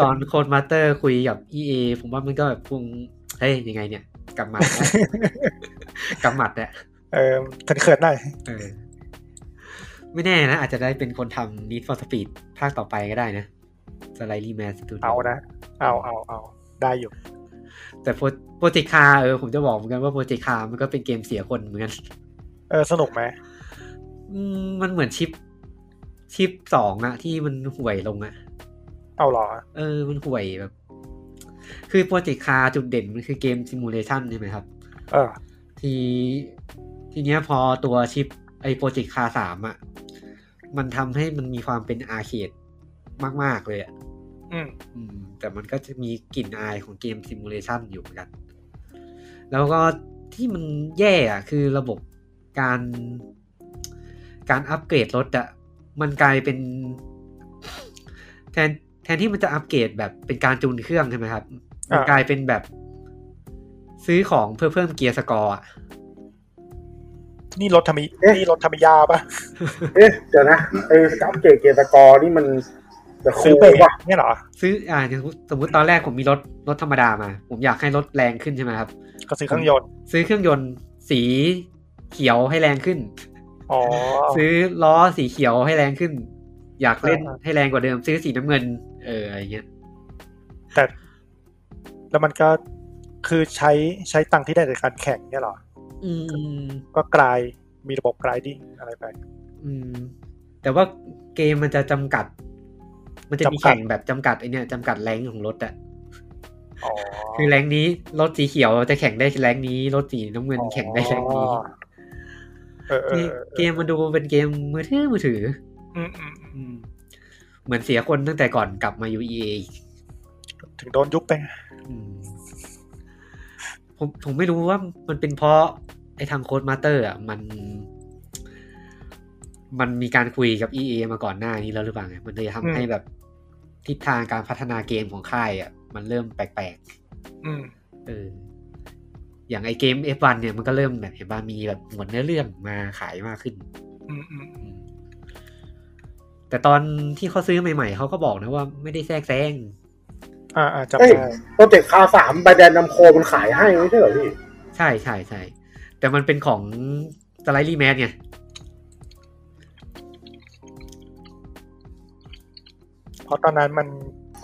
Speaker 1: ตอนโค้ดมาสเตอร์คุยกับ EA ผมว่ามันก็แบบคงเฮ้ยยังไงเนี่ย กลับมา กลับหมัดแหละ
Speaker 2: เออเขินๆหน่อย
Speaker 1: เออไม่แน่นะ อาจจะได้เป็นคนทำ Need for Speed ภาคต่อไปก็ได้นะ s l i d e r y Man Studio
Speaker 2: เอานะ เอาเอาเอาได้อยู่
Speaker 1: แต่โปรเจกต์คาเออผมจะบอกเหมือนกันว่าโปรเจกต์คามันก็เป็นเกมเสียคนเหมือนกัน
Speaker 2: เออสนุกไหม
Speaker 1: อืมมันเหมือนชิป ชิปสองอะที่มันห่วยลงอะ
Speaker 2: เอาเหรอ
Speaker 1: เออ มันห่วยแบบ คือโปรเจกต์คาจุดเด่นมันคือเกมซิมูเลชันใช่ไหมครับ
Speaker 2: เออ
Speaker 1: ทีทีเนี้ยพอตัวชิปไอโปรเจกต์คาสามอะมันทำให้มันมีความเป็นอาร์เคดมาก ๆ เลยอะ
Speaker 2: อืม
Speaker 1: อืมแต่มันก็จะมีกลิ่นอายของเกมซิมูเลชันอยู่เหมือนกัน แล้วก็ที่มันแย่อะคือระบบการการอัปเกรดรถอะมันกลายเป็น แทนแทนที่มันจะอัปเกรดแบบเป็นการจูนเครื่องใช่ไหมครับ มันกลายเป็นแบบซื้อของเพื่อเพิ่มเกียร์สกอร์อะ
Speaker 2: นี่รถธรรมิ
Speaker 3: เอ๊ะ
Speaker 2: นี่รถธรรมิยาปะ
Speaker 3: เอ๊ะเดี๋ยวนะเออสกาวเกตเกตกอร์นี่มันเดอะคู
Speaker 2: ซื้ อ
Speaker 3: ล
Speaker 2: เบรก
Speaker 3: ว่ะ
Speaker 2: เนี่ยเหรอ
Speaker 1: ซื้ออ่าสมมุติสมมติตอนแรกผมมีรถรถธรรมดามา ผมอยากให้รถแรงขึ้นใช่ไหมครับ
Speaker 2: ก็ซื้อเครื่องยนต์
Speaker 1: ซื้อเครื่องยนต์สีเขียวให้แรงขึ้น
Speaker 2: อ๋อ
Speaker 1: ซื้อล้อสีเขียวให้แรงขึ้น อยากเล่น
Speaker 2: อ่า
Speaker 1: ให้แรงกว่าเดิม ซื้อสีน้ำเงิน เอออะไรเงี้ย
Speaker 2: แต่ แล้วมันก็คือใช้ใช้ตังค์ที่ได้จากการแข่งเนี่ยเหรอ
Speaker 1: อืม
Speaker 2: ก็กลายมีระบบกลายดิ้งอะไรไป
Speaker 1: อืมแต่ว่าเกมมันจะจำกัด มันจะมี
Speaker 2: จำกัด
Speaker 1: แข่งแบบจำกัดไอเนี่ยจำกัดแรงของรถอะ
Speaker 2: อ๋อ
Speaker 1: คือแรงนี้รถสีเขียวจะแข่งได้แรงนี้รถสีน้ำเงินแข่งได้แรงนี้
Speaker 2: เออเออ
Speaker 1: ที่
Speaker 2: ออ
Speaker 1: เกมมันดูเป็นเกมมือถือมือถือ
Speaker 2: อืมอืม
Speaker 1: อืม เหมือนเสียคนตั้งแต่ก่อนกลับมา UEA อีก
Speaker 2: ถึงโดนยุบไป
Speaker 1: อืมผมผมไม่รู้ว่ามันเป็นเพราะไอ้ทางโค้ดมาสเตอร์อ่ะมัน มันมีการคุยกับ EA มาก่อนหน้านี้แล้วหรือเปล่าไงมันเลยทำให้
Speaker 2: อืม
Speaker 1: แบบทิศทางการพัฒนาเกมของค่ายอ่ะมันเริ่มแปลก
Speaker 2: อืม
Speaker 1: ๆเออ อย่างไอเกม F1 เนี่ยมันก็เริ่มแบบเห็นว่ามีแบบหมวดเนื้อเรื่องมาขายมากขึ้น
Speaker 2: อืมอืม
Speaker 1: อืมแต่ตอนที่เขาซื้อใหม่ๆเขาก็บอกนะว่าไม่ได้แทรกแซง
Speaker 2: อ่าอ่าจำ
Speaker 3: เอ้ย
Speaker 2: ได้
Speaker 3: โปรเจกต์คาสามใบแดนนำโคมันขายให้ไม่ใช่เหรอพี่
Speaker 1: ใช่ใช่ใช่แต่มันเป็นของสไลลี่แมนไง
Speaker 2: เพราะตอนนั้นมัน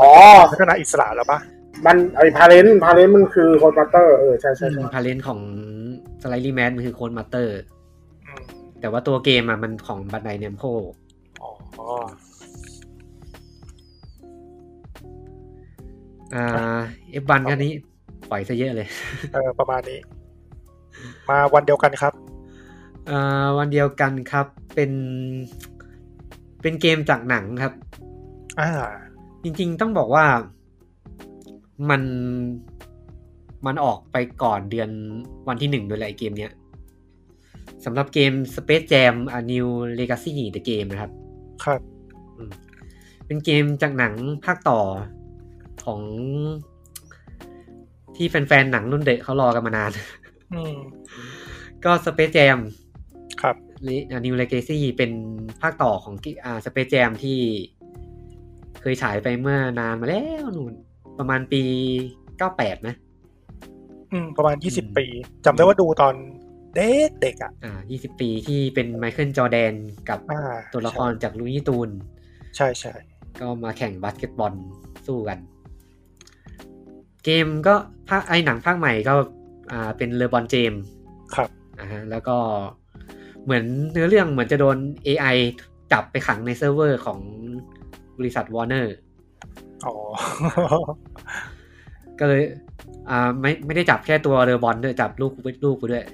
Speaker 3: อ๋อ
Speaker 2: พัฒนาอิสระแล้วปะ
Speaker 3: มันไอพาเลนพาเลนมันคือโคนบัตเตอร์เออใช่ใช่ใช่
Speaker 1: พาเลนของ สไลลี่แมนมันคือโค้ดมาสเตอร์
Speaker 2: อืม
Speaker 1: แต่ว่าตัวเกมอ่ะมันของบันไดเนมโค
Speaker 2: อ๋อ
Speaker 1: อ่าเอฟวันคันนี้ปล่อยซะเยอะเลย
Speaker 2: เออประมาณนี้ มาวันเดียวกันครับ
Speaker 1: อ่าวันเดียวกันครับเป็นเป็นเกมจากหนังครับ
Speaker 2: อ่า
Speaker 1: จริงๆต้องบอกว่ามันมันออกไปก่อนเดือนวันที่หนึ่งโดวยแหละไอเกมเนี้ยสำหรับเกม Space Jam A New Legacy The Game นะครับ
Speaker 2: ครับ
Speaker 1: เป็นเกมจากหนังภาคต่อของ ที่แฟนๆหนังรุ่นเด็กเขารอกันมานาน
Speaker 2: อืม
Speaker 1: ก็ Space Jam
Speaker 2: ครับ
Speaker 1: หรือ A New Legacy เป็นภาคต่อของกิอ่า Space Jam ที่เคยฉายไปเมื่อนานมาแล้วนู่นประมาณปี 98 นะ
Speaker 2: อืม ประมาณยี่สิบ
Speaker 1: อืม
Speaker 2: ปีจำได้ว่าดูตอนเด็กเด็กๆอ่ะ
Speaker 1: อ่า 20 ปีที่เป็นไมเคิลจอร์แดนกับ
Speaker 2: อ่า
Speaker 1: ตัวละครจากลูนี่ตูน
Speaker 2: ใช่ใช่
Speaker 1: ก็มาแข่งบาสเกตบอลสู้กัน เกมก็ภาคไอหนังภาคใหม่ก็อ่าเป็นเลบอนเจม
Speaker 2: ครับ
Speaker 1: อ่าฮะแล้วก็เหมือนเนื้อเรื่องเหมือนจะโดน AI จับไปขังในเซิร์ฟเวอร์ของบริษัท Warner
Speaker 2: อ๋อ
Speaker 1: ก็เลยอ่าไม่ไม่ได้จับแค่ตัวเรือบอลด้วยจับลูกลูกไปด้วย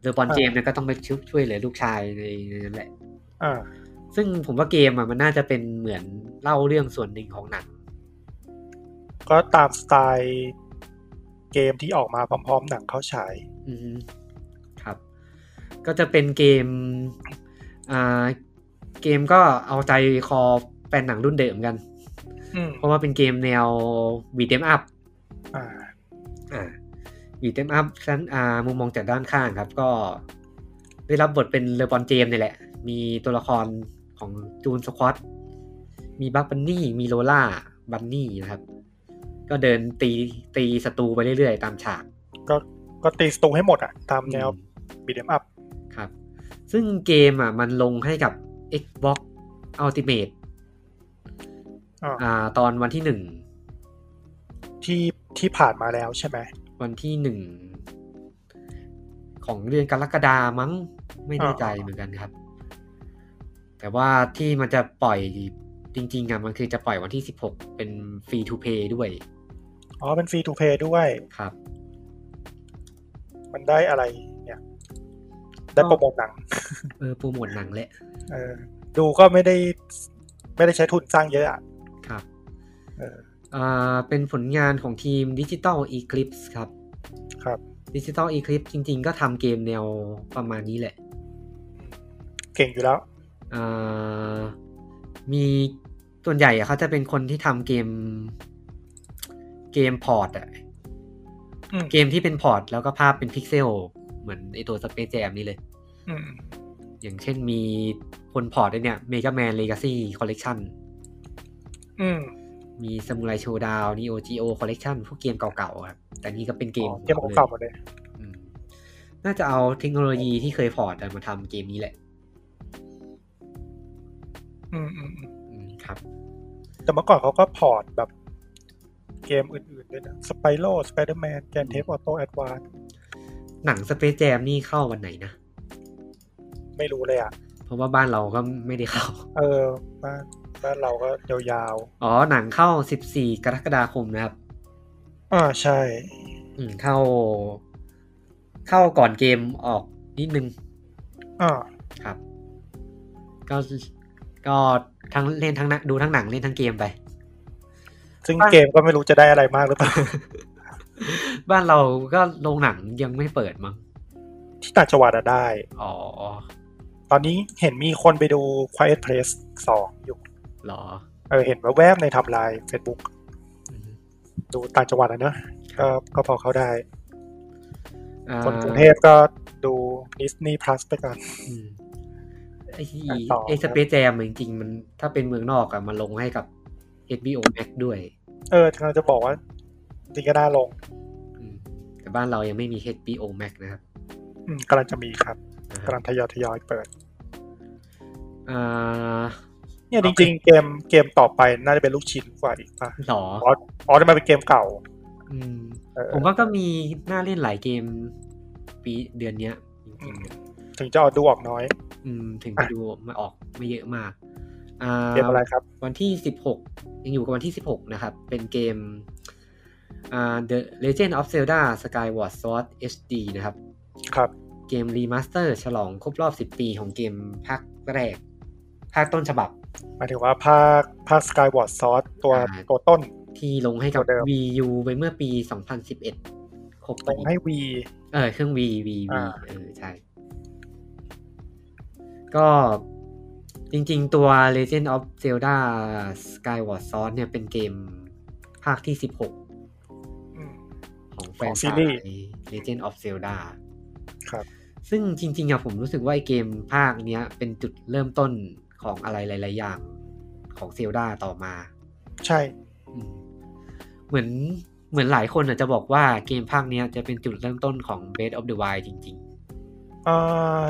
Speaker 1: เรือบอล
Speaker 2: อ่า
Speaker 1: เจมส์เนี่ยก็ต้องไปช่วยช่วยเหลือลูกชายในนั้นแหละ
Speaker 2: อ่า
Speaker 1: ซึ่งผมว่าเกมอ่ะมันน่าจะเป็นเหมือนเล่าเรื่องส่วนหนึ่งของหนัง
Speaker 2: ก็ตามสไตล์เกมที่ออกมาพร้อมๆ หนังเข้าฉาย
Speaker 1: อืมครับ ก็จะเป็นเกมอ่าเกมก็เอาใจคอแฟนหนังรุ่นเดิมกัน
Speaker 2: อืม
Speaker 1: เพราะว่าเป็นเกมแนวบีเดมอัพ
Speaker 2: อ่า
Speaker 1: อ่าบีเต็มอัพชั้นอ่ามุมมองจากด้านข้างครับ ก็ได้รับบทเป็นเลบอนเจมส์นี่แหละ มีตัวละครของจูนสควอตมีบัคบันนี่ มีโลล่าบันนี่นะครับ ก็เดินตีตีศัตรูไปเรื่อยๆ ตามฉาก
Speaker 2: ก็ก็ตีสตูให้หมดอ่ะ ตามแนว
Speaker 1: อืม
Speaker 2: บีเดมอัพ
Speaker 1: ครับ ซึ่งเกมอ่ะมันลงให้กับ Xbox Ultimate
Speaker 2: อ่า
Speaker 1: อ่าตอนวันที่หนึ่ง
Speaker 2: ที่ที่ผ่านมาแล้วใช่ไหม
Speaker 1: วันที่หนึ่ง ของเดือนกรกฎามั้งไม่แน่ใจ
Speaker 2: อ่า
Speaker 1: เหมือนกันครับ แต่ว่าที่มันจะปล่อยจริงๆอะมันคือจะปล่อยวันที่ 16 เป็นฟรีทูเพย์ด้วย
Speaker 2: อ๋อ เป็นฟรีทูเพย์ด้วย
Speaker 1: ครับ
Speaker 2: มันได้อะไรเนี่ย ได้โปรโมทหนัง
Speaker 1: เออโปรโมทหนังแหละ
Speaker 2: เออ ดูก็ไม่ได้ไม่ได้ใช้ทุนสร้างเยอะอ่ะ
Speaker 1: ครับ
Speaker 2: เออ
Speaker 1: อ่าเป็นผลงานของทีม Digital Eclipse ครับ
Speaker 2: ครับ
Speaker 1: Digital Eclipse จริงๆ ก็ทำเกมแนวประมาณนี้แหละ
Speaker 2: เก่งอยู่แล้ว
Speaker 1: อ่ามีส่วนใหญ่อะเขาจะเป็นคนที่ทำเกม เกมพอร์ตอะ
Speaker 2: อืม
Speaker 1: เกมที่เป็นพอร์ตแล้วก็ภาพเป็นพิกเซล เหมือนไอตัวสเปซแจมนี่เลย
Speaker 2: อืม
Speaker 1: อย่างเช่นมีคนพอร์ตไอ้เนี่ยเมกาแมนเลกาซี่คอลเลกชัน
Speaker 2: อืม
Speaker 1: มีซ m มูไรโชดาวนีโอจีโอคอลเลกชันพวกเกมเก่าๆครับ แต่นี่ก็เป็นเกม
Speaker 2: อ๋อ
Speaker 1: ข
Speaker 2: เก
Speaker 1: อง
Speaker 2: ม
Speaker 1: เขาเลย
Speaker 2: เก่าๆหมดเลย
Speaker 1: อืมน่าจะเอาเทคโนโลยีที่เคยพอร์ตอะมาทำเกมนี้แหละ
Speaker 2: อืมอืมอืม
Speaker 1: อืมครับ
Speaker 2: แต่เมื่อก่อนเขาก็พอร์ตแบบเกมอื่นๆด้วยนะสไปโรสไปเดอร์แมนแกนเทปออโต้แอดวาน
Speaker 1: หนังสเปซแจมนี่เข้าวันไหนนะ
Speaker 2: ไม่รู้เลยอ่ะ
Speaker 1: เพราะว่าบ้านเราก็ไม่ได้เข้า
Speaker 2: เออบ้านบ้านเราก็ยาว
Speaker 1: อ๋อ หนังเข้า 14 กรกฎาคมนะครับ
Speaker 2: ๆอ่าใช่
Speaker 1: อืมเข้า เข้าก่อนเกมออกนิดนึง
Speaker 2: อ่า
Speaker 1: ครับ ก็ก็ทั้งเล่นทั้งหนังดูทั้งหนังเล่นทั้งเกมไป
Speaker 2: ซึ่งเกมก็ไม่รู้จะได้อะไรมากหรือเป ล่า
Speaker 1: บ้านเราก็โรงหนังยังไม่เปิดมั้ง
Speaker 2: ที่ต่างจังหวัดอะได้
Speaker 1: อ๋อ
Speaker 2: ตอนนี้เห็นมีคนไปดู Quiet Place 2 อยู่
Speaker 1: เหรอ
Speaker 2: เออเห็นแวบๆในไทำลาย Facebook
Speaker 1: อืม
Speaker 2: ดูต่างจังหวัดอะเนอะก็ก็พอเข้าได้
Speaker 1: อ่า
Speaker 2: คนกรุงเทพก็ดู Disney Plus ไปก่อน
Speaker 1: อืมไอที่
Speaker 2: อ่ะต่อ
Speaker 1: ไอ
Speaker 2: ค
Speaker 1: ส
Speaker 2: รับ
Speaker 1: เปซแจมจริงๆ มันถ้าเป็นเมืองนอกอะมันลงให้กับ HBO Max ด้วย
Speaker 2: เออกำลังจะบอกว่าจริงก็น่าลง
Speaker 1: อืมแต่บ้านเรายังไม่มี HBO Max นะครับ
Speaker 2: อืมกำลังจะมีครับ
Speaker 1: นะค
Speaker 2: กำ
Speaker 1: รั
Speaker 2: ลั
Speaker 1: บ
Speaker 2: งทยอยทยอยเปิด
Speaker 1: อ่า
Speaker 2: เนี่ยจริง ๆ เกมเกมต่อไปน่าจะเป็นลูกชิ้นกว่าอีกป่ะ
Speaker 1: หรอ
Speaker 2: อ๋ออ๋อจะมาเป็นเกมเก่า
Speaker 1: อืม
Speaker 2: เออ
Speaker 1: ผมว่าก็มีน่าเล่นหลายเกม ปีเดือนเนี้ยจริงๆ
Speaker 2: ถึงจะเอาดูออกน้อย
Speaker 1: อืมถึง
Speaker 2: อ่ะ
Speaker 1: จะดูมาออกไม่เยอะมาก อ่า
Speaker 2: เกมอะไรครับ
Speaker 1: วันที่สิบหกยังอยู่กับวันที่สิบหกนะครับ เป็นเกมอ่า The Legend of Zelda Skyward Sword HD นะครับ
Speaker 2: ครับ
Speaker 1: เกมรีมาสเตอร์ฉลองครบรอบสิบ10 ปีของเกมภาคแรก ภาคต้นฉบับ
Speaker 2: หมายถึงว่าภาคภาค Skyward Sword ตัว
Speaker 1: อ่า
Speaker 2: ตัวต้น
Speaker 1: ที่ลงให้กับ
Speaker 2: ตัวเดิม
Speaker 1: Wii U ไปเมื่อปี 2011 ครบ
Speaker 2: ลง
Speaker 1: ปี
Speaker 2: ให้ V
Speaker 1: เออเครื่อง V V V
Speaker 2: อ่า
Speaker 1: เออใช่ ก็จริงๆตัว Legend of Zelda Skyward Sword เนี่ยเป็นเกมภาคที่ 16
Speaker 2: อืม
Speaker 1: ของแฟ
Speaker 2: ขอน งซี
Speaker 1: สา
Speaker 2: รี
Speaker 1: ย
Speaker 2: ส์
Speaker 1: Legend of Zelda
Speaker 2: ครับ
Speaker 1: ซึ่งจริงๆอะผมรู้สึกว่าไอเกมภาคเนี้ยเป็นจุดเริ่มต้นของอะไรหลายๆอย่างของเซลดาต่อมา
Speaker 2: ใช่
Speaker 1: อืมเหมือนเหมือนหลายคนอาจจะบอกว่าเกมภาคเนี้ยจะเป็นจุดเริ่มต้นของ Breath of the Wild จริง
Speaker 2: อ่า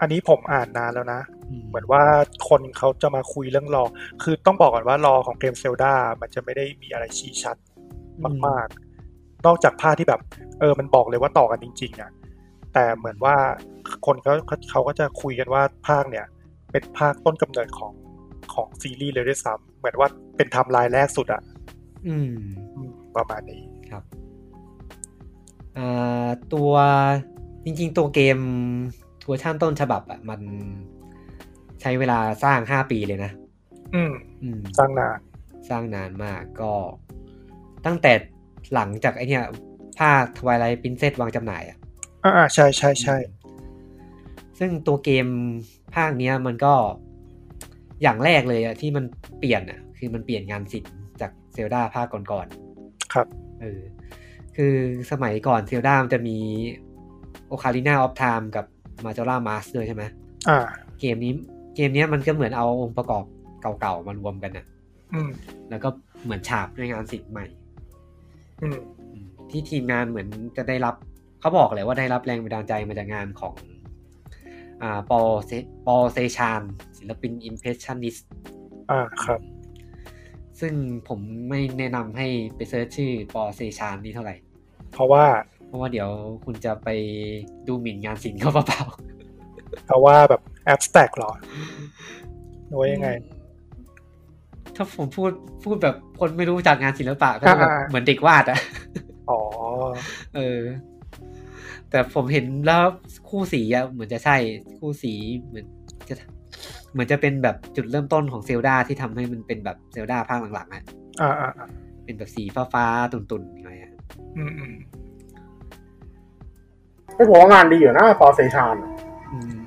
Speaker 2: อันนี้ผมอ่านนานแล้วนะ
Speaker 1: ๆอืม
Speaker 2: เหมือนว่าคนเขาจะมาคุยเรื่องรอ คือต้องบอกก่อนว่ารอของเกมเซลดามันจะไม่ได้มีอะไรชี้ชัดมาก ๆ นอกจากภาคที่แบบ เออ มันบอกเลยว่าต่อกันจริง ๆอะแต่เหมือนว่าคนเขาเขาเขาก็จะคุยกันว่าภาคเนี่ย เป็นภาคต้นกำเนิดของของซีรีส์เลยด้วยซ้ำเหมือนว่าเป็นไทม์ไลน์แรกสุดอะ
Speaker 1: อืม
Speaker 2: อืมประมาณนี้
Speaker 1: ครับอ่าตัวจริงๆ ตัวเกมเวอร์ชันต้นฉบับอ่ะมันใช้เวลาสร้าง 5 ปีเลยนะ
Speaker 2: อืม
Speaker 1: อืม
Speaker 2: สร้างนาน
Speaker 1: สร้างนานมากก็ตั้งแต่หลังจากไอเนี่ยภาค Twilight Princess วางจำหน่ายอ่ะ
Speaker 2: อ่าๆใช่ใช่ใช่
Speaker 1: ซึ่งตัวเกมภาคเนี้ยมันก็อย่างแรกเลยอะที่มันเปลี่ยนอะคือมันเปลี่ยนงานศิลป์จากเซลดาภาคก่อนๆ
Speaker 2: ครับ
Speaker 1: เออคือสมัยก่อนเซลดามันจะมีโอคา i ิน่าออฟไทม์กับมาจ o ร่ามาสด้วยใช่ไหม
Speaker 2: อ่า
Speaker 1: เกมนี้เกมเนี้ยมันก็เหมือนเอาองค์ประกอบเก่าๆ มารวมกันอะ
Speaker 2: อืม
Speaker 1: แล้วก็เหมือนฉาบด้วยงานศิลป์ใหม่
Speaker 2: อืม
Speaker 1: ที่ทีมงานเหมือนจะได้รับเขาบอกเลยว่าได้รับแรงบันดาลใจมาจากงานของอ่าปอเซปอเซชานศิลปินอิมเพรสชันนิส
Speaker 2: อ่าครับ
Speaker 1: ซึ่งผมไม่แนะนำให้ไปเซิร์ชชื่อปอเซชานนี่เท่าไหร่
Speaker 2: เพราะว่า
Speaker 1: เพราะว่าเดี๋ยวคุณจะไปดูหมิ่นงานศิลป์เขาเปล่า
Speaker 2: เพราะว่าแบบแอปสแต็กหรอหรือว่า
Speaker 1: ๆ
Speaker 2: ยังไง
Speaker 1: ถ้าผมพูดพูดแบบคนไม่รู้จักงานศิลปะก็จะแบบ
Speaker 2: อ่าๆ
Speaker 1: เหมือนเด็กวาดอะ
Speaker 2: อ๋อ
Speaker 1: เออ แต่ผมเห็นแล้วคู่สีอะเหมือนจะใช่คู่สีเหมือนจะเหมือนจะเป็นแบบจุดเริ่มต้นของเซลดาที่ทำให้มันเป็นแบบเซลดาภาคหลังๆอะ
Speaker 2: อ่าอ่าอ่า
Speaker 1: เป็นแบบสีฟ้าๆตุ่นๆอะไรอะ
Speaker 2: อืมอืม
Speaker 3: ไม่ผมว่างานดีอยู่นะปอเซชาน
Speaker 1: อืม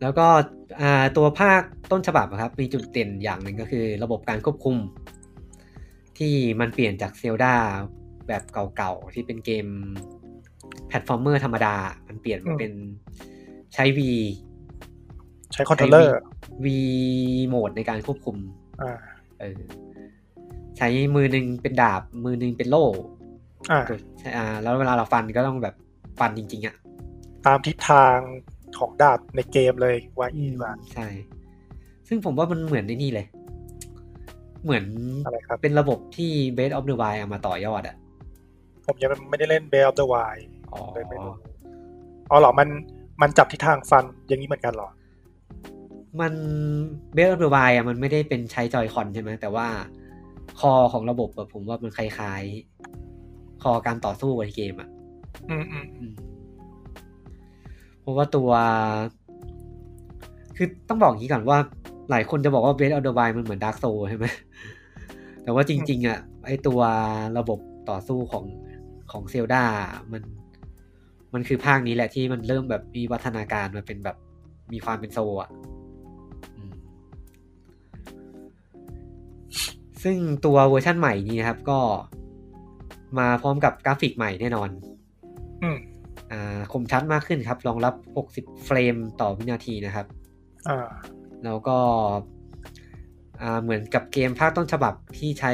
Speaker 1: แล้วก็อ่าตัวภาคต้นฉบับอะครับ มีจุดเด่นอย่างหนึ่งก็คือระบบการควบคุม ที่มันเปลี่ยนจากเซลดาแบบเก่าๆ ที่เป็นเกมแพลตฟอร์มเมอร์ธรรมดา มันเปลี่ยนมาเป็นใช้ V
Speaker 2: ใช้คอนโทรลเลอร์
Speaker 1: V โหมดในการควบคุม
Speaker 2: อ่า
Speaker 1: เออใช้มือหนึ่งเป็นดาบ มือหนึ่งเป็นโล่
Speaker 2: อ่า
Speaker 1: ใช่อ่าแล้วเวลาเราฟันก็ต้องแบบฟันจริง ๆอะ่ะ
Speaker 2: ตามทิศทางของดาบในเกมเลยว่าอีกว่า
Speaker 1: ใช่ ซึ่งผมว่ามันเหมือนในนี่เลย เหมือน
Speaker 2: อะไรครับ
Speaker 1: เป็นระบบที่ b a s e of the Wild เอามาต่อยอดอะ่ะ
Speaker 2: ผมยังไม่ได้เล่น b a l e of the Wild
Speaker 1: อ๋อ
Speaker 2: เลยไม่รู้อ๋อเหรอ มันมันจับทิศทางฟันอย่างนี้เหมือนกันเหรอ
Speaker 1: มันเบสออฟเดอะไวอ่ะมันไม่ได้เป็นใช้จอยคอนใช่ไหมแต่ว่าคอของระบบแบบผมว่ามันคล้ายๆ คอการต่อสู้ในเกมอ่ะ
Speaker 2: อืมอืม
Speaker 1: อืมเพราะว่าตัว คือต้องบอกอย่างนี้ก่อนว่า หลายคนจะบอกว่าเบสออฟเดอะไวมันเหมือนดาร์กโซใช่ไหม แต่ว่าจริง ๆ อ่ะ ไอตัวระบบต่อสู้ของของเซลดามัน มันคือภาคนี้แหละที่มันเริ่มแบบมีวัฒนาการมาเป็นแบบมีความเป็นโซอ่ะ อืมซึ่งตัวเวอร์ชั่นใหม่นี้นะครับก็มาพร้อมกับกราฟิกใหม่แน่นอน
Speaker 2: อืม
Speaker 1: อ่าคมชัดมากขึ้นครับ รองรับ 60 เฟรมต่อวินาทีนะครับ
Speaker 2: อ่า
Speaker 1: แล้วก็อ่าเหมือนกับเกมภาคต้นฉบับที่ใช้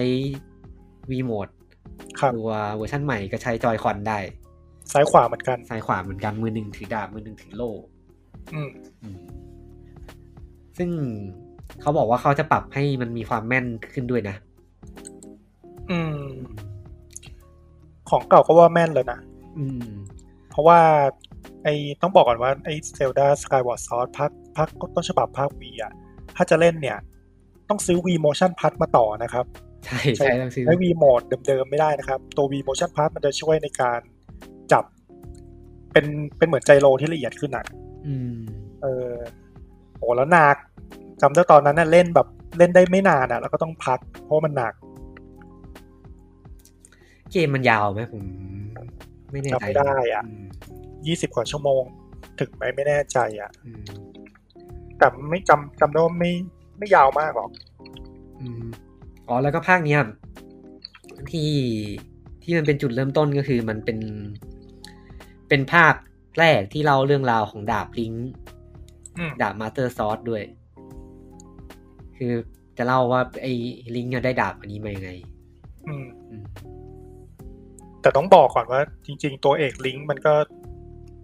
Speaker 1: V โหมด
Speaker 2: ครับ
Speaker 1: ตัวเวอร์ชั่นใหม่ก็ใช้จอยคอนได้
Speaker 2: ซ้ายขวาเหมือนกัน
Speaker 1: ซ้ายขวาเหมือนกัน มือหนึ่งถือดาบ มือหนึ่งถือโล่
Speaker 2: อืม
Speaker 1: อืมซึ่งเขาบอกว่าเขาจะปรับให้มันมีความแม่นขึ้นด้วยนะ
Speaker 2: อืม ของเก่าก็ว่าแม่นแล้วนะ
Speaker 1: อืม
Speaker 2: เพราะว่าไอ้ต้องบอกก่อนว่าไอ้เซลดาสกายวอร์ดซอสภาคภาคต้นฉบับภาควีอ่ะ ถ้าจะเล่นเนี่ย ต้องซื้อ V Motion Pad มาต่อนะครับ
Speaker 1: ใช่ใช่ต้องซื้อ
Speaker 2: ใช้ V Mode เดิมๆ ไม่ได้นะครับ ตัว V Motion Pad มันจะช่วยในการจับเป็นเป็นเหมือนไจโรที่ละเอียดขึ้นอ่ะ
Speaker 1: อืม
Speaker 2: เออโหแล้วหนักจำได้ตอนนั้นน่ะเล่นแบบเล่นได้ไม่นานอ่ะ แล้วก็ต้องพัก เพราะมันหนัก
Speaker 1: เกมมันยาวไหมผมไม่แน่
Speaker 2: จำ
Speaker 1: ใจ
Speaker 2: ไม่ได้อ่ะ
Speaker 1: ม
Speaker 2: ยี่สิบกว่าชั่วโมง ถึงไหมไม่แน่ใจอ่ะ
Speaker 1: อืม
Speaker 2: แต่ไม่จำจำได้ว่าไม่ไม่ยาวมากหรอก
Speaker 1: อืมอ๋อแล้วก็ภาคเนี้ยที่ที่มันเป็นจุดเริ่มต้นก็คือมันเป็น เป็นภาคแรกที่เล่าเรื่องราวของดาบลิงค์
Speaker 2: อืม
Speaker 1: ดาบมาสเตอร์ซอสด้วย คือจะเล่าว่าไอ้ลิงค์เนี่ยได้ดาบอันนี้มายังไง
Speaker 2: อืม
Speaker 1: อืม
Speaker 2: แต่ต้องบอกก่อนว่า จริง ๆ ตัวเอกลิงก์มันก็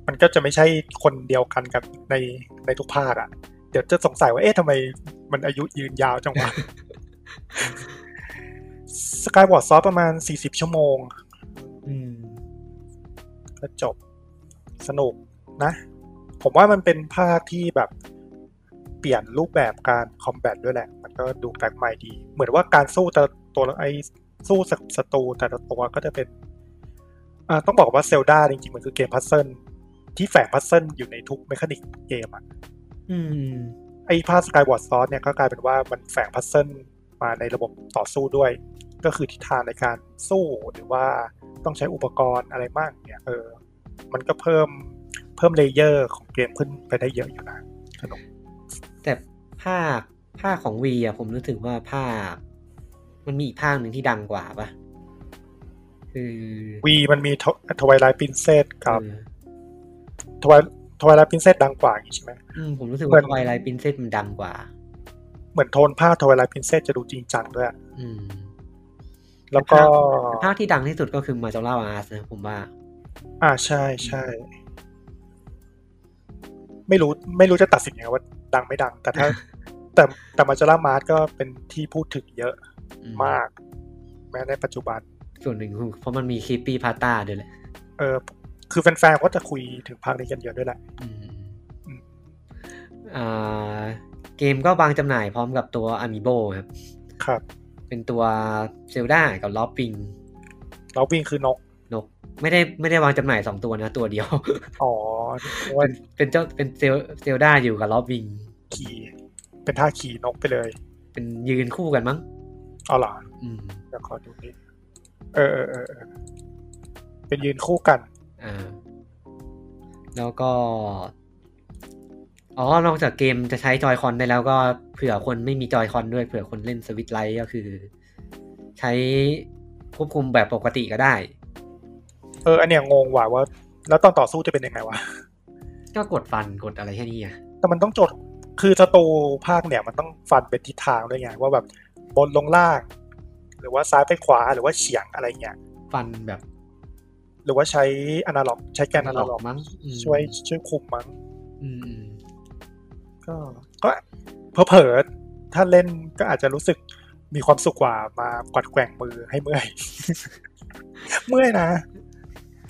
Speaker 2: มันก็จะไม่ใช่คนเดียวกันกับในในทุกภาคอ่ะ เดี๋ยวจะสงสัยว่าเอ๊ะทำไมมันอายุยืนยาวจังวะ สกายวอร์ดซอฟประมาณ 40 ชั่วโมง
Speaker 1: อืม
Speaker 2: ก็จบสนุกนะ ผมว่ามันเป็นภาคที่แบบเปลี่ยนรูปแบบการคอมแบทด้วยแหละ มันก็ดูแปลกใหม่ดี เหมือนว่าการสู้แต่ละตัวไอ้สู้สัศัตรูแต่ละตัวก็จะเป็นอ่าต้องบอกว่าเซลดาจริงๆ มันคือเกมพัซเซิลที่แฝงพัซเซิลอยู่ในทุกเมคานิกเกมอะ
Speaker 1: อืม
Speaker 2: ไอ้ภาคสกายวอร์ดซอสเนี่ยก็กลายเป็นว่ามันแฝงพัซเซิลมาในระบบต่อสู้ด้วย ก็คือทิศทางในการสู้หรือว่าต้องใช้อุปกรณ์อะไรมากเนี่ยเออ มันก็เพิ่มเพิ่มเลเยอร์ของเกมขึ้นไปได้เยอะอยู่นะสนุก
Speaker 1: แต่ภาคภาคของวีอะผมรู้สึกว่าภาค มันมีอีกภาคหนึ่งที่ดังกว่าปะคือ
Speaker 2: วีมันมีทวายไลท์ปรินเซสกับ
Speaker 1: เออ
Speaker 2: ทวายทวายไลท์ปรินเซสดังกว่าอย่างงี้ใช่ไหม
Speaker 1: อืมผมรู้สึก
Speaker 2: เหมื
Speaker 1: ว่า
Speaker 2: อน
Speaker 1: ทวายไลท์ปรินเซสมันดังกว่า
Speaker 2: เหมือนโทนภาพทวายไลท์ปรินเซสจะดูจริงจังด้วย
Speaker 1: อืม
Speaker 2: แล้วก็
Speaker 1: แต่ภาคที่ดังที่สุดก็คือมาจอร่าอาร์สนะผมว่า
Speaker 2: อ่าใช่ใช่ ไม่รู้ไม่รู้จะตัดสินยังไงว่าดังไม่ดัง แต่ ถ้า แต่แต่มาจาร่ามาร์ก็เป็นที่พูดถึงเยอะ
Speaker 1: อื
Speaker 2: มาก แม้ในปัจจุบัน
Speaker 1: ส่วนหนึ่งคือเพราะมันมีคลิปปี้พาต้าด้วยแหละ
Speaker 2: เออ คือแฟนๆก็จะคุยถึงภาคนี้กันเยอะด้วยแหละ
Speaker 1: อืม
Speaker 2: อืม
Speaker 1: อ่าเกมก็วางจำหน่ายพร้อมกับตัวอามิโบครับ
Speaker 2: ครับ
Speaker 1: เป็นตัวเซลดากับล็อบปิง
Speaker 2: เราวิ่งคือนก
Speaker 1: นกไม่ได้ไม่ได้วางจำหน่ายสองตัวนะ ตัวเดียว
Speaker 2: อ๋อว่า
Speaker 1: เป็น เป็นเจ้าเป็นเซลเซลดาอยู่กับลอบวิง
Speaker 2: ขี่เป็นท่าขี่นกไปเลย
Speaker 1: เป็นยืนคู่กันมั้ง
Speaker 2: เอาเหรอ
Speaker 1: อืม
Speaker 2: เดี๋ยวขอดูนิดเออเออเออเออเป็นยืนคู่กัน
Speaker 1: อ่า แล้วก็ อ๋อ นอกจากเกมจะใช้จอยคอนได้แล้วก็เผื่อคนไม่มีจอยคอนด้วยเผื่อคนเล่นสวิตไลท์ก็คือ ใช้ควบคุมแบบปกติก็ได้
Speaker 2: เออ อันเนี้ยงงว่ะว่า แล้วตอนต่อสู้จะเป็นยังไงวะ
Speaker 1: ก็กดฟันกดอะไรแค่นี้อ่ะ
Speaker 2: แต่มันต้องจดคือศัตรูภาคเนี่ย มันต้องฟันเป็นทิศทางด้วยไง ว่าแบบบนลงล่าง หรือว่าซ้ายไปขวาหรือว่าเฉียงอะไรเงี้ย
Speaker 1: ฟันแบบ
Speaker 2: หรือว่าใช้อนาล็อก ใช้แกนอนาล็อก
Speaker 1: มั้งอืม
Speaker 2: ช่วยช่วยคุมมั้ง
Speaker 1: อืมอืม
Speaker 2: ก็ก็เผลอๆถ้าเล่นก็อาจจะรู้สึกมีความสุขกว่ามากวัดแกว่งมือให้เมื่อย เมื่อยนะ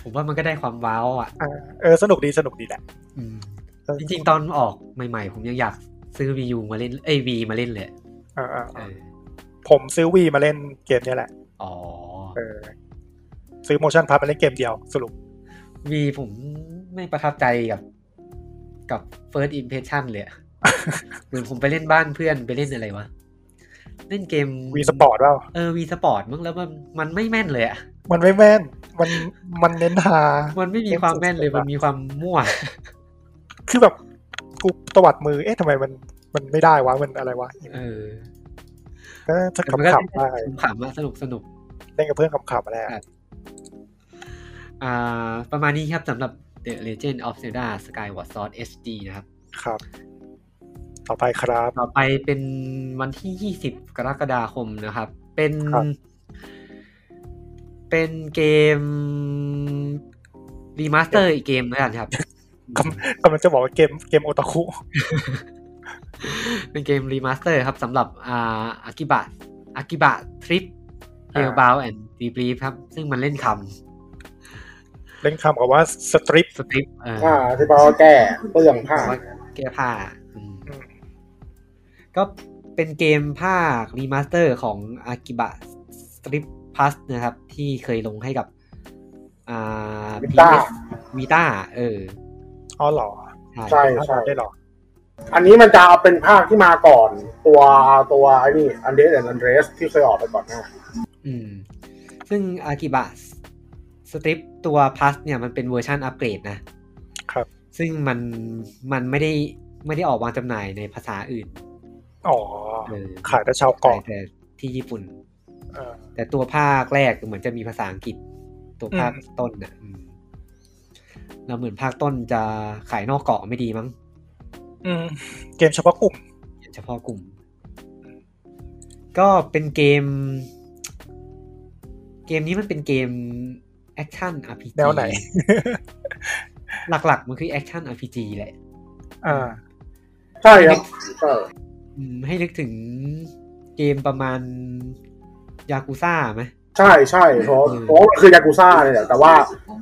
Speaker 1: ผมว่ามันก็ได้ความว้าวอ่ะ
Speaker 2: อ่าเออสนุกดีสนุกดีแหละ
Speaker 1: อืม
Speaker 2: เออ
Speaker 1: จริงๆ ตอนออกใหม่ๆ ผมยังอยากซื้อ Wii U มาเล่น เอ้ย V มาเล่นเลย
Speaker 2: เออเออ
Speaker 1: เอ
Speaker 2: เออ
Speaker 1: อ
Speaker 2: ผมซื้อวีมาเล่นเกมเนี้ยแหละ
Speaker 1: อ๋อ
Speaker 2: เออซื้อโมชั่นพาร์มาเล่นเกมเดียวสรุป
Speaker 1: V ผมไม่ประทับใจกับ กับ First Impression เลยอะเหมือนผมไปเล่นบ้านเพื่อนไปเล่นอะไรวะ เล่นเกม
Speaker 2: วีสปอร์ตว่า
Speaker 1: เออ V Sport มั้งแล้วมันมันไม่แม่นเลยอ่ะ
Speaker 2: มันไม่แม่น มันมันเน้นหา
Speaker 1: มันไม่มีความแม่นเลย มันมีความมั่ว
Speaker 2: คือแบบกูตวัดมือเอ๊ะทำไมมันมันไม่ได้วะมันอะไรวะ
Speaker 1: เออ
Speaker 2: ก็จะ
Speaker 1: แต่มันก็
Speaker 2: ขำๆได้
Speaker 1: ขำๆอะสนุกสนุก
Speaker 2: เล่นกับเพื่อนขำๆอะไรอะ
Speaker 1: อ่า ประมาณนี้ครับสำหรับ The Legend of Zelda Skyward Sword HD นะครับ
Speaker 2: ครับ ต่อไปครับ
Speaker 1: ต่อไปเป็นวันที่ 20 กรกฎาคมนะครับ เป็น
Speaker 2: ครับ
Speaker 1: เป็นเกมรีมาสเตอร์อีกเกมแล้วกัน ครับ
Speaker 2: กำลังจะบอกว่าเกมเกมโอตาคุ
Speaker 1: เป็นเกมรีมาสเตอร์ครับสำหรับอ่าอากิบะอากิบะทริปเฮลบาวแอนด์ดีบรีฟครับ ซึ่งมันเล่นค
Speaker 2: เล่นคำกับว่าสตริป
Speaker 1: สติปเออ
Speaker 3: อ่าที่แปลว่าแก้เปลืองผ้า
Speaker 1: แบบว่าแก้ผ้าอืมก็เป็นเกมภาครีมาสเตอร์ของอากิบะสตริปพัสนะครับ ที่เคยลงให้กับอ่า
Speaker 3: Vita
Speaker 1: วีต้าเออ
Speaker 2: อ๋อเหรอ
Speaker 1: ใช่
Speaker 3: ใช่ใช่
Speaker 2: ได้เหรอ
Speaker 3: อันนี้มันจะเอาเป็นภาคที่มาก่อนตัวตัวไอ้นี่อันเดสแอนด์อันเดรสที่เคยออกไปก่อนหน้า
Speaker 1: อืม ซึ่งอากิบะสตริปตัวพัสเนี่ยมันเป็นเวอร์ชันอัปเกรดนะครับ ซึ่งมันมันไม่ได้ไม่ได้ออกวางจำหน่ายในภาษาอื่น
Speaker 2: อ๋อ
Speaker 1: เออ
Speaker 2: ขายแต่ชาวเกาะ
Speaker 1: ขายแต่ที่ญี่ปุ่น
Speaker 2: เออ
Speaker 1: แต่ตัวภาคแรกเหมือนจะมีภาษาอังกฤษ ตัวภาคต้นน่ะอืมแล้วเหมือนภาคต้นจะขายนอกเกาะไม่ดีมั้ง
Speaker 2: อืม เกมเฉพาะกลุ่ม
Speaker 1: เฉพาะกลุ่ม ก็เป็นเกม เกมนี้มันเป็นเกมแอคชั่น RPG
Speaker 2: แนวไหน
Speaker 1: หลักๆ มันคือแอคชั่น RPG แหละ
Speaker 2: อ่า
Speaker 3: ใช่ครับใช่
Speaker 1: อืมให้นึกถึงเกมประมาณยากูซ่าไหม
Speaker 3: ใช่ใช่เพราะ
Speaker 1: อืม
Speaker 3: เพราะมันคือยากุซ่าเนี่ยแหละแต่ว่า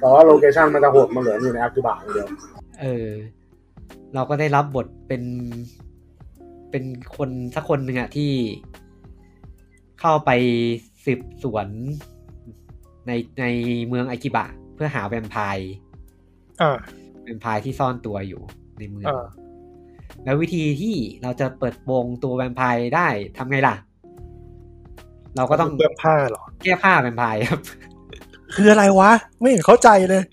Speaker 3: แต่ว่าโลเคชันมันจะโหดมันเหลืออยู่ในอากิบะอย่างเดียว
Speaker 1: เออ เราก็ได้รับบทเป็นเป็นคนสักคนหนึ่งอะที่เข้าไปสืบสวนในในเมืองอากิบะ เพื่อหาแวมไพร์
Speaker 2: อ่า
Speaker 1: แวมไพร์ที่ซ่อนตัวอยู่ในเมือง
Speaker 2: อ่า
Speaker 1: แล้ววิธีที่เราจะเปิดโปงตัวแวมไพร์ได้ทำไงล่ะ เราก็ต้อง
Speaker 2: เปลืองผ้าเหรอ
Speaker 1: แก้ผ้าแวมไพร์ครับ
Speaker 2: คืออะไรวะ ไม่เห็นเข้าใจเลย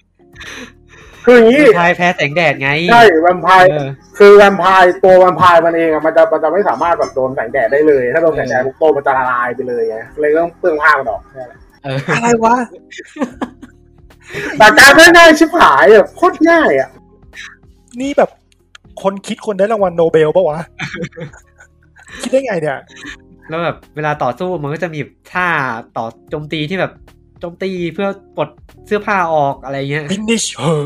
Speaker 3: คืออย่าง
Speaker 1: แว
Speaker 3: นี้
Speaker 1: มไพร์แพ้แสงแดดไง
Speaker 3: ใช่แวมไพร์
Speaker 1: เออ
Speaker 3: คือแวมไพร์ตัวแวมไพร์มันเองอะมันจะมันจะไม่สามารถแบบโดนแสงแดดได้เลย ถ้าโดนแสงแดด
Speaker 1: เออ
Speaker 3: พวกโตวมันจะละลายไปเลยไงเลยต้องเปลืองผ้ามันออก
Speaker 1: เออ
Speaker 2: อะไรวะ
Speaker 3: แต่การง่ายๆชิบหายแบบโคตรง่ายอ่ะ
Speaker 2: นี่แบบคนคิดคนได้รางวัลโนเบลปะวะ คิดได้ไงเนี่ย
Speaker 1: แล้วแบบเวลาต่อสู้มันก็จะมีท่าต่อโจมตีที่แบบโจมตีเพื่อปลดเสื้อผ้าออกอะไรเงี้ย
Speaker 2: finish her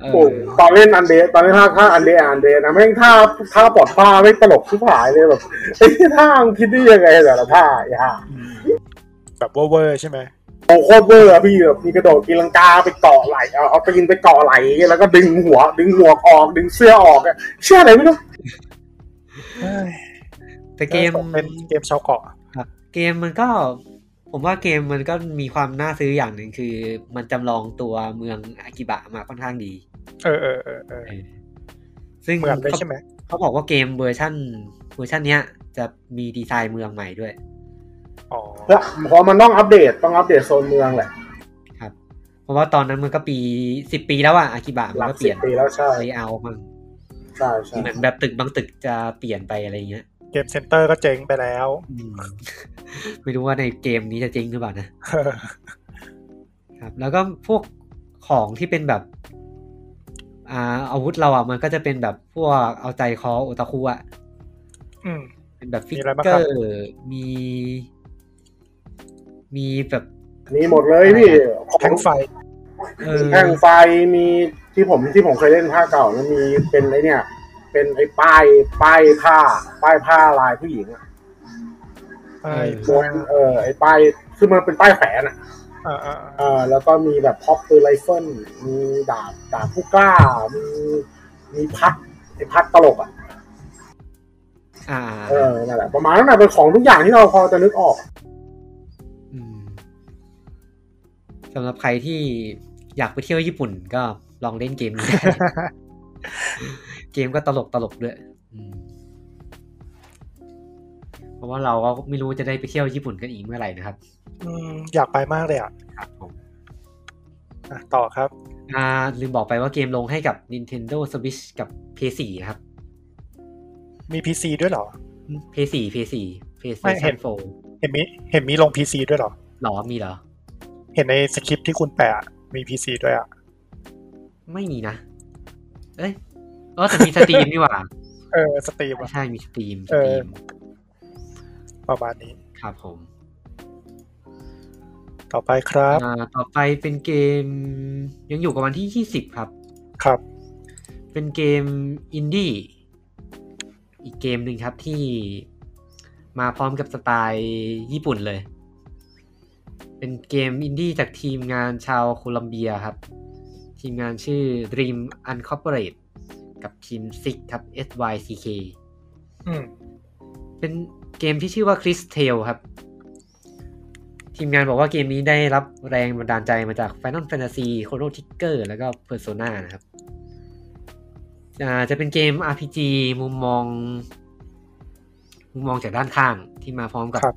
Speaker 1: เอ
Speaker 3: โอ้
Speaker 1: อ
Speaker 3: ตอนเล่นอันเดตอนเล่นท่าท่าอันเดอันเดนะแม่งท่าท่าปลอดผ้าไม่งตลกชิบหายเลยแบบไอ้ท่ามึงคิดได้ยังไงแต่ละท่าอย่า
Speaker 2: แบบเวอร์ๆใช่ไหม
Speaker 3: โอ้โหโคตรเวอร์อะพี่แบบมีกระโดดกีลังกาไปเกาะไหลเอาเอาตีนไปเกาะไหลแล้วก็ดึงหัว ดึงหัวออกดึงเสื้อออกอะเชื่ออะไรไม่รู้
Speaker 1: แต่เกม
Speaker 2: เป็นเกมชาวเกาะ
Speaker 1: เกมมันก็ ผมว่าเกมมันก็มีความน่าซื้ออย่างหนึ่งคือ มันจำลองตัวเมืองอากิบะมาค่อนข้างดี
Speaker 2: เออเออเออเออ
Speaker 1: ซึ่ง
Speaker 2: เหมือนเลย
Speaker 1: เขา
Speaker 2: ใช่ไหม
Speaker 1: เขาบอกว่าเกมเวอร์ชั่นเวอร์ชันเนี้ย จะมีดีไซน์เมืองใหม่ด้วย
Speaker 2: อ๋อ
Speaker 3: แล้วเพราะมันต้องอัปเดตต้องอัปเดตโซนเมืองแหละ
Speaker 1: ครับ เพราะว่าตอนนั้นมันก็ปีสิบปีแล้วอะอากิบะมั
Speaker 3: หลั
Speaker 1: น
Speaker 3: ก
Speaker 1: ก็เป
Speaker 3: สิ
Speaker 1: ลี่ย
Speaker 3: บ
Speaker 1: น
Speaker 3: ปีแล้วใช่
Speaker 1: เลเยอร์มัน
Speaker 3: ใช่ใช่
Speaker 1: เหมือนแบบตึกบางตึกจะเปลี่ยนไปอะไรเงี้ย
Speaker 2: เกมเซ็นเตอร์ก็เจ๊งไปแล้ว
Speaker 1: อืม ไม่รู้ว่าในเกมนี้จะจริงหรือเปล่านะ ครับ แล้วก็พวกของที่เป็นแบบอ่าอาวุธเราอ่ะมันก็จะเป็นแบบพวกเอาใจคอโอตาคุอ่ะ
Speaker 2: อืม
Speaker 1: เป็นแบบฟิก
Speaker 2: มีอะไรบ้าง
Speaker 1: เก
Speaker 2: ค
Speaker 1: อ
Speaker 2: รับ
Speaker 1: ร์ มี มีแบบ
Speaker 3: มีหมดเลยพี่ของ
Speaker 2: แท่งไฟ
Speaker 1: เออ
Speaker 3: แท่งไฟมีที่ผมที่ผมเคยเล่นผ้าเก่ามันมีเป็นไอเนี่ย เป็นไอ้ป้ายป้ายผ้า ป้ายผ้าลายผู้หญิงอะ
Speaker 2: ไอ้
Speaker 3: ม้วนเออไอ้ป้ายคือมันเป็นป้ายแขวนอะ
Speaker 2: อ่าอ่า
Speaker 3: เออแล้วก็มีแบบพ็อปปืนไรเฟิลมีดาบดาบผู้กล้า มีมีพัดไอพัดตลกอ่ะ
Speaker 1: อ่า
Speaker 3: เออนั่นแหละประมาณนั้นแหละเป็นของทุกอย่างที่เราพอจะนึกออก
Speaker 1: มสำหรับใครที่อยากไปเที่ยวญี่ปุ่นก็ลองเล่นเกมนี้ได้ เกมก็ตลกตลกด้วยอืมเพราะว่าเราก็ไม่รู้จะได้ไปเที่ยวญี่ปุ่นกันอีกเมื่อไหร่นะครับ
Speaker 2: อืมอยากไปมากเลยอ่ะอ่ะ ต่อครับ
Speaker 1: อ่าลืมบอกไปว่าเกมลงให้กับ Nintendo Switch กับ PS4 นะครับ
Speaker 2: มี PC ด้วยเหรอ
Speaker 1: PS4 PS4
Speaker 2: ไม่เห็
Speaker 1: PlayStation
Speaker 2: น เห็นมีเห็นมีลง PC ด้วยเหรอ
Speaker 1: 4หรอมีเหรอ
Speaker 2: เห็นในสคริปต์ที่คุณแปะมี PC ด้วยอ่ะ
Speaker 1: ไม่มีนะ เอ้ย เออแต่มีสตรีมนี่หว่า
Speaker 2: เออ สตรีม
Speaker 1: ไม่
Speaker 2: อ่ะ
Speaker 1: ใช่มีสตรีมส
Speaker 2: เอ
Speaker 1: ตรี
Speaker 2: อ
Speaker 1: ม
Speaker 2: ประมาณนี้
Speaker 1: ครับผม
Speaker 2: ต่อไปครับ
Speaker 1: อ่าต่อไปเป็นเกม ยังอยู่กับวันที่ 20 ครับ
Speaker 2: ครับ
Speaker 1: เป็นเกมอินดี้อีกเกมหนึ่งครับที่มาพร้อมกับสไตล์ญี่ปุ่นเลย เป็นเกมอินดี้จากทีมงานชาวโคลัมเบียครับ ทีมงานชื่อ Dream Uncorporate กับทีม Six ครับ SYCK
Speaker 2: อืม
Speaker 1: เป็นเกมที่ชื่อว่า Chris Tale ครับ ทีมงานบอกว่าเกมนี้ได้รับแรงบันดาลใจมาจาก Final Fantasy Chrono Trigger แล้วก็ Persona นะครับ อ่าจะเป็นเกม RPG มุมมอง มุมมองจากด้านข้างที่มาพร้อมกับ
Speaker 2: ครับ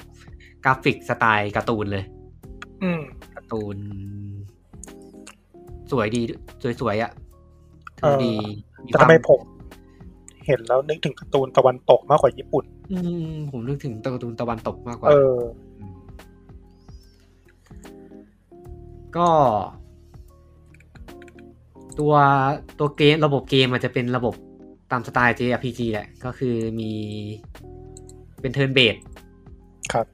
Speaker 1: กราฟิกสไตล์การ์ตูนเลย
Speaker 2: อืม
Speaker 1: การ์ตูน สวยดีสวยๆอะ่ะ
Speaker 2: เออ
Speaker 1: ดี
Speaker 2: แต่ทำไมผม เห็นแล้วนึกถึงการ์ตูนตะวันตกมากกว่าญี่ปุ่น
Speaker 1: อืมผมนึกถึงการ์ตูนตะวันตกมากกว่า
Speaker 2: เออ
Speaker 1: ก็ ตัวตัวเกมระบบเกมมันจะเป็นระบบตามสไตล์ JRPG แหละ ก็คือมีเป็นเทิร์นเบส
Speaker 2: ครับ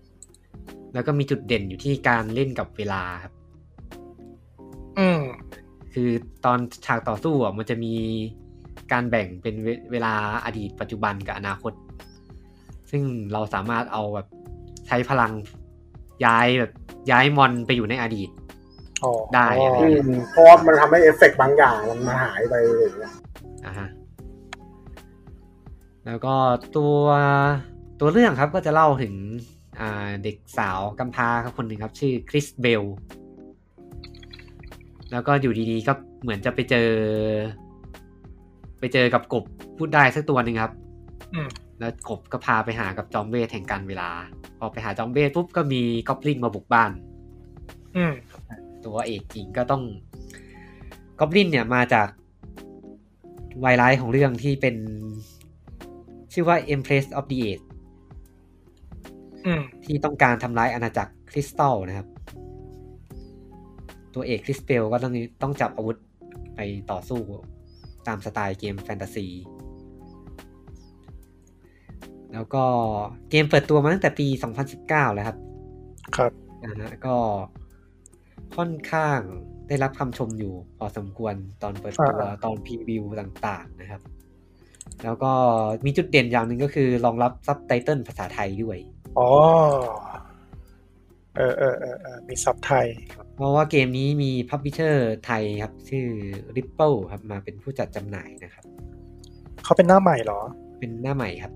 Speaker 1: แล้วก็มีจุดเด่นอยู่ที่การเล่นกับเวลาครับ
Speaker 2: อืม
Speaker 1: คือตอนฉากต่อสู้อ่ะมันจะมีการแบ่งเป็นเวเวลาอดีตปัจจุบันกับอนาคต ซึ่งเราสามารถเอาแบบใช้พลังย้ายแบบย้ายมอนไปอยู่ในอดีต
Speaker 2: อ๋อ
Speaker 1: ได้อะไร
Speaker 3: อืมเพราะว่ามันทำให้เอฟเฟกต์บางอย่างมันหายไปอะไรอย่างเงี้ย
Speaker 1: อ่าฮะแล้วก็ตัวตัวเรื่องครับก็จะเล่าถึงอ่าเด็กสาวกำพร้าครับคนหนึ่งครับ ชื่อคริสเบล แล้วก็อยู่ดีๆก็เหมือนจะไปเจอ ไปเจอกับกบพูดได้สักตัวหนึ่งครับ
Speaker 2: อืม
Speaker 1: แล้วกบก็พาไปหากับจอมเวทแห่งการเวลา พอไปหาจอมเวทปุ๊บก็มีกอบลินมาบุกบ้าน
Speaker 2: อืม
Speaker 1: ตัวเอกจริงก็ต้องกอบลินเนี่ยมาจากไวรัสของเรื่องที่เป็น ชื่อว่า Empress of the Age
Speaker 2: อืม
Speaker 1: ที่ต้องการทำร้ายอาณาจักรคริสตัลนะครับ ตัวเอกคริสเปลก็ต้องต้องจับอาวุธไปต่อสู้ตามสไตล์เกมแฟนตาซี แล้วก็เกมเปิดตัวมาตั้งแต่ปี 2019 แล้วครับ
Speaker 2: ครับ
Speaker 1: นะฮะก็ค่อนข้างได้รับคำชมอยู่พอสมควรตอนเปิดตัว
Speaker 2: อ่า
Speaker 1: ตอนพรีวิวต่างๆนะครับ แล้วก็มีจุดเด่นอย่างหนึ่งก็คือรองรับซับไตเติลภาษาไทยด้วย
Speaker 2: อ๋อ เออเออเออเออมีซับไทย
Speaker 1: เพราะว่าเกมนี้มีพับ l ิเชอร์ไทยครับ ชื่อ Ripple ครับมาเป็นผู้จัดจำหน่ายนะครับ
Speaker 2: เขาเป็นหน้าใหม่เหรอ
Speaker 1: เป็นหน้าใหม่ครับ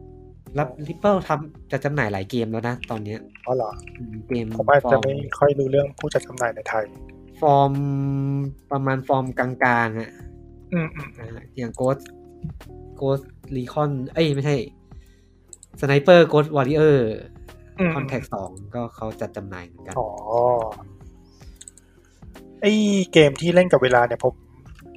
Speaker 1: รับ Ripple ทำจะจำหน่ายหลายเกมแล้วนะ ตอนเนี้ย
Speaker 2: อ๋อเหรอ
Speaker 1: อืมเกม
Speaker 2: ผมอาจจะ
Speaker 1: ฟ
Speaker 2: ไม่
Speaker 1: ร์ม
Speaker 2: ค่อยรู้เรื่องผู้จัดจำหน่ายในไทย
Speaker 1: ฟอร์มประมาณฟอร์มกลางๆอะ
Speaker 2: อืมอืมอื
Speaker 1: นะ
Speaker 2: ม
Speaker 1: ฮะอย่างโกสโกสรีคอนเอ้ยไม่ใช่สไนเปอร์โกสวอริเออร์
Speaker 2: อืม
Speaker 1: คอนแทคสองก็เขาจัดจำหน่ายเหมือนกัน
Speaker 2: อ๋อ ไอเกมที่เล่นกับเวลาเนี่ยผม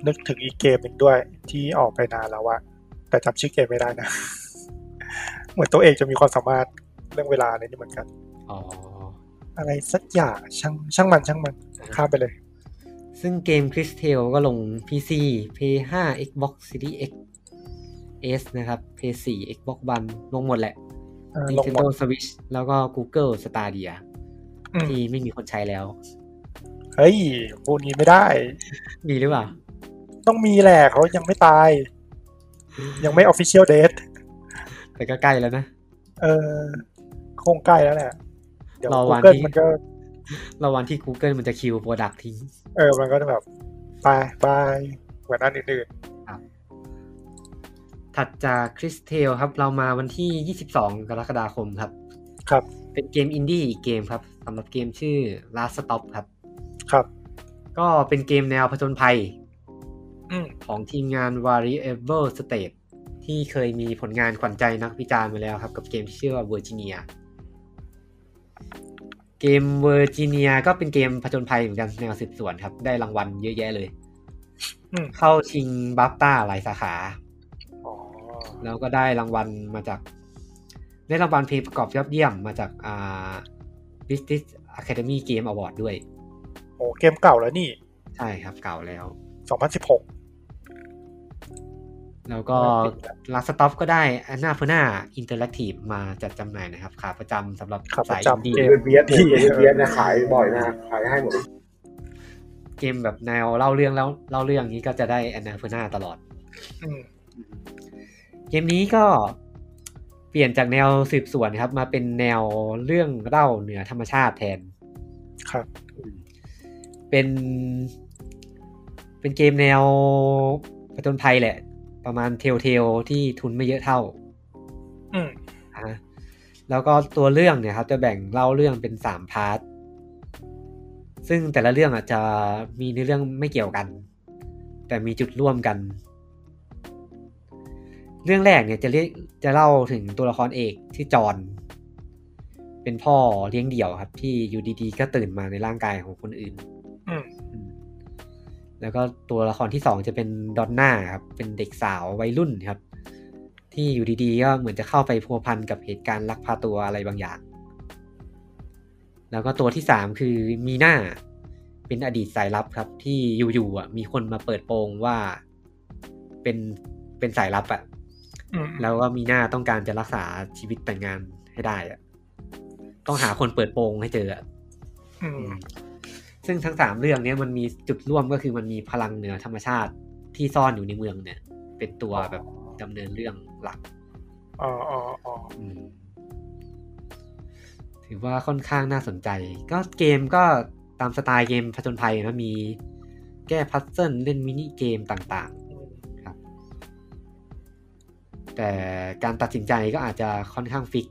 Speaker 2: นึกถึงอีกเกมหนึ่งด้วย ที่ออกไปนานแล้วอะแต่จำชื่อเกมไม่ได้นะ เหมือนตัวเอกจะมีความสามารถเรื่องเวลาอะไรนี่เหมือนกัน
Speaker 1: อ๋อ
Speaker 2: อะไรสักอย่างช่างช่างมันช่างมันข้ามไปเลย
Speaker 1: ซึ่งเกมคริสเทลก็ลง PC PS5 Xbox Series X S นะครับ PS4 Xbox One ลงหมดแหละ
Speaker 2: เออลงหมด
Speaker 1: Nintendo Switch แล้วก็ Google Stadia
Speaker 2: อืม
Speaker 1: ที่ไม่มีคนใช้แล้ว
Speaker 2: เฮ้ยพวกนี้ไม่ได้
Speaker 1: มีหรือเปล่า
Speaker 2: ต้องมีแหละเขายังไม่ตาย ยังไม่ออฟฟิเชียลเดท
Speaker 1: แต่ก็ใกล้แล้วนะ
Speaker 2: เออคงใกล้แล้วแหละเดี๋ยว
Speaker 1: รอวัน
Speaker 2: Google
Speaker 1: ที่
Speaker 2: มันก็
Speaker 1: ระหว่างที่ Google มันจะคิวโปรดักทิ้ง
Speaker 2: เออมันก็จะแบบบายบายเหมือนอันอื่น
Speaker 1: ถัดจากคริสเทลครับ เรามาวันที่ 22 กรกฎาคมครับ
Speaker 2: ๆครับ
Speaker 1: เป็นเกมอินดี้อีกเกมครับสำหรับเกมชื่อ Last Stop ครับ
Speaker 2: ครับ
Speaker 1: ก็เป็นเกมแนวผจญภัย
Speaker 2: อืม
Speaker 1: ของทีมงาน Variable State ที่เคยมีผลงานขวัญใจนักวิจารณ์มาแล้วครับ กับเกมที่ชื่อว่า Virginia เกม Virginia ก็เป็นเกมผจญภัยเหมือนกันแนวสืบสวนครับ ได้รางวัลเยอะแยะเลย
Speaker 2: อืม
Speaker 1: เข้าชิงบัฟต้าหลายสาขา
Speaker 2: อ๋อ
Speaker 1: แล้วก็ได้รางวัลมาจาก ได้รางวัลเพลงประกอบยอดเยี่ยมมาจากอ่า British Academy Game Award ด้วย
Speaker 2: โอ้เกมเก่าแล้วนี่
Speaker 1: ใช่ครับเก่าแล้ว
Speaker 2: 2016
Speaker 1: แล้วก็ลาสต็อปก็ได้อันนาเพน่าอินเตอร์แอคทีฟมาจัดจำหน่ายนะครับขาประจำสำหรับ
Speaker 2: ขาประ
Speaker 1: สาย
Speaker 2: จำ
Speaker 1: อินดี้
Speaker 2: เกม
Speaker 3: เบียดเนี่ยเบียดเนี่ยขายบ่อยมากขายให้หมด
Speaker 1: เกมแบบแนวเล่าเรื่องแล้วเล่าเรื่องนี้ก็จะได้อันนาเพน่าตลอด
Speaker 2: อืม
Speaker 1: เกมนี้ก็เปลี่ยนจากแนวสืบสวนครับ มาเป็นแนวเรื่องเล่าเหนือธรรมชาติแทน
Speaker 2: ครับ
Speaker 1: เป็น เป็นเกมแนวผจญภัยแหละ ประมาณเทลเทลที่ทุนไม่เยอะเท่า
Speaker 2: อืม
Speaker 1: อ่ะแล้วก็ตัวเรื่องเนี่ยครับจะแบ่งเล่าเรื่องเป็นสามพาร์ท ซึ่งแต่ละเรื่องอาจจะมีเนื้อเรื่องไม่เกี่ยวกัน แต่มีจุดร่วมกัน เรื่องแรกเนี่ยจะเรียกจะเล่าถึงตัวละครเอกที่อจอห์นเป็นพ่อเลี้ยงเดี่ยวครับ ที่อยู่ดีๆ ก็ตื่นมาในร่างกายของคนอื่น
Speaker 2: อืม
Speaker 1: อืมแล้วก็ตัวละครที่สองจะเป็นดอนน่าครับเป็นเด็กสาววัยรุ่นครับ ที่อยู่ดีๆก็เหมือนจะเข้าไปพัวพันกับเหตุการณ์ลักพาตัวอะไรบางอย่าง แล้วก็ตัวที่สามคือมีน่าเป็นอดีตสายลับครับ ที่อยู่ๆอ่ะมีคนมาเปิดโปงว่าเป็นเป็นสายลับอ่ะ
Speaker 2: อืม
Speaker 1: แล้วก็มีหน้าต้องการจะรักษาชีวิตแต่งงานให้ได้อะต้องหาคนเปิดโปงให้เจออะ
Speaker 2: อืม
Speaker 1: ซึ่งทั้งสามเรื่องเนี้ยมันมีจุดร่วมก็คือมันมีพลังเหนือธรรมชาติที่ซ่อนอยู่ในเมืองเนี่ย เป็นตัวแบบดำเนินเรื่องหลัก
Speaker 2: อ๋ออ๋ออ๋อ
Speaker 1: อืมถือว่าค่อนข้างน่าสนใจ ก็เกมก็ตามสไตล์เกมผจญภัยนะมีแก้พัซเซิลเล่นมินิเกมต่างๆครับ แต่การตัดสินใจก็อาจจะค่อนข้างฟิก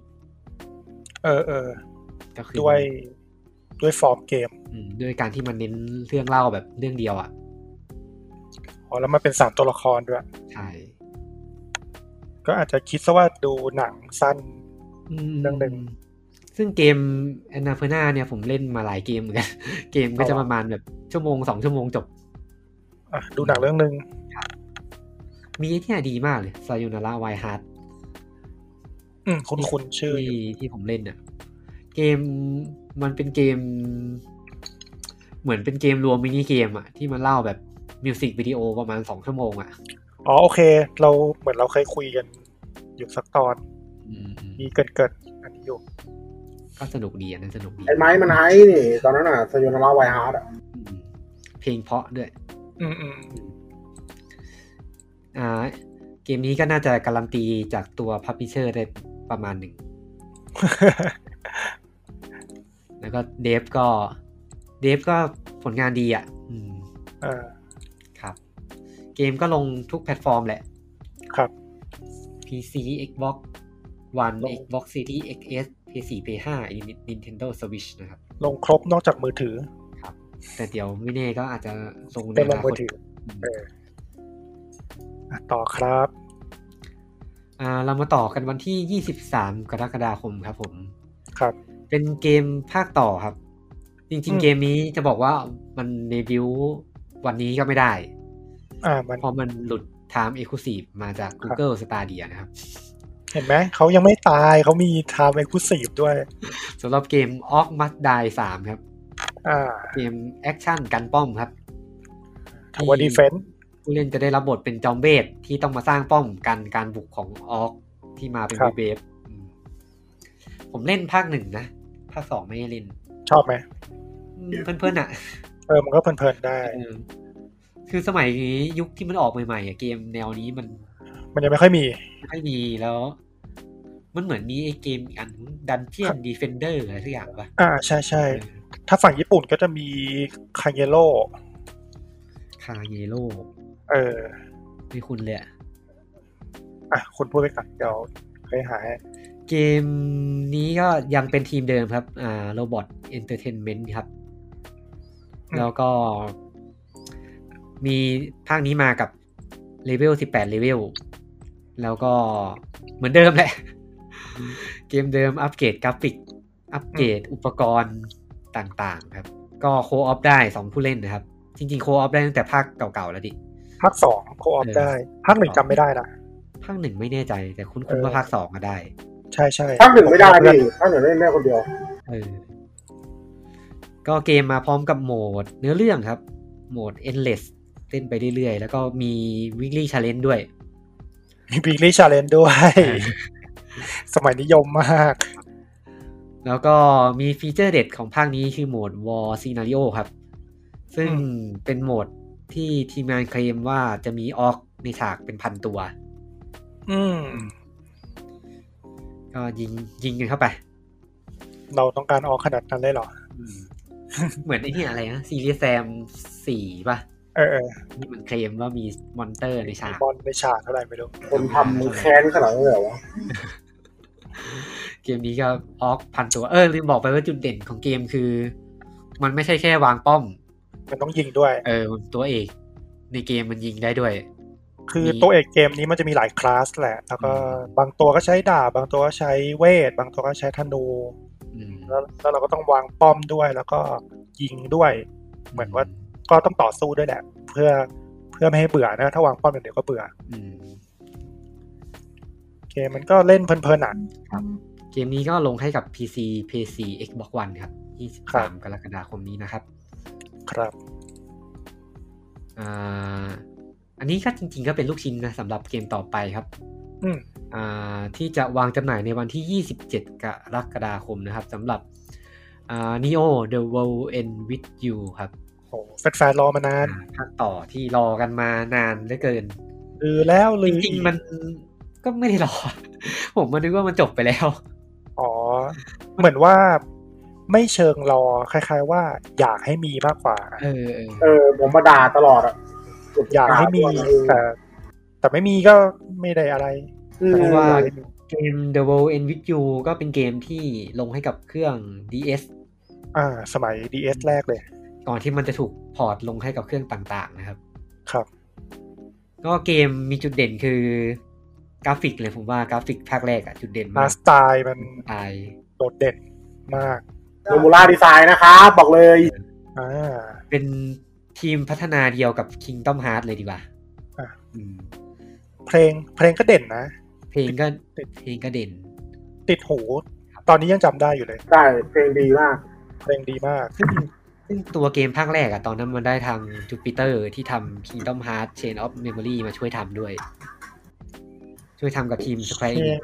Speaker 2: เออเออ
Speaker 1: ก็คือ
Speaker 2: ด้วยด้วยฟอร์มเกม
Speaker 1: อืมด้วยการที่มันเน้นเรื่องเล่าแบบเรื่องเดียวอ่ะ
Speaker 2: อ๋อแล้วมันเป็นสามตัวละครด้วย
Speaker 1: ใช่
Speaker 2: ก็อาจจะคิดซะว่าดูหนังสั้น
Speaker 1: ม
Speaker 2: เรื่องหนึ่ง
Speaker 1: ซึ่งเกมแอนนาเพอร์นาเนี่ยผมเล่นมาหลายเกมเหมือน กัน เกมก็
Speaker 2: เอาวะ
Speaker 1: จะประมาณแบบชั่วโมงสองชั่วโมงจบ
Speaker 2: อ่ะดูหนังเรื่องหนึ่ง
Speaker 1: มีไอ้ที่ดีมากเลยซา y ูนาร่าไวฮาร์ด
Speaker 2: อืมคุณคุณชื่ออ
Speaker 1: ที่
Speaker 2: ยู่
Speaker 1: ที่ผมเล่นอ่ะ เกมมันเป็นเกม เหมือนเป็นเกมรวมมินิเกมอ่ะ ที่มันเล่าแบบมิวสิกวิดีโอประมาณสองชั่วโมงอ่ะ
Speaker 2: อ๋อโอเค เราเหมือนเราเคยคุยกัน อยู่สักตอน
Speaker 1: อืมอืม
Speaker 2: มีเกินเกิดอันนี้อยู่
Speaker 1: ก็สนุกดีอันนั้นสนุกดี
Speaker 3: ไอ้ไม้มันไฮนี่ตอนนั้นอ่ะสยนาราไวฮาร์ดอ่ะ
Speaker 1: อืมเพลงเพราะด้วย
Speaker 2: อืมอืม
Speaker 1: อ่าเกมนี้ก็น่าจะการันตีจากตัวพับพิเชอร์ได้ประมาณหนึ่ง แล้วก็เดฟก็เดฟก็ผลงานดีอ่ะ อืม
Speaker 2: เออ
Speaker 1: ครับ เกมก็ลงทุกแพลตฟอร์มแหละ
Speaker 2: ครับ
Speaker 1: PC Xbox One Xbox Series XS PS4 PS5 Nintendo Switch นะครับ
Speaker 2: ลงครบนอกจากมือถือ
Speaker 1: แต่เดี๋ยวไม่แน่ก็อาจจะลงใน
Speaker 2: เป็
Speaker 1: อ
Speaker 2: นลง
Speaker 1: นาค
Speaker 2: มือ
Speaker 1: ต
Speaker 2: ถือ
Speaker 1: อืม
Speaker 2: เอออ่ะต่อครับ
Speaker 1: อ่าเรามาต่อกันวันที่ 23 กรกฎาคมครับผม
Speaker 2: ครับ
Speaker 1: เป็นเกมภาคต่อครับ จ
Speaker 2: อื
Speaker 1: ริง
Speaker 2: ม
Speaker 1: ๆ เกมนี้จะบอกว่ามันเดบิวต์วันนี้ก็ไม่ได้
Speaker 2: อ่ามัน
Speaker 1: เพราะมันหลุด Time Exclusive มาจาก Google Stadia นะครับ
Speaker 2: เห็นไหมเขายังไม่ตายเขามีไทม์เอ็กซ์คลูซีฟด้วย
Speaker 1: สำหรับเกม o c Must Die 3 ครับ
Speaker 2: อ่า
Speaker 1: เกมแอคชั่นกันป้อมครับ
Speaker 2: ทำว่าดีเฟนต์
Speaker 1: ผู้เล่นจะได้รับบทเป็นจอมเวทที่ต้องมาสร้างป้อมกันการบุกของออกที่มาเป็นเวฟอืมผมเล่นภาคหนึ่งนะ ภาคสองไม่ได้เล่น
Speaker 2: ชอบไหม
Speaker 1: อืมเพื่อนๆอ่ะ
Speaker 2: เออมันก็เพลินๆได้
Speaker 1: เออคือสมัยนี้ยุคที่มันออกใหม่ๆอะเกมแนวนี้มัน
Speaker 2: มันยังไม่ค่อยมี
Speaker 1: ไม่ค่อยมีแล้ว มันเหมือนมีไอ้เกมอีกอันดันเจียนดีเฟนเดอร์อะไรสักอย่างปะ
Speaker 2: อ่าใช่ใช่ถ้าฝั่งญี่ปุ่นก็จะมีคาเยโร่
Speaker 1: คาเยโร่
Speaker 2: เออ
Speaker 1: ไม่คุณเลยอะ
Speaker 2: อ่ะคุณพูดไปก่อนเดี๋ยวเคยหาให้
Speaker 1: เกมนี้ก็ยังเป็นทีมเดิมครับ อ่าโรบอทเอนเตอร์เทนเมนต์ครับ แล้วก็ มีภาคนี้มากับเลเวล 18 เลเวล แล้วก็เหมือนเดิมแหละ เกมเดิมอัปเกรดกราฟิก อัปเกรดอุปกรณ์ต่างๆ ครับ ก็โคออฟได้ 2 ผู้เล่นนะครับ จริงๆโคออฟได้ตั้งแต่ภาคเก่าๆ แล้วดิ
Speaker 2: ภาคสองโคออฟ
Speaker 1: เออ
Speaker 2: ได้ ภาคหนึ่งจำไม่ได้นะ
Speaker 1: ภาคหนึ่งไม่แน่ใจ แต่คุ้น
Speaker 2: เอ
Speaker 1: ๆ
Speaker 2: อ
Speaker 1: ว่าภาคสองก็ได้
Speaker 2: ใช่ใช่
Speaker 3: ภาคหนึ่งไม่ได้พี่ภาคหนึ่งเล่นได้คนเดียว
Speaker 1: เออ ก็เกมมาพร้อมกับโหมดเนื้อเรื่องครับ โหมด endless เล่นไปเรื่อยๆ แล้วก็มี weekly challenge ด้วย
Speaker 2: มีบิ๊กลี่ชาเลนด้วย
Speaker 1: อ่า
Speaker 2: สมัยนิยมมาก
Speaker 1: แล้วก็มีฟีเจอร์เด็ดของภาคนี้คือโหมด War Scenario ครับ ซึ่ง
Speaker 2: อื
Speaker 1: เป็นโหมดที่ทีมงานเคลมว่าจะมีออกในฉากเป็นพันตัว
Speaker 2: อืม
Speaker 1: ก็ยิงยิงกันเข้าไป
Speaker 2: เราต้องการออกขนาดนั้นเลยเหรอ
Speaker 1: เหมือนไอ้เนี่ยอะไรนะซีรีส์แซมสี่ป่ะ
Speaker 2: เออเออ
Speaker 1: ที่มันเคลมว่ามีมอนเตอร์ในฉาก
Speaker 2: บอลในฉากเท่าไหร่ไม่รู้
Speaker 3: คนทำมึงแค้นขนาดนั้นเลยเหรอวะ
Speaker 1: เกมนี้ก็ออกพันตัวเออลืมบอกไปว่าจุดเด่นของเกมคือ มันไม่ใช่แค่วางป้อม
Speaker 2: มันต้องยิงด้วย
Speaker 1: เออตัวเอก ในเกมมันยิงได้ด้วย
Speaker 2: คือ
Speaker 1: มี
Speaker 2: ตัวเอกเกมนี้มันจะมีหลายคลาสแหละ แล้วก็บางตัวก็ใช้ดาบบางตัวก็ใช้เวท บางตัวก็ใช้ธนู
Speaker 1: อืม
Speaker 2: แล้วแล้วเราก็ต้องวางป้อมด้วยแล้วก็ยิงด้วย เหมือนว่าก็ต้องต่อสู้ด้วยแหละ เพื่อเพื่อไม่ให้เบื่อนะถ้าวางป้อมอย่างเดียวก็เบื่อ
Speaker 1: อืม
Speaker 2: เกมมันก็เล่นเพลินๆอ่ะ
Speaker 1: เกมนี้ก็ลงให้กับ PC PC Xbox One ครับ
Speaker 2: ครับ
Speaker 1: 23 กรกฎาคมนี้นะครับ
Speaker 2: ครับ
Speaker 1: อ่าอันนี้ก็จริงๆก็เป็นลูกชิ้นนะสำหรับเกมต่อไปครับ
Speaker 2: อืม
Speaker 1: อ่าที่จะวางจำหน่ายในวันที่ 27 กรกฎาคมนะครับสำหรับอ่า Neo The World End With You ครับ
Speaker 2: โหแฟนๆรอมานาน
Speaker 1: ภาคต่อที่รอกันมานานเหลือเกิน
Speaker 2: ลือแล้วลื
Speaker 1: จ
Speaker 2: อ
Speaker 1: ริง
Speaker 2: อีก
Speaker 1: ๆมันก็ไม่ได้ร อ ผมมันนึกว่ามันจบไปแล้ว
Speaker 2: อ๋อ เหมือนว่าไม่เชิงรอคล้ายๆ ว่าอยากให้มีมากกว่า
Speaker 1: เออเออ
Speaker 3: เออ ผมมาด่าตลอดอ่ะ
Speaker 2: อยากให้มีแต่แต่ไม่มีก็ไม่ได้อะไร
Speaker 3: อืม
Speaker 2: แต่ก็อยากให้มี
Speaker 1: เกม The World End With You ก็เป็นเกมที่ลงให้กับเครื่อง DS
Speaker 2: อ่า สมัย DS แรกเลย
Speaker 1: ก่อนที่มันจะถูกพอร์ตลงให้กับเครื่องต่างๆนะครับ
Speaker 2: ครับ
Speaker 1: ก็เกมมีจุดเด่นคือกราฟิกเลยผมว่ากราฟิกภาคแรกอะจุดเด่
Speaker 2: มาม
Speaker 1: นาก
Speaker 2: สไตล์มัน
Speaker 1: ตาย
Speaker 2: โดดเด่นมาก
Speaker 3: โนมูล่าดีไซน์นะครับบอกเลย
Speaker 2: อ่า
Speaker 1: เป็นทีมพัฒนาเดียวกับ Kingdom Hearts เลยดีกว่า
Speaker 2: อ่ะ
Speaker 1: อืม
Speaker 2: เพลงเพลงก็เด่นนะ
Speaker 1: เพลงก็
Speaker 2: ติด
Speaker 1: เพลงก็เด่น
Speaker 2: ติดหู ตอนนี้ยังจำได้อยู่เลย
Speaker 3: ได้เพลงดีมาก
Speaker 2: เพลงดีมาก
Speaker 1: ซึ่งซึ่งตัวเกมภาคแรกอะตอนนั้นมันได้ทางจูปิเตอร์ที่ทำ Kingdom Hearts Chain of Memory มาช่วยทำด้วย ช่วยทำกับทีม Square Enix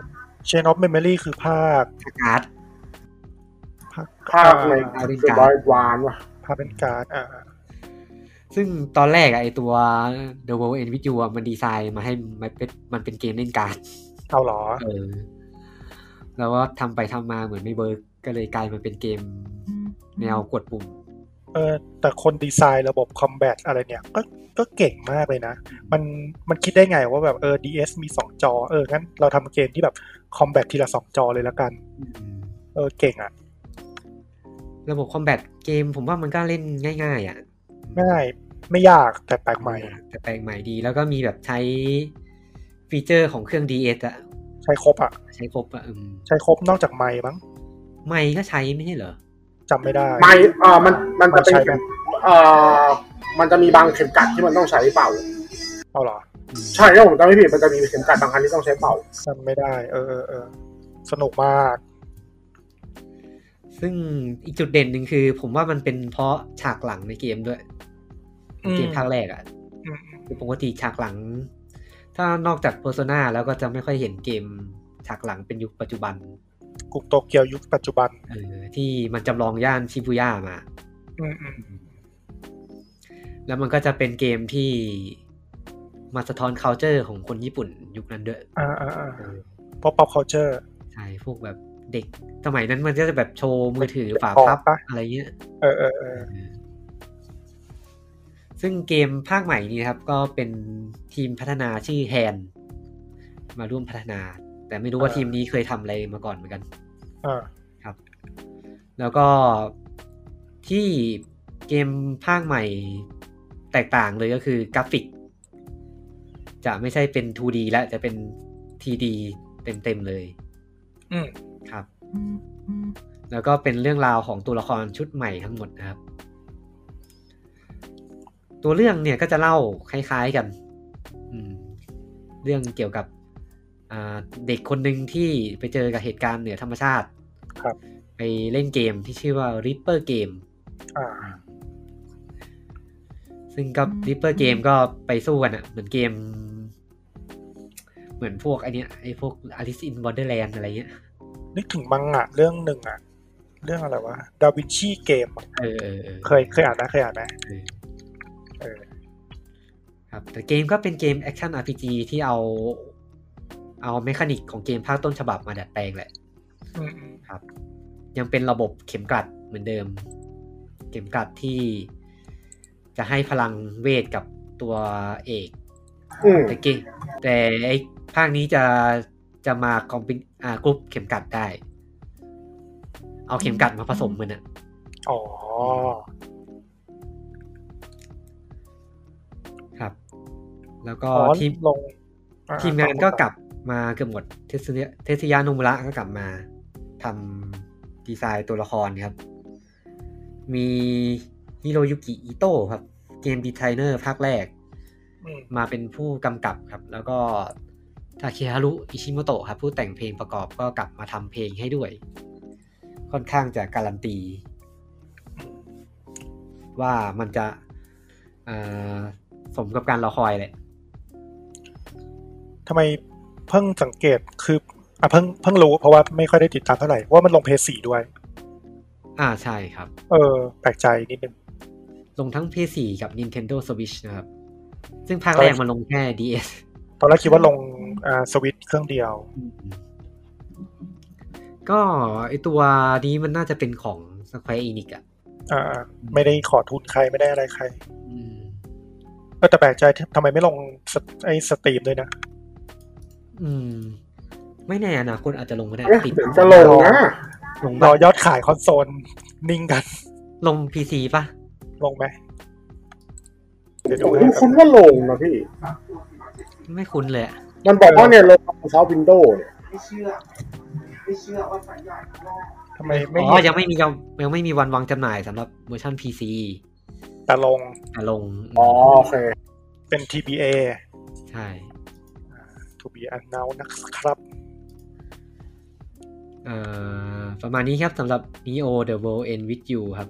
Speaker 2: Chain of Memory คือภาค
Speaker 1: ภาคการ์ด
Speaker 2: ภาค
Speaker 3: ภาพใน
Speaker 1: เอาดิน
Speaker 3: เด
Speaker 1: กา
Speaker 3: บอยวานว่ะ
Speaker 2: ภาพเป็นการ์ดอ่า
Speaker 1: ซึ่งตอนแรกอะไอตัว The World End With You อะมันดีไซน์มาให้มันเป็นมันเป็นเกมเล่นการ์ด
Speaker 2: เอาเหรอ
Speaker 1: เออ แล้วว่าทำไปทำมาเหมือนไม่เบิร์กก็เลยกลายมาเป็นเกมแนวกดปุ่ม
Speaker 2: เออแต่คนดีไซน์ระบบคอมแบทอะไรเนี่ย ก็ก็เก่งมากเลยนะ มันมันคิดได้ไงว่าแบบเออ DS มี 2 จอ เออ งั้นเราทำเกมที่แบบคอมแบททีละ 2 จอเลยละกัน เออ เก่งอ่ะ
Speaker 1: ระบบคอมแบทเกมผมว่ามันก็เล่นง่ายๆอะ
Speaker 2: ง่ายไม่ยากแต่แปลกใหม่
Speaker 1: แต่แปลงใหม่ดีแล้วก็มีแบบใช้ฟีเจอร์ของเครื่อง DS อะ
Speaker 2: ใช้ครบอ่ะ
Speaker 1: ใช้ครบอะอืม
Speaker 2: ใช้ครบนอกจากไม้มั้ง
Speaker 1: ไม่ก็ใช้ไม่ใช่เหรอ
Speaker 2: จำไม่ได้
Speaker 3: ไม่เออมัน มันจะ
Speaker 2: มัน
Speaker 3: เป็น
Speaker 2: ใช้ไหม
Speaker 3: เออมันจะมีบางเข็มกัดที่มันต้องใช้เป่า
Speaker 2: เอาเหรอ
Speaker 1: อืม
Speaker 3: ใช่ถ้าผมจำไม่ผิดมันจะมีเข็มกัดบางอันที่ต้องใช้เป่า
Speaker 2: จำไม่ได้ เออเออเออสนุกมาก
Speaker 1: ซึ่งอีกจุดเด่นหนึ่งคือ ผมว่ามันเป็นเพราะฉากหลังในเกมด้วย
Speaker 2: อืม
Speaker 1: เกมภาคแรกอะ
Speaker 2: อืม
Speaker 1: คือปกติฉากหลัง ถ้านอกจากโ e r s o n a แล้วก็จะไม่ค่อยเห็นเกมฉากหลังเป็นยุคปัจจุบัน
Speaker 2: กรุงโตเกียวยุคปัจจุบัน
Speaker 1: เออที่มันจำลองย่านชิบูย่ามา
Speaker 2: อืมอืม
Speaker 1: แล้วมันก็จะเป็นเกมที่มาสะท้อน culture ของคนญี่ปุ่นยุคนั้นด้วย
Speaker 2: อ่าอ่าอ่าเพราะ pop culture
Speaker 1: ใช่พวกแบบเด็กสมัยนั้นมันก็จะแบบโชว์มือถือฝา
Speaker 2: ของ
Speaker 1: พับ
Speaker 2: ปะ
Speaker 1: อะไรเงี้ย
Speaker 2: เออเออเออ
Speaker 1: ซึ่งเกมภาคใหม่นี้นะครับ ก็เป็นทีมพัฒนาชื่อแฮนมาร่วมพัฒนา แต่ไม่รู้ว่าทีมนี้เคยทำอะไรมาก่อนเหมือนกัน
Speaker 2: อ่า
Speaker 1: แล้วก็ที่เกมภาคใหม่แตกต่างเลยก็คือกราฟิก จะไม่ใช่เป็น 2D แล้วจะเป็น 3D เต็มๆเลย
Speaker 2: อืม
Speaker 1: ครับ แล้วก็เป็นเรื่องราวของตัวละครชุดใหม่ทั้งหมดนะครับ ตัวเรื่องเนี่ยก็จะเล่าคล้ายๆกัน อืม เรื่องเกี่ยวกับอ่าเด็กคนหนึ่งที่ไปเจอกับเหตุการณ์เหนือธรรมชาติ
Speaker 2: ครับ
Speaker 1: ไปเล่นเกมที่ชื่อว่า Ripper Game
Speaker 2: อ่า
Speaker 1: ซึ่งก็ Ripper Game ก็ไปสู้กันอะเหมือนเกม เหมือนพวกไอเนี้ยไอพวก Alice in Wonderland อะไรเงี้ย
Speaker 2: นึกถึงมังงะเรื่องหนึ่งอ่ะ เรื่องอะไรวะดาวินชีเกม
Speaker 1: เออเออออ
Speaker 2: เคยเคยอ่านนะเคยอ่านนะเออ
Speaker 1: ครับแต่เกมก็เป็นเกมแอคชั่น RPG ที่เอา เอาเมคานิกของเกมภาคต้นฉบับมาดัดแปลงแหละ
Speaker 2: อืมอืม
Speaker 1: ครับ ยังเป็นระบบเข็มกลัดเหมือนเดิม เก ข็มกลัดที่จะให้พลังเวทกับตัวเอก
Speaker 3: อืม
Speaker 1: แต่เกมแต่ไอ้ภาคนี้จะจะมาคอมบินอ่ากรุ๊ปเข็มกลัดได้ เอาเข็มกลัดมาผสมมันอะ
Speaker 2: อ๋อ
Speaker 1: ครับ แล้วก็
Speaker 2: อ๋อ
Speaker 1: ทีม
Speaker 2: ลงอ่า
Speaker 1: ทีมงานก็
Speaker 2: ต่อ
Speaker 1: กลับมาเกือบหมดเทสยาเทสยานุมุระก็กลับมาทำดีไซน์ตัวละครครับ มีฮิโรยุกิอิโต้ครับ เกมดีไซเนอร์ภาคแรก
Speaker 2: อืม
Speaker 1: มาเป็นผู้กำกับครับ แล้วก็ทาเคฮารุอิชิโมโตะครับ ผู้แต่งเพลงประกอบก็กลับมาทำเพลงให้ด้วย ค่อนข้างจะการันตี ว่ามันจะเอ่อสมกับการรอคอยเลย
Speaker 2: ทำไมเพิ่งสังเกตคืออ่ะเพิ่งเพิ่งรู้เพราะว่าไม่ค่อยได้ติดตามเท่าไหร่ว่ามันลงเพย์สี่ด้วย
Speaker 1: อ่าใช่ครับ
Speaker 2: เออ แปลกใจนิดนึง
Speaker 1: ลงทั้ง PS4 กับ Nintendo Switch นะครับ ซึ่งภาคแรกมันลงแค่ DS
Speaker 2: ตอนแรกคิดว่าลงอ่าสวิตช์เครื่องเดียว
Speaker 1: ก็ไอตัวนี้มันน่าจะเป็นของ Square Enix อะ
Speaker 2: อ่า ไม่ได้ขอทุนใครไม่ได้อะไรใคร
Speaker 1: อืม
Speaker 2: เออแต่แปลกใจที่ทำไมไม่ลงสไอสตรีมด้วยนะ
Speaker 1: อืม ไม่แน่อนาคตอาจจะลงก็ได้
Speaker 3: เอ๊ะ
Speaker 1: ติด
Speaker 3: เดี๋ยวจะลงนะ
Speaker 1: ลง
Speaker 2: ร
Speaker 1: ปะ
Speaker 2: อยอดขายคอนโซลนิ่งกัน
Speaker 1: ลง PC ปะ
Speaker 2: ลงไหมเดี๋ยวดู
Speaker 3: ผม
Speaker 2: ให้
Speaker 3: คุ้นว่าลงนะพี่
Speaker 1: ไม่คุ้นเลยอะ
Speaker 3: มันบอกว่าเนี่ยลงเซาวินโดเนี่ย
Speaker 4: ไม่เชื่อ ไม่เชื่อว่าสัญญาณของเรา
Speaker 2: ทำไมไม่
Speaker 1: อ๋อ ยังไม่มียังยังไม่มีวันวางจำหน่ายสำหรับเวอร์ชัน PC
Speaker 2: แต่ลง
Speaker 1: แต่ลง
Speaker 3: อ๋อโอเค
Speaker 2: เป็น TBA
Speaker 1: ใช่
Speaker 2: ทูบีอันนาวนะครับ
Speaker 1: เอ่อประมาณนี้ครับสำหรับ Neo The World End With You ครับ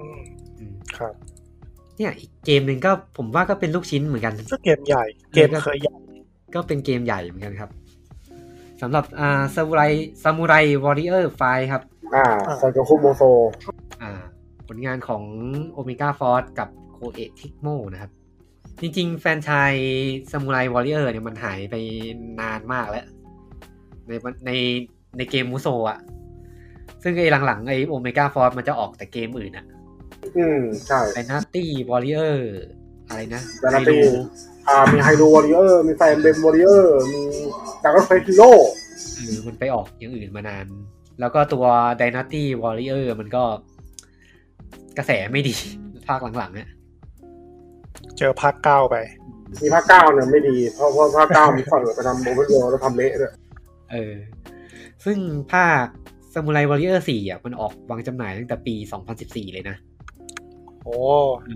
Speaker 2: อืม
Speaker 1: อืม
Speaker 2: ครับ
Speaker 1: เนี่ยอีกเกมหนึ่งก็ผมว่าก็เป็นลูกชิ้นเหมือนกัน
Speaker 2: ก็เกมใหญ่ เกมเคยใหญ่
Speaker 1: ก็เป็นเกมใหญ่เหมือนกันครับสำหรับอ่าซามูไรซามูไรวอริเออร์ไฟครับ
Speaker 3: อ่าซากคุโมโซ
Speaker 1: อ่าผลงานของ Omega Force กับ k o e t i c m o นะครับ จริงๆ แฟรนไชายซามูไรวอริเออร์เนี่ยมันหายไปนานมากแล้ว ในในในเกมมูโซอะซึ่งไอ้หลังๆ ไอ้ Omega Force มันจะออกแต่เกมอื่นอะ
Speaker 3: อืม ใช่
Speaker 1: ไอ้นาตี้วอริเออร์อะไรนะ
Speaker 3: Dynasty
Speaker 1: Hyrule
Speaker 3: อ่า มีไฮโ o วอริเออร์ มีไฟเบมวอริเออร์ มีดาร์กเฟสฮิโร่
Speaker 1: หรือมันไปออกอย่างอื่นมานาน แล้วก็ตัว Dynasty Warrior มันก็กระแสไม่ดี ภาคหลังๆเนี่ย
Speaker 2: เจอภาคเก้าไป
Speaker 3: มีภาคเก้าเนี่ยไม่ดี เพราะเพราะภาคเก้ามีคนไปทำโอเวอร์เวลแล้วทำเละด้วย
Speaker 1: เออ ซึ่งภาค Samurai Warrior 4อ่ะมันออกวางจำหน่ายตั้งแต่ปี 2014 เลยนะ
Speaker 2: โอ้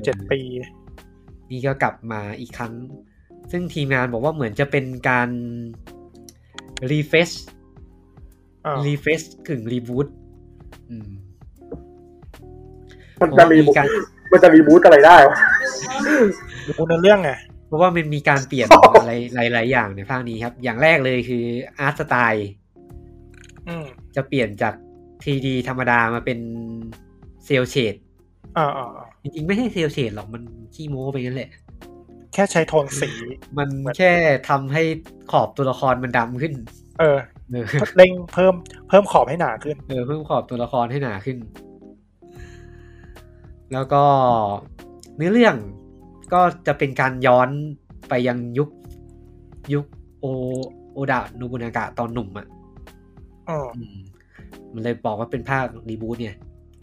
Speaker 2: เจ็ดปี
Speaker 1: นี่ก็กลับมาอีกครั้ง ซึ่งทีมงานบอกว่าเหมือนจะเป็นการ refresh
Speaker 2: อ่า
Speaker 1: refresh กึ่ง reboot อืม
Speaker 3: มันจะรี
Speaker 1: เพ
Speaker 3: บู
Speaker 1: ราะว่ามี
Speaker 3: ท
Speaker 1: การ
Speaker 3: มันจะรีบูทอะไรได้วะ
Speaker 2: ดูในเรื่องไง
Speaker 1: เพราะว่ามันมีการเป ลี่ยนอะไรหลายๆอย่างในภาคนี้ครับ อย่างแรกเลยคือ art style
Speaker 2: อืม
Speaker 1: จะเปลี่ยนจาก 3D ธรรมดามาเป็นเซลเชด
Speaker 2: อ่าอ่าอ่า
Speaker 1: จริงๆ ไม่ใช่เซลเชดหรอกมันขี้โม้ไปงั้นแหละ
Speaker 2: แค่ใช้โทนสี
Speaker 1: มันแค่ทำให้ขอบตัวละครมันดำขึ้น
Speaker 2: เออ
Speaker 1: เออ
Speaker 2: เร่งเพิ่มเพิ่มขอบให้หนาขึ้น
Speaker 1: เออเพิ่มขอบตัวละครให้หนาขึ้น แล้วก็เนื้อเรื่องก็จะเป็นการย้อนไปยังยุคยุคโอโอดะนูบุนากะตอนหนุ่มอะ
Speaker 2: อืม
Speaker 1: อืมมันเลยบอกว่าเป็นภาครีบูทเนี่ย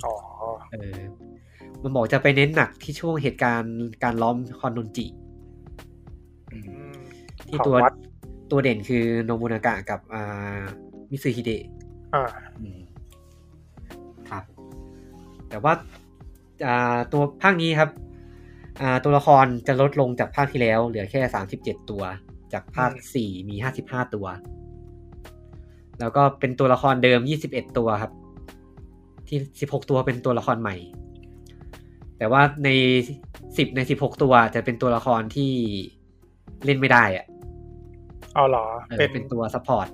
Speaker 2: อ๋อ
Speaker 1: เออมันบอกจะไปเน้นหนักที่ช่วงเหตุการณ์การล้อมฮอนนจิ
Speaker 2: อืม
Speaker 1: ที่ตัว
Speaker 2: ของวัด
Speaker 1: ตัวเด่นคือโนบุนากะกับอ่ามิซึฮิเดะ
Speaker 2: อ่า
Speaker 1: ครับ แต่ว่าอ่าตัวภาคนี้ครับอ่าตัวละครจะลดลงจากภาคที่แล้ว เหลือแค่สามสิบเจ็ดตัว จากภาค
Speaker 2: อืม
Speaker 1: สี่มีห้าสิบห้าตัว แล้วก็เป็นตัวละครเดิมยี่สิบเอ็ดตัวครับ ที่สิบหกตัวเป็นตัวละครใหม่ แต่ว่าในสิบในสิบหกตัวจะเป็นตัวละครที่เล่นไม่ได้อะ
Speaker 2: เอาเหรอ
Speaker 1: เออ
Speaker 2: เป็น
Speaker 1: เป็นตัวซัพพอร์ต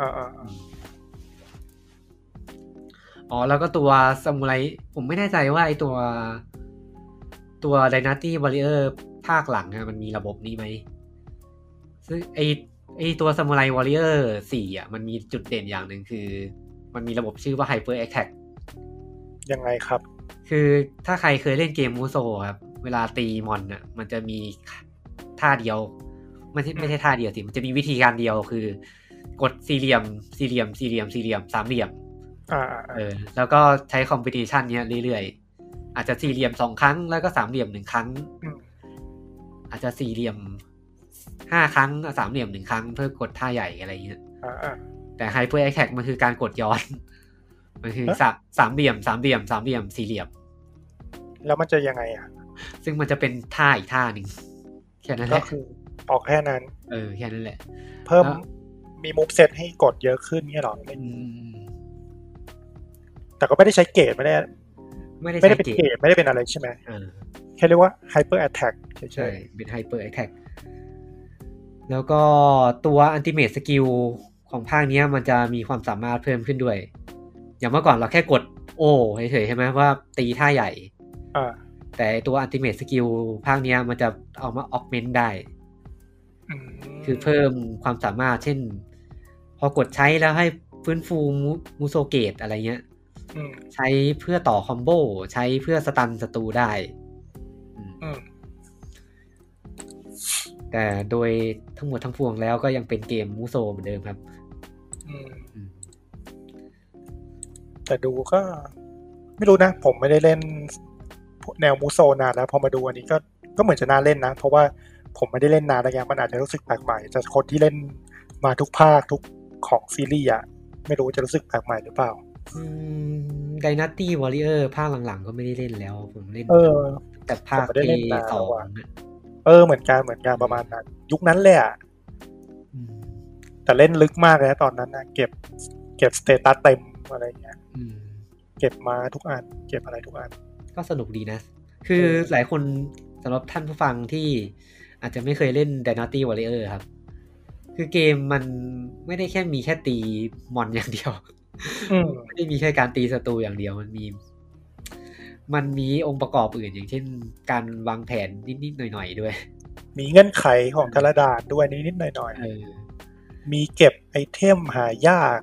Speaker 2: อ่าอ่าอ่า
Speaker 1: อ๋อแล้วก็ตัวซามูไรผมไม่แน่ใจว่าไอตัวตัวไดนาตี้บ a ริเออร์ภาคหลังอะมันมีระบบนี้ไหมซึ่งไอไอตัวซามูไรวอริเออร์สี่อะมันมีจุดเด่นอย่างหนึ่งคือ มันมีระบบชื่อว่าไฮเปอร์ t อ c แท็
Speaker 2: ยังไงครับ
Speaker 1: คือถ้าใครเคยเล่นเกมมูโซครับ เวลาตีมอนอ่ะ มันจะมีท่าเดียวไม่ใช่ไม่ใช่ท่าเดียวสิมันจะมีวิธีการเดียวคือ กดสี่เหลี่ยมสี่เหลี่ยมสี่เหลี่ยมสี่เหลี่ยมสามเหลี่ยม
Speaker 2: อ่า
Speaker 1: เออแล้วก็ใช้คอมบิเนชันเนี้ยเรื่อยๆ อาจจะสี่เหลี่ยมสองครั้งแล้วก็สามเหลี่ยมหนึ่งครั้ง อาจจะสี่เหลี่ยมห้าครั้งสามเหลี่ยมหนึ่งครั้งเพื่อกดท่าใหญ่อะไรเงี้ย
Speaker 2: อ่าอ่า
Speaker 1: แต่ไฮเปอร์แอคแท็มันคือการกดย้อน มันคือ
Speaker 2: ฮะ
Speaker 1: สามสามเหลี่ยมสามเหลี่ยมสามเหลี่ยมสี่เหลี่ยม
Speaker 2: แล้วมันจะยังไงอ่ะ
Speaker 1: ซึ่งมันจะเป็นท่าอีกท่าหนึ่งแค่นั้นแห
Speaker 2: ก็
Speaker 1: ละ
Speaker 2: คือออกแค่นั้น
Speaker 1: เออแค่นั้นแหละ
Speaker 2: เพิ่ม
Speaker 1: แล้ว
Speaker 2: มีมูฟเซตให้กดเยอะขึ้นเนี่ยหรอไม่
Speaker 1: อืม
Speaker 2: แต่ก็ไม่ได้ใช้เกตไม่ได้
Speaker 1: ไม่ได้
Speaker 2: ไม่
Speaker 1: ใช้
Speaker 2: ได้เป็น
Speaker 1: เก
Speaker 2: เก
Speaker 1: ม
Speaker 2: ตไม่ได้เป็นอะไรใช่ไหม
Speaker 1: อ่า
Speaker 2: แค่เรียกว่า hyper attack เฉ
Speaker 1: ใช่
Speaker 2: ย
Speaker 1: เป็นไฮเปอร์ t อ c แทแล้วก็ตัวอันติเม s สกิลของภาคเนี้ยมันจะมีความสามารถเพิ่มขึ้นด้วย อย่างเมื่อก่อนเราแค่กดโอ้เฉยๆใช่ไหมว่าตีท่าใหญ่
Speaker 2: ๆอ่า
Speaker 1: แต่ตัวอันติเม s สกิลภาคเนี้ยมันจะเอามาออกเมนได้
Speaker 2: อืม
Speaker 1: คือเพิ่มความสามารถเช่น พอกดใช้แล้วให้ฟื้นฟูมูมูโซเกตอะไรเงี้ย
Speaker 2: อืม
Speaker 1: ใช้เพื่อต่อคอมโบ ใช้เพื่อสตันศัตรูได้อืม
Speaker 2: อืม
Speaker 1: แต่โดยทั้งหมดทั้งปวงแล้วก็ยังเป็นเกมมูโซเหมือนเดิมครับ
Speaker 2: อืม
Speaker 1: อืม
Speaker 2: แต่ดูก็ ไม่รู้นะ ผมไม่ได้เล่นแนวมูโซนานแล้วพอมาดูอันนี้ก็ก็เหมือนจะน่าเล่นนะ เพราะว่าผมไม่ได้เล่นนานแล้วไงมันอาจจะรู้สึกแปลกใหม่แต่คนที่เล่นมาทุกภาคทุกของซีรีส์อะไม่รู้จะรู้สึกแปลกใหม่หรือเปล่า
Speaker 1: ไดนาตี้วอริเออร์ภาคหลังๆ ก็ไม่ได้เล่นแล้ว ผมเล่น
Speaker 2: เออ
Speaker 1: แต่ภาค
Speaker 2: ผมไม่ได้เล่น
Speaker 1: ที่
Speaker 2: นาน
Speaker 1: ส
Speaker 2: แล้
Speaker 1: อ
Speaker 2: ว
Speaker 1: ง
Speaker 2: อะ
Speaker 1: อะ
Speaker 2: เออเหมือนกันเหมือนกันประมาณนั้น ยุคนั้นเลยอะ
Speaker 1: อืม
Speaker 2: แต่เล่นลึกมากเลยนะตอนนั้นนะเก็บเก็บสเตตัสเต็มอะไรเงี้ย
Speaker 1: อืม
Speaker 2: เก็บมาทุกอัน เก็บอะไรทุกอัน
Speaker 1: ก็สนุกดีนะ คือ
Speaker 2: เออ
Speaker 1: หลายคนสำหรับท่านผู้ฟังที่อาจจะไม่เคยเล่น d y n a s t y Warrior ครับ คือเกมมันไม่ได้แค่มีแค่ตีมอนอย่างเดียว
Speaker 2: อืม
Speaker 1: ไม่ได้มีแค่การตีศัตรูอย่างเดียวมันมี มันมีองค์ประกอบอื่นอย่างเช่น การวางแผนนิดๆหน่อยๆด้วย
Speaker 2: มีเงื่อนไขของธรดานด้วยนิดๆหน่อย
Speaker 1: เออ
Speaker 2: ๆ มีเก็บไอเทมหายาก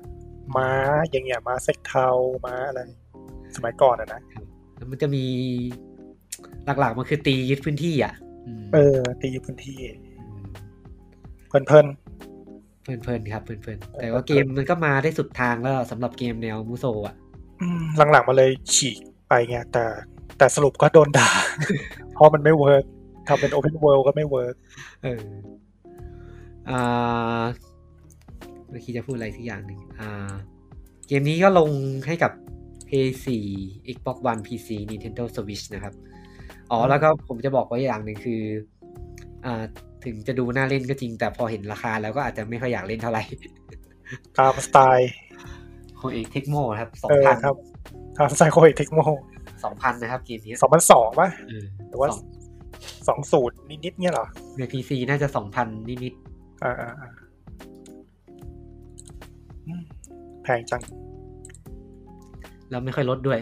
Speaker 2: ม้าอย่างเงี้ยม้าเซ็กเทาม้าอะไร สมัยก่อนอะนะ
Speaker 1: แล้วมันจะมีหลักๆมันคือตียึดพื้นที่อ่ะอืม
Speaker 2: เออ ตีพื้นที่เพลิน
Speaker 1: เพลินๆครับเพลินๆ
Speaker 2: เออ
Speaker 1: แต่ว่าเกมมันก็มาได้สุดทางแล้วสำหรับเกมแนวมูโซอ่ะ
Speaker 2: ๆอืมหลังๆมาเลยฉีกไปไงแต่แต่สรุปก็โดนด่า เพราะมันไม่เวิร์กทำเป็นโอเพนเวิลด์ก็ไม่เวิร์ก
Speaker 1: เอออ่าเมื่อกี้จะพูดอะไรสักอย่างหนึ่งอ่า เกมนี้ก็ลงให้กับ PS4 Xbox One PC Nintendo Switch นะครับ อ๋อ
Speaker 2: อืม
Speaker 1: แล้วก็ผมจะบอกไว้อย่างหนึ่งคือ อ่า ถึงจะดูน่าเล่นก็จริง แต่พอเห็นราคาแล้วก็อาจจะไม่ค่อยอยากเล่นเท่าไห ร่
Speaker 2: ตามสไตล์
Speaker 1: ของเอกเทคโมครับสอง
Speaker 2: เออ
Speaker 1: พัน
Speaker 2: ครับทางไซโคเอกเทคโม
Speaker 1: สองพันนะครับเกมนี้
Speaker 2: สองพันสองป่ะ
Speaker 1: เออ
Speaker 2: หรือว่า
Speaker 1: สอง
Speaker 2: สองสูตรนิดๆเนี่ยเหรอ
Speaker 1: ในพีซีน่าจะสองพันนิด
Speaker 2: อ่าอ่าอ่าอืมแพงจัง
Speaker 1: ๆแล้วไม่ค่อยลดด้วย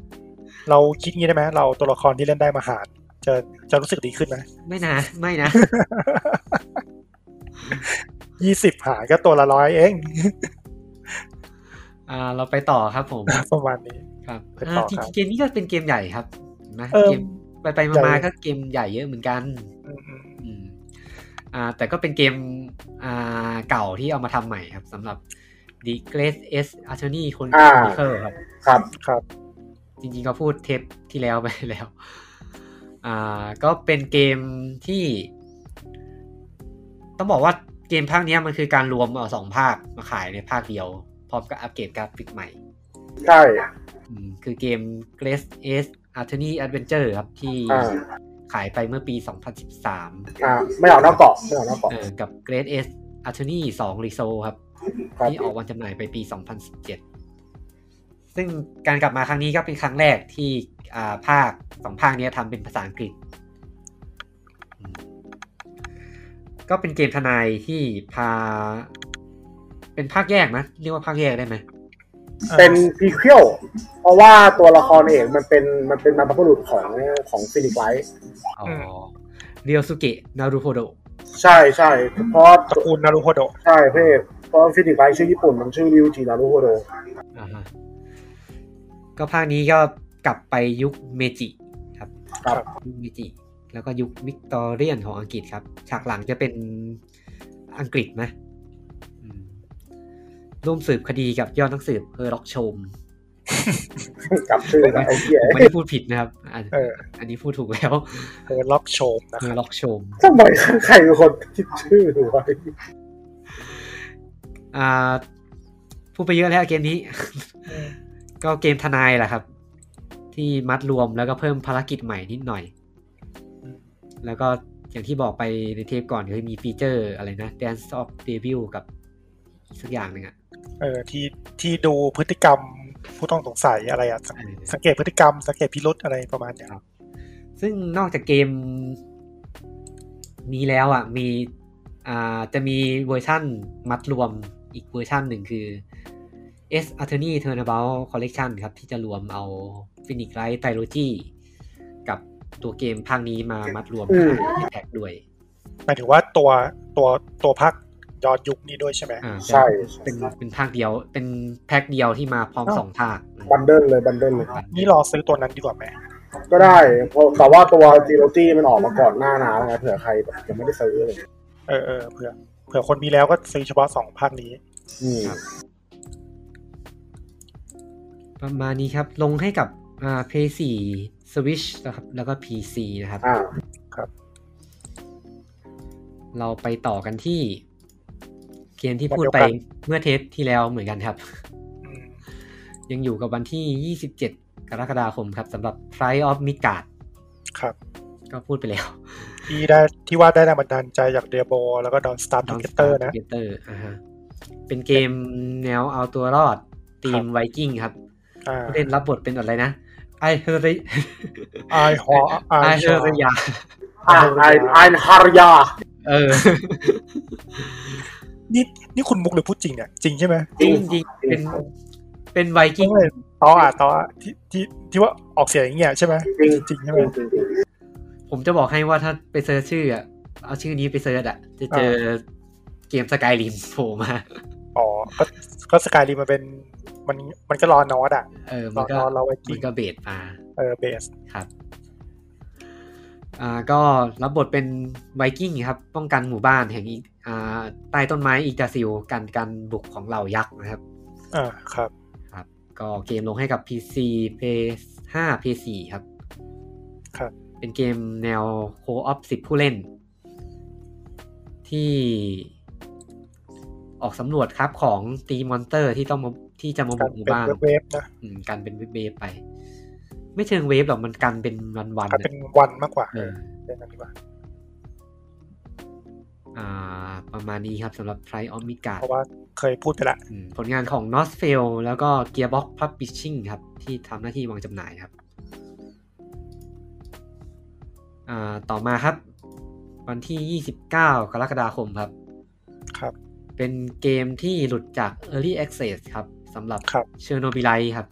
Speaker 2: เราคิดงี้ได้ไหมเราตัวละครที่เล่นได้มาหารจะจะรู้สึกดีขึ้นไหม
Speaker 1: ไม่นะไม่นะ
Speaker 2: ยี่สิบหารก็ตัวละร้อยเอง
Speaker 1: อ่า เราไปต่อครับผม
Speaker 2: ประมาณนี้
Speaker 1: ครับ
Speaker 2: ไปต่
Speaker 1: อ่า
Speaker 2: อ
Speaker 1: จ
Speaker 2: ครับ
Speaker 1: ริงๆเกมนี้ก็เป็นเกมใหญ่ครับเห็นะ
Speaker 2: เออ
Speaker 1: เกมไปไปๆ
Speaker 2: ใหญ่
Speaker 1: มาๆก็เกมใหญ่เยอะเหมือนกัน
Speaker 2: อืมอืม
Speaker 1: อืมอ่า แต่ก็เป็นเกมอ่าเก่าที่เอามาทำใหม่ครับสำหรับ The Great S Attorney คน
Speaker 3: อ่า
Speaker 1: เคิลครับ
Speaker 3: ครับ
Speaker 2: ครับ
Speaker 1: จริงๆก็พูดเทปที่แล้วไปแล้ว อ่า ก็เป็นเกมที่ ต้องบอกว่าเกมภาคเนี้ยมันคือการรวมเอาสองภาคมาขายในภาคเดียว พร้อมกับอัปเกรดกราฟิกใหม่
Speaker 3: ใช่
Speaker 1: อืมคือเกม g r a c e S Attorney Adventure ครับ ที่
Speaker 3: อ่า
Speaker 1: ขายไปเมื่อปี 2013
Speaker 3: อ่า ไม่ออกนอกกรอบไม่ออกนอกกรอบ
Speaker 1: เออกับ g r a c e S Attorney 2 r e s o ครับ
Speaker 3: ครับ
Speaker 1: ที่ออกวันจำหน่ายไปปี 2017 ซึ่งการกลับมาครั้งนี้ก็เป็นครั้งแรกที่อ่าภาคสองภาคเนี้ยทำเป็นภาษาอังกฤษอืมก็เป็นเกมทนายที่พา เป็นภาคแยกนะ เรียกว่าภาคแยกได้ไหม
Speaker 3: เป็นพีเคียวเพราะว่าตัวละครเอกมันเป็นมันเป็นบรรพบุรุษของของฟินิกไลท์
Speaker 1: อ๋อ
Speaker 2: อืม
Speaker 1: เรียวสุเกะนารุโฮโดะ
Speaker 3: ใช่ใช่เพราะ
Speaker 2: ตระกูลนารุโฮโดะ
Speaker 3: ใช่เพศเพราะฟินิกไลท์ชื่อญี่ปุ่นมันชื่อริวจินารุโฮโด
Speaker 1: อ่าฮะก็ภาคนี้ก็ กลับไปยุคเมจิครับ
Speaker 2: ครับ
Speaker 1: ยุคเมจิแล้วก็ยุควิกตอเรียนของอังกฤษครับ ฉากหลังจะเป็นอังกฤษไหมอืมร่วมสืบคดีกับยอดนักสืบเฮอร์ล็อกโชม
Speaker 3: กลับชื่อนะไอ้เหี้ย
Speaker 1: ผมไม่ได้พูดผิดนะครับอัน
Speaker 2: เออ
Speaker 1: อันนี้พูดถูกแล้ว
Speaker 2: เออล็อกโชมนะ
Speaker 1: เฮอ
Speaker 2: ครับ
Speaker 1: ร์ล็อกโชม
Speaker 3: ทำไมใครเป็นคนคิดชื่อวะ
Speaker 1: อ่าพูดไปเยอะแล้วเกมนี้ ก็เกมทนายแหละครับ ที่มัดรวมแล้วก็เพิ่มภารกิจใหม่นิดหน่อย แล้วก็อย่างที่บอกไปในเทปก่อนคือมีฟีเจอร์อะไรนะ Dance of Devil กับอีกสักอย่างหนึ่งอะ
Speaker 2: เออที่ที่ดูพฤติกรรมผู้ต้องสงสัยอะไรอ่ะสัง
Speaker 1: เออ
Speaker 2: สังเกตพฤติกรรมสังเกตพิรุษอะไรประมาณเนี้ยครับ
Speaker 1: ซึ่งนอกจากเกมนี้แล้วอ่ะมีอ่าจะมีเวอร์ชั่นมัดรวมอีกเวอร์ชั่นหนึ่งคือ S Attorney Turnabout Collection ครับ ที่จะรวมเอา Phoenix Wright Trilogy กับตัวเกมภาคนี้มามัดรวมในแพ็กด้วย
Speaker 2: หมายถึงว่าตัวตัวตัวพักย้อนยุคนี้ด้วยใช่ไหม
Speaker 1: อ่า
Speaker 3: ใช่
Speaker 1: เป็นเป็นภาคเดียว เป็นแพ็กเดียวที่มาพร้อมสองภาค
Speaker 3: บันเดิลเลยบันเดิลเลย
Speaker 2: นี่รอซื้อตัวนั้นดีกว่าไหม
Speaker 3: ก็ได้เพราะแต่ว่าตัวจีโรจี้มันออกมาก่อนหน้าหนาวไงเผื่อใครแบบยังไม่ได้ซื้อเลย
Speaker 2: เออเออเผื่อเผื่อคนมีแล้วก็ซื้อเฉพาะสองภาคนี้
Speaker 3: อืม
Speaker 1: ประมาณนี้ครับ ลงให้กับอ่า PS4 Switch นะครับ แล้วก็ PC นะครับ
Speaker 3: อ่า
Speaker 1: เราไปต่อกันที่เกมที่พูดไป
Speaker 2: วันเดียวกัน
Speaker 1: เมื่อเทปที่แล้วเหมือนกันครับ
Speaker 2: อืม
Speaker 1: ยังอยู่กับวันที่ 27 กรกฎาคมครับสำหรับ Trial of Midgard
Speaker 2: ครับ
Speaker 1: ก็พูดไปแล้ว
Speaker 2: ที่ได้ที่ว่าได้แรงบันดาลใจจากเดียโบแล้วก็ดอนสตาร์ท
Speaker 1: Don't
Speaker 2: เกเตอร์
Speaker 1: Starve
Speaker 2: นะ
Speaker 1: Together อ่าฮะเป็นเกมแนวเอาตัวรอดทีมไวกิ้งครับ
Speaker 2: อ่า
Speaker 1: ผู้เล่นรับบทเป็นอะไรนะ ไอเฮอริ
Speaker 2: ไอฮอไอ
Speaker 1: ไอ
Speaker 2: เช
Speaker 1: เฮอริยา
Speaker 3: อ่าไอไอฮารยา
Speaker 1: เออ
Speaker 2: นี่นี่คุณมุกหรือพูดจริงเนี่ย จริงใช่ไหม
Speaker 1: จริงจริงๆเป็นเป็นไวกิ้ง
Speaker 2: เอ้ยต่ออ่ะต่ออ่ะที่ที่ที่ว่าออกเสียงอย่างเงี้ยใช่ไหม
Speaker 3: จริง
Speaker 2: จริงใช่ไหม
Speaker 3: จริงจริงจริง
Speaker 1: ผมจะบอกให้ว่าถ้าไปเซิร์ชชื่ออะเอาชื่อนี้ไปเซิร์ชอะจะเจอเกมสกาย i ิมโผล่มา
Speaker 2: อ๋อ ก็ก็สกายรีมันเป็นมันมันก็รอนอตอ่ะ
Speaker 1: เออ มันก็
Speaker 2: รอรอไว้จริง
Speaker 1: มันก็เบสมา
Speaker 2: เออเบส
Speaker 1: ครับ อ่า ก็รับบทเป็นไวกิ้งครับ ป้องกันหมู่บ้านแห่งอีอ่า ใต้ต้นไม้อีกาซิลกันการบุกของเหล่ายักษ์นะครับ
Speaker 2: อ่าครับ
Speaker 1: ครับ ก็เกมลงให้กับ PC PS5 PS4 ครับ
Speaker 2: ครับ
Speaker 1: เป็นเกมแนวโคออฟสิบผู้เล่น ที่ออกสำรวจครับของตีมอนเตอร์ที่ต้องมาที่จะมา
Speaker 2: กั
Speaker 1: บุก
Speaker 2: น
Speaker 1: หมู่
Speaker 2: เป็น
Speaker 1: บ้าน
Speaker 2: เวฟๆนะ
Speaker 1: อืมกันเป็นเวฟๆไป ไม่เชิงเวฟหรอกมันกันเป็นวันวัน
Speaker 2: กันเป็นวันมากกว่า
Speaker 1: เออ
Speaker 2: เรียกงั้นดีกว่า
Speaker 1: อ่า ประมาณนี้ครับสำหรับ t r i o m i g a
Speaker 2: เพราะว่าเคยพูดไปละ
Speaker 1: อืมผลงานของ n o s f a i l แล้วก็ Gearbox Publishing ครับ ที่ทำหน้าที่วางจำหน่ายครับ อ่า ต่อมาครับ วันที่ 29 กรกฎาคมครับ
Speaker 2: ครับ
Speaker 1: เป็นเกมที่หลุดจาก Early Access ครับสำหรับ
Speaker 2: ครับ
Speaker 1: เชอร์โนบิไลครับ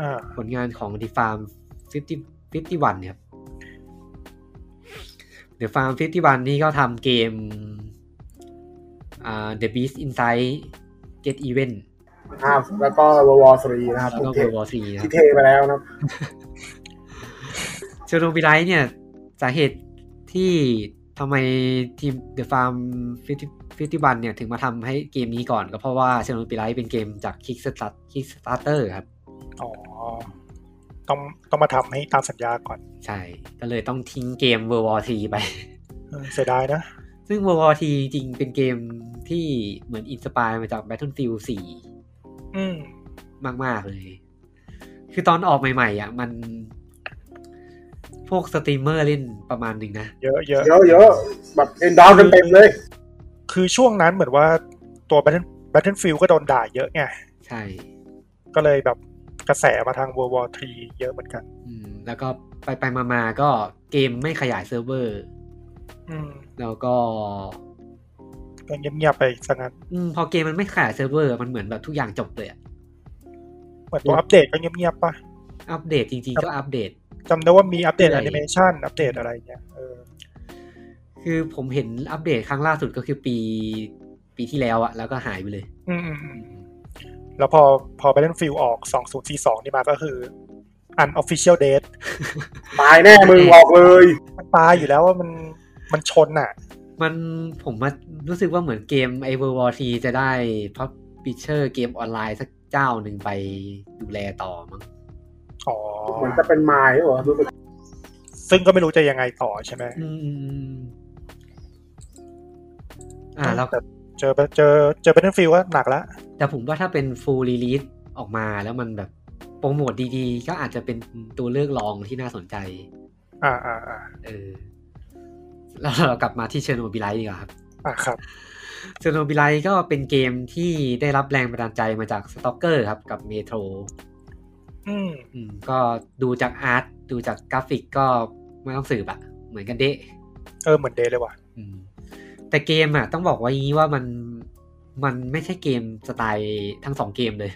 Speaker 2: อ่า
Speaker 1: ผลงานของ The Farm 50 51เนี่ยครับ The Farm 51 นี่ก็ทำเกมอ่า The Beast Inside Get Event
Speaker 3: อ่าแล้วก็วอวอสรีนะครับ
Speaker 1: แล้ว
Speaker 3: ถู
Speaker 1: ก็
Speaker 3: กเท
Speaker 1: World War 3นะครั
Speaker 3: ที่
Speaker 1: บ
Speaker 3: เทไปแล้วนะ
Speaker 1: เชอร์โนบิไลเนี่ย สาเหตุที่ทำไมทีม The Farm 50 51เนี่ย ถึงมาทำให้เกมนี้ก่อนก็เพราะว่าเชอร์โนบิไลเป็นเกมจาก Kickstarter Kickstarter ครับ
Speaker 2: อ๋อ ต้องต้องมาทำให้ตามสัญญาก่อน
Speaker 1: ใช่ ก็เลยต้องทิ้งเกม World War 3ไป
Speaker 2: เออเสียดายนะ
Speaker 1: ซึ่ง World War ทีจริงๆเป็นเกมที่เหมือนอินสปายมาจาก Battlefield
Speaker 2: อืม
Speaker 1: 4 มาก ๆ เลย คือตอนออกใหม่ ๆ อ่ะ มัน พวกสตรีมเมอร์เล่นประมาณหนึ่งนะ
Speaker 2: เยอะเยอะ
Speaker 3: เยอะเยอะๆแบบเอ็นดาวกันเต็มเลย
Speaker 2: คือช่วงนั้นเหมือนว่าตัว Battle Battlefield ก็โดนด่าเยอะไง
Speaker 1: ใช่
Speaker 2: ก็เลยแบบกระแสมาทาง World War 3 เยอะเหมือนกัน
Speaker 1: อืมแล้วก็ไปไปมามาๆ ก็เกมไม่ขยายเซิร์ฟเวอร์
Speaker 2: อืม
Speaker 1: แล้วก็
Speaker 2: ก็เงียบๆไปซะงั้น
Speaker 1: อืมพอเกมมันไม่ขยายเซิร์ฟเวอร์ มันเหมือนแบบทุกอย่างจบเลยอะ
Speaker 2: เหมือนตัวอัปเดตก็เงียบๆป่ะ
Speaker 1: อัปเดตจริง ๆ ก็อัปเดต
Speaker 2: จำได้ว่ามีอัปเดต
Speaker 1: ใช่
Speaker 2: แอนิเมชันอัปเดตอะไรเงี้ยเออ
Speaker 1: คือผมเห็นอัปเดตครั้งล่าสุดก็คือปีปีที่แล้วอะแล้วก็หายไปเลย
Speaker 2: อืมอืมอืมแล้วพอพอ Battlefield ออก 2042 นี่มาก็คือ อันออฟฟิเชียลเดท
Speaker 3: ตายแน่มึงบอกเลย
Speaker 2: มันปาอยู่แล้วว่ามันมันชนอ่ะ
Speaker 1: มันผมมารู้สึกว่าเหมือนเกมไอเวอร์วอทีจะได้พับปิเชอร์เกมออนไลน์สักเจ้าหนึ่งไปดูแลต่อมั้ง
Speaker 2: อ๋อ
Speaker 3: เหมือนจะเป็นไม้เหรอรู้สึก
Speaker 2: ซึ่งก็ไม่รู้จะยังไงต่อใช่ไหม
Speaker 1: อืมอ่าแล้ว
Speaker 2: แต่เจอเจอเจอ Battlefield ก็หนักละ
Speaker 1: แต่ผมว่าถ้าเป็นฟูลรีลี e ออกมาแล้วมันแบบโปรโมทดีๆ ก็อาจจะเป็นตัวเลือกรองที่น่าสนใจ
Speaker 2: อ่าอ่าอ่า
Speaker 1: เออแล้วเรากลับมาที่เชอร์โนบิไลดีกว่าครับ
Speaker 2: อ่าครับ
Speaker 1: เซโนบิไลก็เป็นเกมที่ได้รับแรงบันดาลใจมาจากสตอกเกอร์ครับกับเมโทร
Speaker 2: อืม
Speaker 1: อืมก็ดูจากอาร์ตดูจากกราฟิกก็ไม่ต้องสืบอะเหมือนกันเดะ
Speaker 2: เออเหมือนเดย์เลยว่ะ
Speaker 1: อืมแต่เกมอะต้องบอกว่าอย่างนี้ว่ามันมันไม่ใช่เกมสไตล์ทั้งสองเกมเลย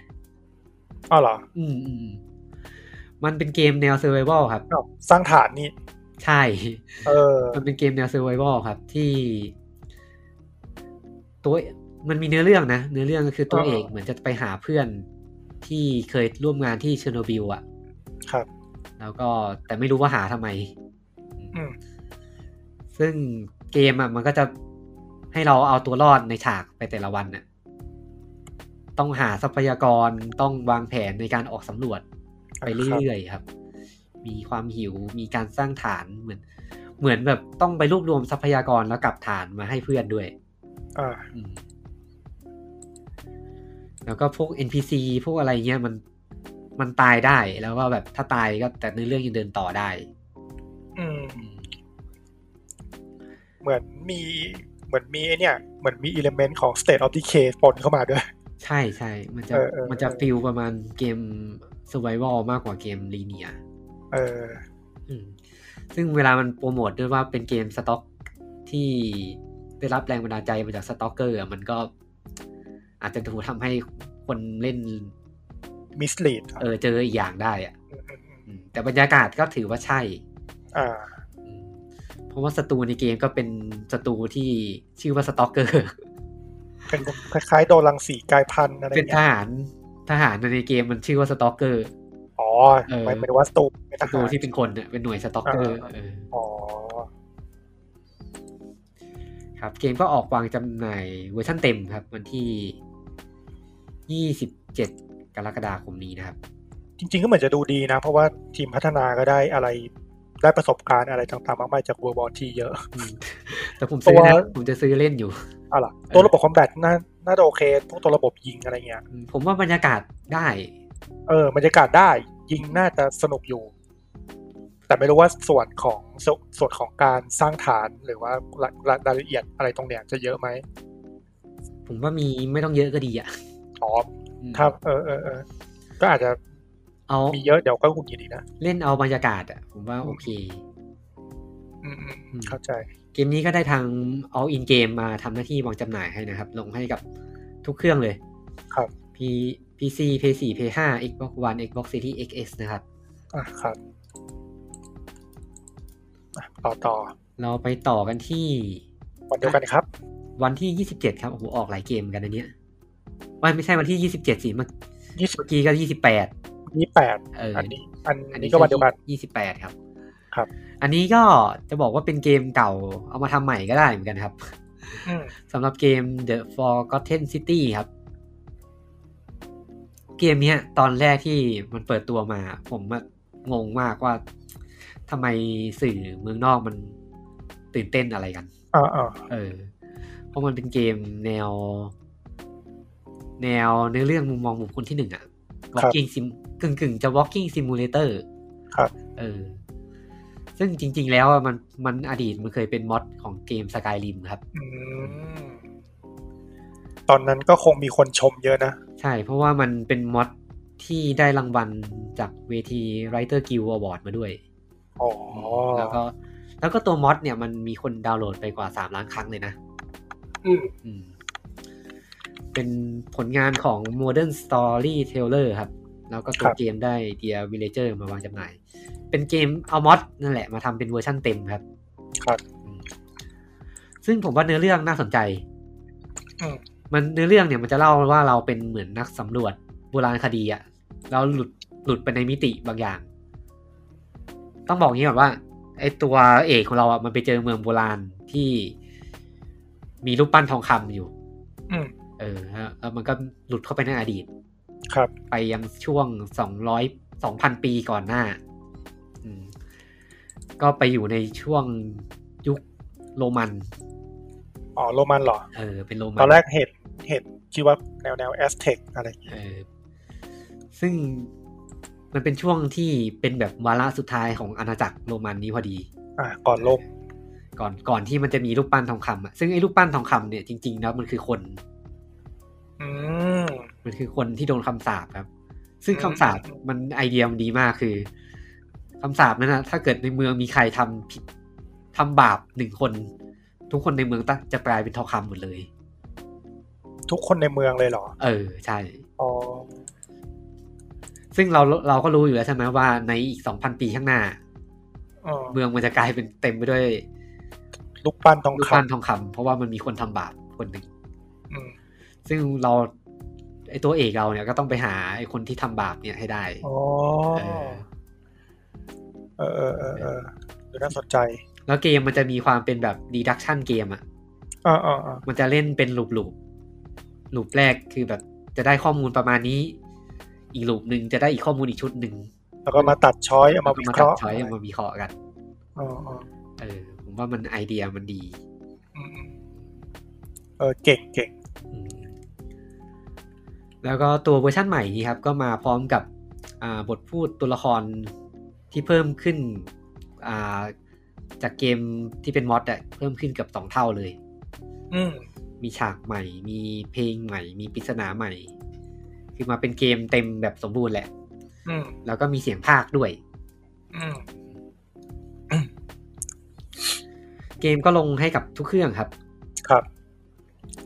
Speaker 2: อ้าวเหรอ
Speaker 1: อืมอืมอืมมันเป็นเกมแนวเซอร์ไ a เบิลครับ
Speaker 2: อ้าวสร้างฐานนี่
Speaker 1: ใช่
Speaker 2: เออ
Speaker 1: มันเป็นเกมแนวเซอร์ไ a เบิลครับที่ ตัวมันมีเนื้อเรื่องนะ เนื้อเรื่องก็คือตัว
Speaker 2: อ่า
Speaker 1: เอกเหมือนจะไปหาเพื่อนที่เคยร่วมงานที่เชอร์โนบิลอะ
Speaker 2: ครับ
Speaker 1: แล้วก็แต่ไม่รู้ว่าหาทำไม
Speaker 2: อืม
Speaker 1: ซึ่งเกมอะมันก็จะให้เราเอาตัวรอดในฉากไปแต่ละวันน่ะต้องหาทรัพยากรต้องวางแผนในการออกสำรวจ ไปเรื่อยๆครับ มีความหิว มีการสร้างฐานเหมือน เหมือนแบบต้องไปรวบรวมทรัพยากรแล้วกลับฐานมาให้เพื่อนด้วย
Speaker 2: อ่า
Speaker 1: อืมแล้วก็พวก NPC พวกอะไรเงี้ยมันมันตายได้แล้วก็แบบถ้าตายก็แต่ในอเรื่องยังเดินต่อได้
Speaker 2: อืม
Speaker 1: อืม
Speaker 2: เหมือนมีเหมือนมีไอเนี่ย เหมือนมีอิเลเมนต์ของ State of Decay ปนเข้ามาด้วย
Speaker 1: ใช่ใช่มันจะ
Speaker 2: เออเออ
Speaker 1: มันจะฟิลประมาณเกม survival มากกว่าเกม l ีเนีย
Speaker 2: เออ
Speaker 1: อืมซึ่งเวลามันโปรโมทด้วยว่าเป็นเกมสต็อกที่ได้รับแรงบันดาลใจมาจากสต็อกเกอร์อะมันก็อาจจะถูกทำให้คนเล่น
Speaker 2: มิสลีด
Speaker 1: เออเจออีกอย่างได้อะอืมแต่บรรยากาศก็ถือว่าใช่
Speaker 2: อ่า
Speaker 1: อืมเพราะว่าศัตรูในเกมก็เป็นศัตรูที่ชื่อว่าสต็อกเกอร์
Speaker 2: เป็นคล้ายๆโดนรังสีกลายพันธุ์อะไร
Speaker 1: เป็นท
Speaker 2: เงี้ย
Speaker 1: หารทหารในเกมมันชื่อว่าสต็อกเกอร์
Speaker 2: อ๋อ
Speaker 1: เออ
Speaker 2: หมายหมายถึงว่าสตูเป็นท
Speaker 1: ศัตรู
Speaker 2: หาร
Speaker 1: ที่เป็นคนเนี่ยเป็นหน่วยสต็อกเกอร์
Speaker 2: อ่า
Speaker 1: เออ
Speaker 2: อ๋อ
Speaker 1: ครับเกมก็ออกวางจำหน่ายเวอร์ชันเต็มครับ วันที่ 27 กรกฎาคมนี้นะครับ
Speaker 2: จริงๆก็เหมือนจะดูดีนะ เพราะว่าทีมพัฒนาก็ได้อะไรได้ประสบการณ์อะไรต่างๆ มากมายจากวอร์บอทีเยอะ
Speaker 1: อืม แต่ผมซื้อนะ
Speaker 2: ตัว
Speaker 1: ผมจะซื้อเล่นอยู่
Speaker 2: เอาล่ะตัวระบบคอมแบทน่าน่าจะโอเคพวกตัวระบบยิงอะไรเงี้ย
Speaker 1: ผมว่าบรรยากาศได้
Speaker 2: เออบรรยากาศได้ยิงน่าจะสนุกอยู่ แต่ไม่รู้ว่าส่วนของสส่วนของการสร้างฐานหรือว่ารารารายละเอียดอะไรตรงเนี้ยจะเยอะไหม
Speaker 1: ผมว่ามีไม่ต้องเยอะก็ดีอ่ะ
Speaker 2: อ๋อ
Speaker 1: อืม
Speaker 2: ถ้าเออเออเออก็อาจจะ
Speaker 1: เอา
Speaker 2: มีเยอะเดี๋ยวก็หงุดหงิดอีกนะ
Speaker 1: เล่นเอาบรรยากาศอ่ะผมว่าโอเค
Speaker 2: อืมอืม
Speaker 1: อืม
Speaker 2: เข้าใจ
Speaker 1: เกมนี้ก็ได้ทาง All In Game มาทำหน้าที่วางจำหน่ายให้นะครับ ลงให้กับทุกเครื่องเลย
Speaker 2: ครับ
Speaker 1: พี PC PS4 PS5 Xbox One Xbox Series XS นะครับ
Speaker 2: อ่ะครับอ่ะต่อต่อ
Speaker 1: เราไปต่อกันที่
Speaker 2: วันเดียวกันครับ
Speaker 1: วันที่ยี่สิบเจ็ดครับ โอ้โห ออกหลายเกมเหมือนกันนะเนี่ยว่าไม่ใช่วันที่ยี่สิบเจ็ดสิเมื่อ
Speaker 2: ยี่สิบ
Speaker 1: เมื่อกี้ก็ยี่สิบแปด
Speaker 2: ยี่แปด
Speaker 1: เออ
Speaker 2: อั
Speaker 1: อั
Speaker 2: นนี้ อันนี้ก็วันเดียวกัน
Speaker 1: ยี่สิบแปดครับ
Speaker 2: ครับ
Speaker 1: อันนี้ก็จะบอกว่าเป็นเกมเก่าเอามาทำใหม่ก็ได้เหมือนกันครับ
Speaker 2: อืม
Speaker 1: สำหรับเกม The Forgotten City ครับ เกมเนี้ย ตอนแรกที่มันเปิดตัวมา ผมอะงงมากว่าทำไมสื่อเมืองนอกมันตื่นเต้นอะไรกัน
Speaker 2: อ่าอ่า
Speaker 1: เออ เพราะมันเป็นเกมแนว แนวเนื้อเรื่องมุมมองบุคคลที่หนึ่งอะ walking sim กึ่งกึ่งๆ จะ walking simulator
Speaker 2: ครับ
Speaker 1: เออ ซึ่งจริง ๆ แล้วอะมันมันอดีตมันเคยเป็นมอดของเกม Skyrim ครับ
Speaker 2: อืมตอนนั้นก็คงมีคนชมเยอะนะ
Speaker 1: ใช่ เพราะว่ามันเป็นมอดที่ได้รางวัลจากเวที Writer Guild Award มาด้วย
Speaker 2: อ๋อ
Speaker 1: แล้วก็ แล้วก็ตัวมอดเนี่ยมันมีคนดาวน์โหลดไปกว่าสามล้านครั้งเลยนะ
Speaker 2: อืม
Speaker 1: อืม เป็นผลงานของ Modern Storyteller ครับ แล้วก็ตั
Speaker 2: คว รับ
Speaker 1: เกมได้ Dear Villager มาวางจำหน่าย เป็นเกมเอามอดนั่นแหละมาทำเป็นเวอร์ชั่นเต็มครับ
Speaker 2: ครับ
Speaker 1: ซึ่งผมว่าเนื้อเรื่องน่าสนใจ
Speaker 2: อืม
Speaker 1: มันเนื้อเรื่องเนี่ยมันจะเล่าว่าเราเป็นเหมือนนักสำรวจโบราณคดีอะเราหลุดหลุดไปในมิติบางอย่าง ต้องบอกงี้ก่อนว่าไอตัวเอกของเราอ่ะมันไปเจอเมืองโบราณที่มีรูปปั้นทองคำอยู่
Speaker 2: อืม
Speaker 1: เออฮะแล้วมันก็หลุดเข้าไปในอดีต
Speaker 2: ครับ
Speaker 1: ไปยังช่วงสองร้อยสองพันปีก่อนหน้า อืม ก็ไปอยู่ในช่วงยุคโรมัน
Speaker 2: อ๋อโรมันเหรอ
Speaker 1: เออ เป็นโรมัน
Speaker 2: ตอนแรกเห็นเห็นคิดว่าแนวแนวแอสเท็กอะไรอย่างเงี้ย
Speaker 1: เออซึ่งมันเป็นช่วงที่เป็นแบบวาระสุดท้ายของอาณาจักรโรมันนี้พอดี
Speaker 2: อ่ะก่อนลม
Speaker 1: ก่อนก่อนที่มันจะมีรูปปั้นทองคำอ่ะซึ่งไอ้รูปปั้นทองคำเนี่ยจริงๆแล้วมันคือคน
Speaker 2: อืม
Speaker 1: มันคือคนที่โดนคำสาปครับ ซึ่ง
Speaker 2: อืม
Speaker 1: คำสาปมันไอเดียมันดีมากคือคำสาปนั้นนะถ้าเกิดในเมืองมีใครทำผิดทำบาปหนึ่งคน ทุกคนในเมืองตะจะกลายเป็นทองคำหมดเลย
Speaker 2: ทุกคนในเมืองเลยเหรอ
Speaker 1: เออใช่
Speaker 2: อ๋อ
Speaker 1: ซึ่งเราเราก็รู้อยู่แล้วใช่ไหมว่าในอีกสองพันปีข้างหน้า
Speaker 2: อ๋อ
Speaker 1: เมืองมันจะกลายเป็นเต็มไปด้วย
Speaker 2: ลูกปั้นทอง
Speaker 1: รูป
Speaker 2: ค
Speaker 1: ปั้นทองคำเพราะว่ามันมีคนทำบาปคนหนึ่ง
Speaker 2: ำอืม
Speaker 1: ซึ่งเราไอตัวเอกเราเนี่ยก็ต้องไปหาไอคนที่ทำบาปเนี่ยให้ได้
Speaker 2: อ๋อ
Speaker 1: เออ
Speaker 2: เออเออเออเออดูน่าสนใจ
Speaker 1: แล้วเกมมันจะมีความเป็นแบบดีดักชันเกมอ่ะ
Speaker 2: อ่าอ่าอ่า
Speaker 1: มันจะเล่นเป็นลูปลูปลูปแรกคือแบบจะได้ข้อมูลประมาณนี้ อีกลูปหนึ่งจะได้อีกข้อมูลอีกชุดหนึ่ง
Speaker 2: แล้วก็มาตัดช้อยเอามา
Speaker 1: แล้วก็มา
Speaker 2: วิ
Speaker 1: ตัด
Speaker 2: เคราะห์
Speaker 1: ช้อยเอามาวิเคราะห์กัน
Speaker 2: อ๋ออ๋อ
Speaker 1: เออ ผมว่ามันไอเดียมันดี
Speaker 2: อืมอืมเออเก่งเก่ง
Speaker 1: อืมแล้วก็ตัวเวอร์ชั่นใหม่นี้ครับ ก็มาพร้อมกับอ่าบทพูดตัวละครที่เพิ่มขึ้นอ่าจากเกมที่เป็นมอดอะเพิ่มขึ้นเกับสองเท่าเลย
Speaker 2: อืม
Speaker 1: มีฉากใหม่ มีเพลงใหม่ มีปริศนาใหม่ คือมาเป็นเกมเต็มแบบสมบูรณ์แหละ
Speaker 2: อืม
Speaker 1: แล้วก็มีเสียงภาคด้วย
Speaker 2: อืม
Speaker 1: เกมก็ลงให้กับทุกเครื่องครับ
Speaker 2: ครับ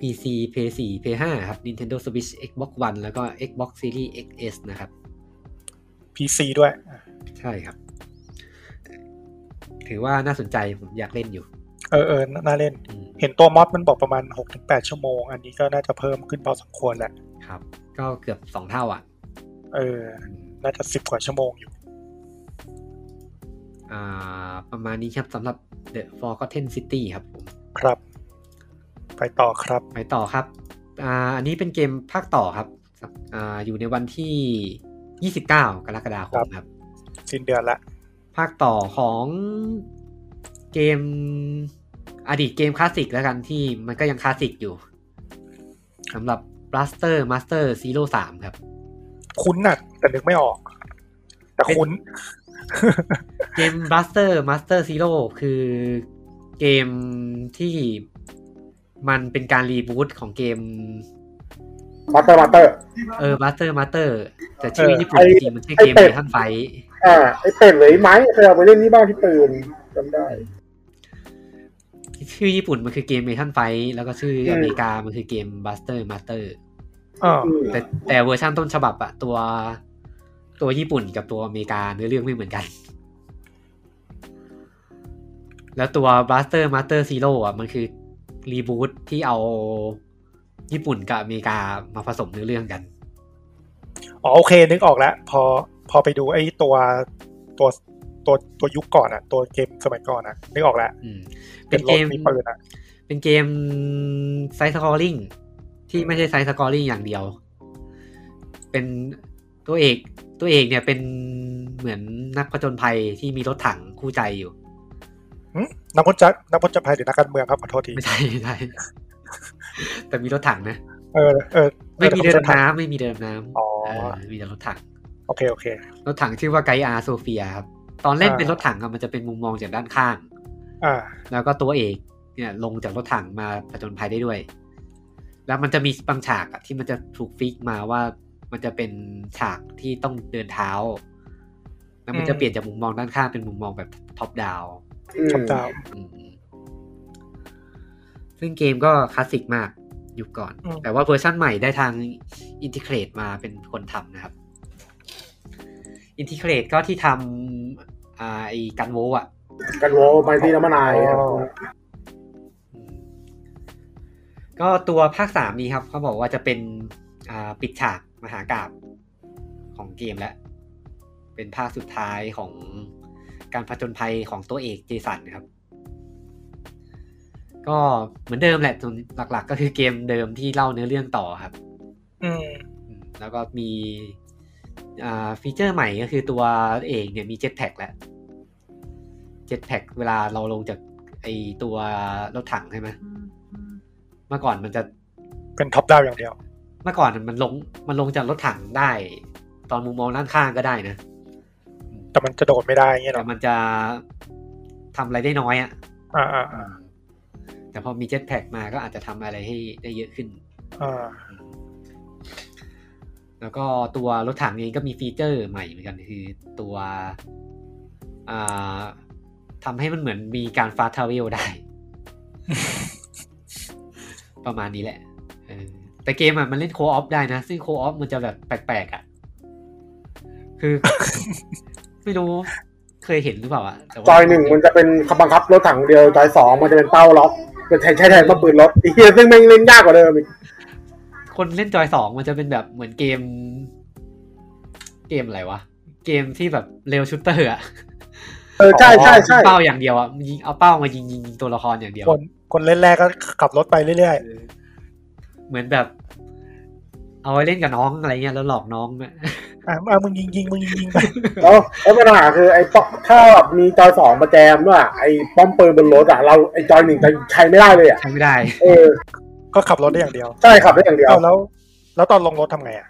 Speaker 1: PC PS4 PS5 ครับ Nintendo Switch Xbox One แล้วก็ Xbox Series XS นะครับ
Speaker 2: PC ด้วย
Speaker 1: ใช่ครับ ถือว่าน่าสนใจผมอยากเล่นอยู่
Speaker 2: เออเออน่าเล่น
Speaker 1: อืม
Speaker 2: เห็นตัวม็อดมันบอกประมาณ 6-8 ชั่วโมง อันนี้ก็น่าจะเพิ่มขึ้นพอสมควรแหละ
Speaker 1: ครับ ก็เกือบสองเท่าอ่ะ
Speaker 2: เออ
Speaker 1: อืม
Speaker 2: น่าจะสิบกว่าชั่วโมงอยู่
Speaker 1: อ่า ประมาณนี้ครับสำหรับ The Forgotten City ครับผม
Speaker 2: ครับ ไปต่อครับ
Speaker 1: ไปต่อครับ อ่า อันนี้เป็นเกมภาคต่อครับ อ่า อยู่ในวันที่ 29 กรกฎาคมครับ
Speaker 2: สิ้นเดือนละ
Speaker 1: ภาคต่อของเกมอดีตเกมคลาสสิกแล้วกันที่มันก็ยังคลาสสิกอยู่สำหรับ Blaster Master Zero 3ครับ
Speaker 2: คุ้นน่ะ แต่นึกไม่ออก แต่คุ้น
Speaker 1: เกม Blaster Master Zero คือเกมที่มันเป็นการรีบูตของเกม
Speaker 3: มาเตอร์มาเตอร์
Speaker 1: เออ Blaster Master แต่ชื่อ
Speaker 2: เออ
Speaker 1: ญี่ปุ่น
Speaker 3: ไอ้
Speaker 1: จริงๆมันชื่อเกม
Speaker 3: ไอ้เป็
Speaker 1: เม
Speaker 3: ด
Speaker 1: ทันไฟ
Speaker 3: อ่าไอเป็ดหรือไอ้ไม้เคยเอาไปเล่นที่บ้านที่ปืนจำได้
Speaker 1: ชื่อญี่ปุ่นมันคือเกมเมทันไฟ แล้วก็ชื่อ
Speaker 3: อืม
Speaker 1: อเมริกามันคือเกม Blaster Master
Speaker 2: อ่า
Speaker 3: อืม
Speaker 1: แต่แต่เวอร์ชั่นต้นฉบับอะตัวตัวญี่ปุ่นกับตัวอเมริกาเนื้อเรื่องไม่เหมือนกัน แล้วตัว Blaster Master Zero อะมันคือรีบูตที่เอาญี่ปุ่นกับอเมริกามาผสมเนื้อเรื่องกัน
Speaker 2: อ๋อโอเค นึกออกแล้ว พอ พอไปดูไอ้ตัว ตัว ตัว ตัวยุคก่อนอะตัวเกมสมัยก่อนอะนึกออกแล้ว
Speaker 1: อืม
Speaker 2: เป็
Speaker 1: เป็น น
Speaker 2: ร
Speaker 1: เก
Speaker 2: ถ
Speaker 1: ม
Speaker 2: มีปืนอะ
Speaker 1: เป็นเกมไซส์สกอริงที่ไม่ใช่ไซส์สกอริงอย่างเดียว เป็นตัวเอกตัวเอกเนี่ยเป็นเหมือนนักผจญภัยที่มีรถถังคู่ใจอยู่
Speaker 2: นักพจน์นักพจน์ภัยหรือนักการเมืองครับ ขอโทษที
Speaker 1: ไม่ใช่ไม่ใช่ แต่มีรถถังนะ
Speaker 2: เออ เออ
Speaker 1: ไม่มีเดิน
Speaker 2: นักพจภัย
Speaker 1: น้ำไม่มีเดินน้ำ
Speaker 2: อ๋อ
Speaker 1: เออมีแต่รถถัง
Speaker 2: โอเค โอเค
Speaker 1: รถถังชื่อว่าไกอาโซเฟียครับ ตอนเล่น
Speaker 2: อ่า
Speaker 1: เป็นรถถังอะมันจะเป็นมุมมองจากด้านข้าง
Speaker 2: อ่า
Speaker 1: แล้วก็ตัวเอกเนี่ยลงจากรถถังมาผจญภัยได้ด้วย แล้วมันจะมีบางฉากอะที่มันจะถูกฟิกมาว่ามันจะเป็นฉากที่ต้องเดินเท้า แล้วมันจะ
Speaker 2: อืม
Speaker 1: เปลี่ยนจากมุมมองด้านข้างเป็นมุมมองแบบท็อปดาว
Speaker 3: อืม
Speaker 2: คำดาว
Speaker 1: อืมซึ่งเกมก็คลาสสิกมากยุคก่อน
Speaker 2: อืม
Speaker 1: แต่ว่าเวอร์ชั่นใหม่ได้ทางอินทิเกรตมาเป็นคนทำนะครับอินทิเกรตก็ที่ทำอ่าไอ้กันโวอ่ะ
Speaker 3: กันโวไมตี้น้ำมันาย
Speaker 2: อ๋อ
Speaker 1: อืมก็ตัวภาคสามนี้ครับ เขาบอกว่าจะเป็นอ่าปิดฉากมหากาบของเกมแล้ว เป็นภาคสุดท้ายของ การผจญภัยของตัวเอกเจสันครับ ก็เหมือนเดิมแหละส่วนหลักๆ ก็คือเกมเดิมที่เล่าเนื้อเรื่องต่อครับ
Speaker 2: อืม
Speaker 1: อืมแล้วก็มีอ่าฟีเจอร์ใหม่ก็คือตัวเอกเนี่ยมีเจ็ตแพ็กแล้วเจ็ตแพ็กเวลาเราลงจากไอตัวรถถังใช่ไหมเมื่อก่อนมันจะ
Speaker 2: เป็นท็อปดาวอย่างเดียว
Speaker 1: เมื่อก่อนมันลงมันลงจากรถถังได้ ตอนมุมมองด้านข้างก็ได้นะ
Speaker 2: แต่มันจะโดดไม่ได้เงี้ย
Speaker 1: แต่
Speaker 2: เนาะ
Speaker 1: มันจะทำอะไรได้น้อยอะ
Speaker 2: อ่าอ่าอ่า
Speaker 1: แต่พอมีเจ็ตแพ็กมาก็อาจจะทำอะไรให้ได้เยอะขึ้น
Speaker 2: อ่า
Speaker 1: แล้วก็ตัวรถถังเองก็มีฟีเจอร์ใหม่เหมือนกันคือตัวอ่าทำให้มันเหมือนมีการฟาสต์ทราเวลได้ ประมาณนี้แหละเออแต่เกมอ่ะมันเล่นโคออฟได้นะ ซึ่งโคออฟมันจะแบบแปลกๆอ่ะ คือ ไม่รู้เคยเห็นหรือเปล่าอ่ะแต่ว่า
Speaker 3: จอยหนึ่งมันจะเป็นขับบังคับรถถังเดียวจอยสองมันจะเป็นเป้าล็อกจะใช้ใช้แทนป้าปืนรถไอ้เหี้ยซึ่งแม่งเล่นยากกว่าเดิมอีก
Speaker 1: คนเล่นจอยสองมันจะเป็นแบบเหมือนเกม เกมอะไรวะ เกมที่แบบเร็วชุดเตอร์อะ
Speaker 3: เออใช่ใช่ใช่
Speaker 1: ยิงเป้าอย่างเดียวอะยิงเอาเป้ามายิงยิงยิงตัวละครอย่างเดียว
Speaker 2: คนคนเล่นแรกก็ขับรถไปเรื่อย
Speaker 1: เออเหมือนแบบ เอาไว้เล่นกับน้องอะไรเงี้ยแล้วหลอกน้องอะ
Speaker 2: ๆอ่าอ่ามึงยิงยิงมึงยิงยิงไป
Speaker 3: แล้วแล้วปัญหาคือไอ้ป๊อกถ้าแบบมีจอยสองประแจมด้วยอะไอ้ป้อมปืนบนรถอ่ะเราไอ้จอยหนึ่งจะใช้ไม่ได้เลยอ่ะ
Speaker 1: ใช้ไม่ได้
Speaker 3: เออ
Speaker 2: ก็ขับรถได้อย่างเดียว
Speaker 3: ใช่ขับได้อย่างเดียว
Speaker 2: อ้าวแล้ว แล้วตอนลงรถทำไงอ่ะ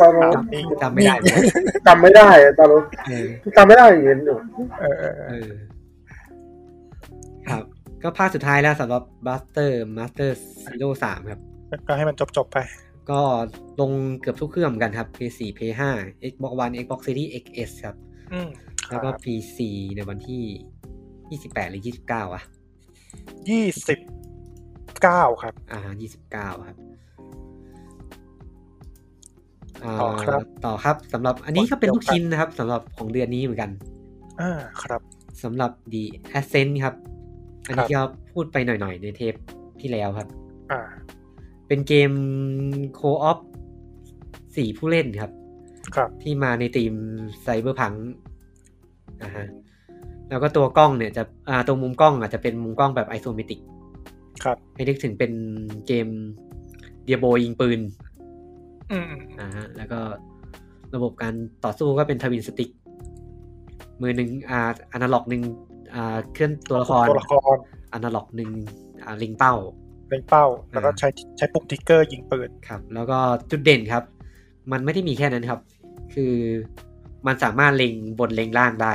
Speaker 3: ตอนนั้น
Speaker 1: จำจำไม่ได้ เลย
Speaker 3: จำไม่ได้อะตอนนั้น
Speaker 1: เออ
Speaker 3: จำไม่ได้อย่างเงี้ยหนู
Speaker 2: เออเออเออ
Speaker 1: เออครับ ก็ภาคสุดท้ายแล้วสำหรับ Buster Master Zero 3ครับ
Speaker 2: ก็ให้มันจบจบๆไป
Speaker 1: ก็ลงเกือบทุกเครื่องเหมือนกันครับ PS4 PS5 Xbox One Xbox Series XS ครับ
Speaker 2: อืม
Speaker 1: แล้วก็ PC ในวันที่ 28 หรือ 29อ่ะ
Speaker 2: ยี่สิบเก้าครับ
Speaker 1: อ่า 29 ครับา
Speaker 2: ต่อครับ
Speaker 1: ต่อครับสำหรับอันนี้ก็เป็นลูกชิ้นนะครับสำหรับของเดือนนี้เหมือนกัน
Speaker 2: อ่าครับ
Speaker 1: สำหรับ The Ascent ครับ อันนี้
Speaker 2: ครั
Speaker 1: ก็
Speaker 2: บ
Speaker 1: พูดไปหน่อยๆ ในเทปที่แล้วครับ
Speaker 2: อ่า
Speaker 1: เป็นเกมโคออฟสี่ผู้เล่นครับ
Speaker 2: ครับ
Speaker 1: ที่มาในทีมไซเบอร์พังนะฮะแล้วก็ตัวกล้องเนี่ยจะอ่าตัวมุมกล้องอาจจะเป็นมุมกล้องแบบไอโซเมตริก
Speaker 2: ครับ
Speaker 1: ให้นึกถึงเป็นเกมเดียโบยิงปืน
Speaker 2: อืม
Speaker 1: นะฮะแล้วก็ระบบการต่อสู้ก็เป็นทวินสติกมือหนึ่งอ่าอนาล็อกหนึ่งอ่าเคลื่อนตัวละคร
Speaker 2: ตัวละคร
Speaker 1: อนาล็อกหนึ่งอ่าลิงเป้า
Speaker 2: เล็งเป้า แล้วก็ใช้ใช้ปุ่มทิกเกอร์ยิงปืน
Speaker 1: ครับแล้วก็จุดเด่นครับ มันไม่ได้มีแค่นั้นครับ คือมันสามารถเล็งบนเล็งล่างได้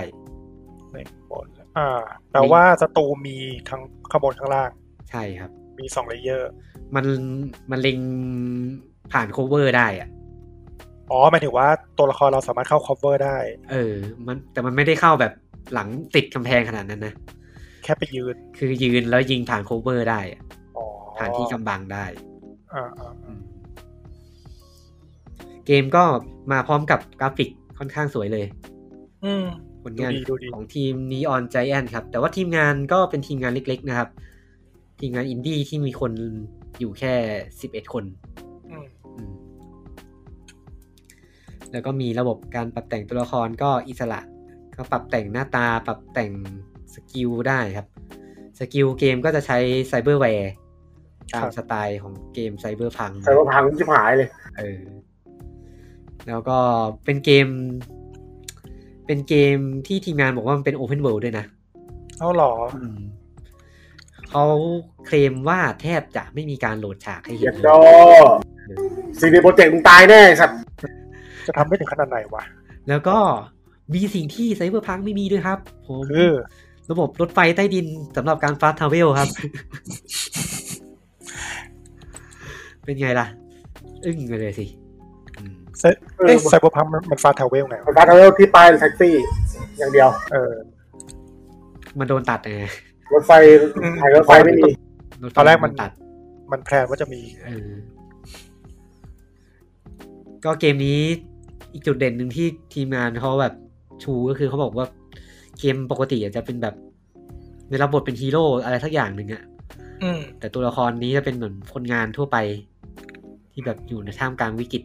Speaker 2: ในบนอ่าแปลว่าศัตรูมีทั้งข้างบนข้างล่าง
Speaker 1: ใช่ครับ
Speaker 2: มีสองเลเยอร์
Speaker 1: มันมันเล็งผ่านโคเวอร์ได้อะ
Speaker 2: อ๋อหมายถึงว่าตัวละครเราสามารถเข้า cover ได้
Speaker 1: เออ มันแต่มันไม่ได้เข้าแบบหลังติดกำแพงขนาดนั้นนะ
Speaker 2: แค่ไปยืน
Speaker 1: คือยืนแล้วยิงผ่านโคเวอร์ได้อะ
Speaker 2: อ๋อ
Speaker 1: ผ่านที่กำบังได้
Speaker 2: อ่าอ่า
Speaker 1: เกมก็มาพร้อมกับกราฟิกค่อนข้างสวยเลย
Speaker 2: อืม
Speaker 1: ผลงาน
Speaker 2: ดูดีดูดี
Speaker 1: ของทีม Neon Giant ครับ แต่ว่าทีมงานก็เป็นทีมงานเล็ก ๆ นะครับ ทีมงานอินดี้ที่มีคนอยู่แค่ 11 คน
Speaker 2: อืม
Speaker 1: อืมแล้วก็มีระบบการปรับแต่งตัวละครก็อิสระ ก็ปรับแต่งหน้าตาปรับแต่งสกิลได้ครับ สกิลเกมก็จะใช้ไซเบอร์แวร์ตามสไตล์ของเกมไซเบอร์พัง
Speaker 3: แต่ว่าพังชิบหายเลย
Speaker 1: เออแล้วก็เป็นเกม เป็นเกมที่ทีมงานบอกว่ามันเป็นโอเพนเวิลด์ด้วยนะ
Speaker 2: เอาเหรอ
Speaker 1: เขาเคลมว่าแทบจะไม่มีการโหลดฉากให้เห็
Speaker 3: เจ็
Speaker 1: น
Speaker 3: ด
Speaker 1: เล
Speaker 3: ด
Speaker 1: ย
Speaker 3: อซีดีโปรเจกต์มึงตายแน่ไอ้สัตว์
Speaker 2: จะทำได้ถึงขนาดไหนวะ
Speaker 1: แล้วก็มีสิ่งที่ไซเบอร์พังไม่มีด้วยครับผม
Speaker 2: คือ
Speaker 1: ระบบรถไฟใต้ดินสำหรับการฟาสทาวเวลครับ เป็นไงล่ะ อึ้งไปเลยสิอืม
Speaker 2: เซเอ้ไซเบอร์พังมันฟาทาเวลไง
Speaker 3: มัน
Speaker 2: วะ
Speaker 3: ฟาทาวเวลที่ปลายแท็กซี่ อย่างเดียว
Speaker 2: เออ
Speaker 1: มันโดนตัดไง
Speaker 3: รถไฟไายรถไฟไม่มี
Speaker 1: ถไฟ
Speaker 2: ตอนแรกมัน
Speaker 1: โดตัด
Speaker 2: มันแพลนว่าจะมี
Speaker 1: เออก็เกมนี้อีกจุดเด่นหนึ่งที่ทีมงานเขาแบบชูก็คือเขาบอกว่าเกมปกติอาจจะเป็นแบบได้รับบทเป็นฮีโร่อะไรสักอย่างหนึ่งอะ
Speaker 2: อืม
Speaker 1: แต่ตัวละครนี้จะเป็นเหมือนคนงานทั่วไป ที่แบบอยู่ในท่ามกลางวิกฤต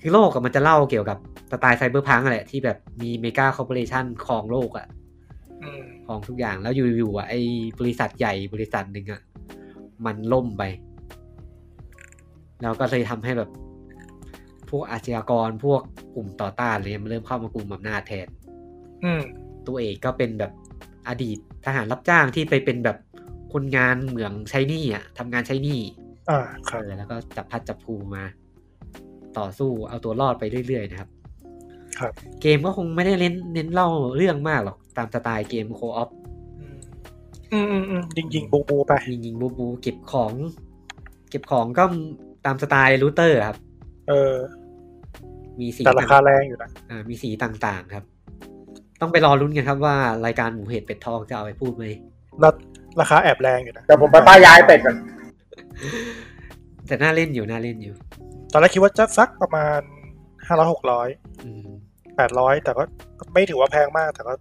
Speaker 1: คือโลกอะมันจะเล่าเกี่ยวกับ สไตล์ไซเบอร์พังก์อะแหละที่แบบมีเมกาคอร์ปอเรชันครองโลกอะ
Speaker 2: อืม
Speaker 1: ของทุกอย่างแล้วอยู่ๆอ่ะไอ้บริษัทใหญ่บริษัทหนึ่งอ่ะมันล่มไป แล้วก็เลยทำให้แบบ พวกอาชญากรพวกกลุ่มต่อต้านอะไรเลยมันเริ่มเข้ามากลุ่มอำนาจแทน
Speaker 2: อืม
Speaker 1: ตัวเอกก็เป็นแบบอดีตทหารรับจ้างที่ไปเป็นแบบคนงานเหมืองใช้หนี่อ่ะทำงานใช้หนี่
Speaker 2: อ่าครับ
Speaker 1: เออแล้วก็จับพัดจับภูมา ต่อสู้เอาตัวรอดไปเรื่อยๆนะครับ
Speaker 2: ครับ
Speaker 1: เกมก็คงไม่ได้เน้นเน้นเล่าเรื่องมากหรอกตามสไตล์เกมโคออฟ
Speaker 2: อืมอืมอืมยิงยิงบูบูไป
Speaker 1: ยิงยิงบูบูเก็บของ เก็บของก็ตามสไตล์รูเตอร์ครับ
Speaker 2: เออ
Speaker 1: มีสี
Speaker 2: แต่รา
Speaker 1: ต่า
Speaker 2: คา
Speaker 1: ง
Speaker 2: แรงอยู่นะ
Speaker 1: อ่ามีสีต่างๆครับ ต้องไปรอรุ้นกันครับว่ารายการหมูเห็ดเป็ดทองจะเอาไปพูดไหม
Speaker 2: ราราคาแอบแรงอยู่นะ
Speaker 3: แต่ผมไปป้ายยายเป็ดก่อน
Speaker 1: แต่น่าเล่นอยู่น่าเล่นอยู่
Speaker 2: ตอนแรกคิดว่าจะสักประมาณห้าร้อยหกร้อย
Speaker 1: อืม
Speaker 2: แปดร้อยแต่ก็ไม่ถือว่าแพงมากแต่ก็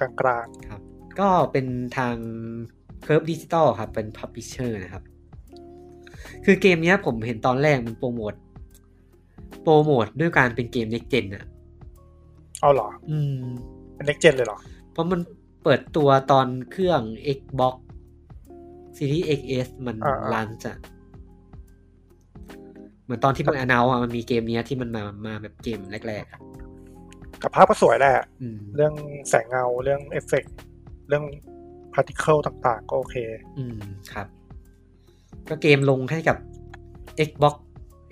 Speaker 2: กลางกลาง
Speaker 1: ครับ ก็เป็นทาง Curve Digital ครับ เป็น Publisher นะครับ คือเกมเนี้ยผมเห็นตอนแรกมันโปรโมทโปรโมทด้วยการเป็นเกม Next Gen อ่ะ
Speaker 2: ๆเอาเหรอ
Speaker 1: อืม
Speaker 2: เป็นเน็กเจนเลยเหรอ
Speaker 1: เพราะมันเปิดตัวตอนเครื่อง Xbox Series XS มัน
Speaker 2: อ่าๆ
Speaker 1: ลันจะเหมือนตอนที่มันอนาวมันมีเกมเนี้ยที่มันมามาแบบเกมแรกๆอะ
Speaker 2: กับภาพก็สวยแหละ
Speaker 1: อืม
Speaker 2: เรื่องแสงเงาเรื่องเอฟเฟกต์เรื่องพาร์ติเคิลต่างๆ ก็โอเค
Speaker 1: อืมครับ ก็เกมลงให้กับ Xbox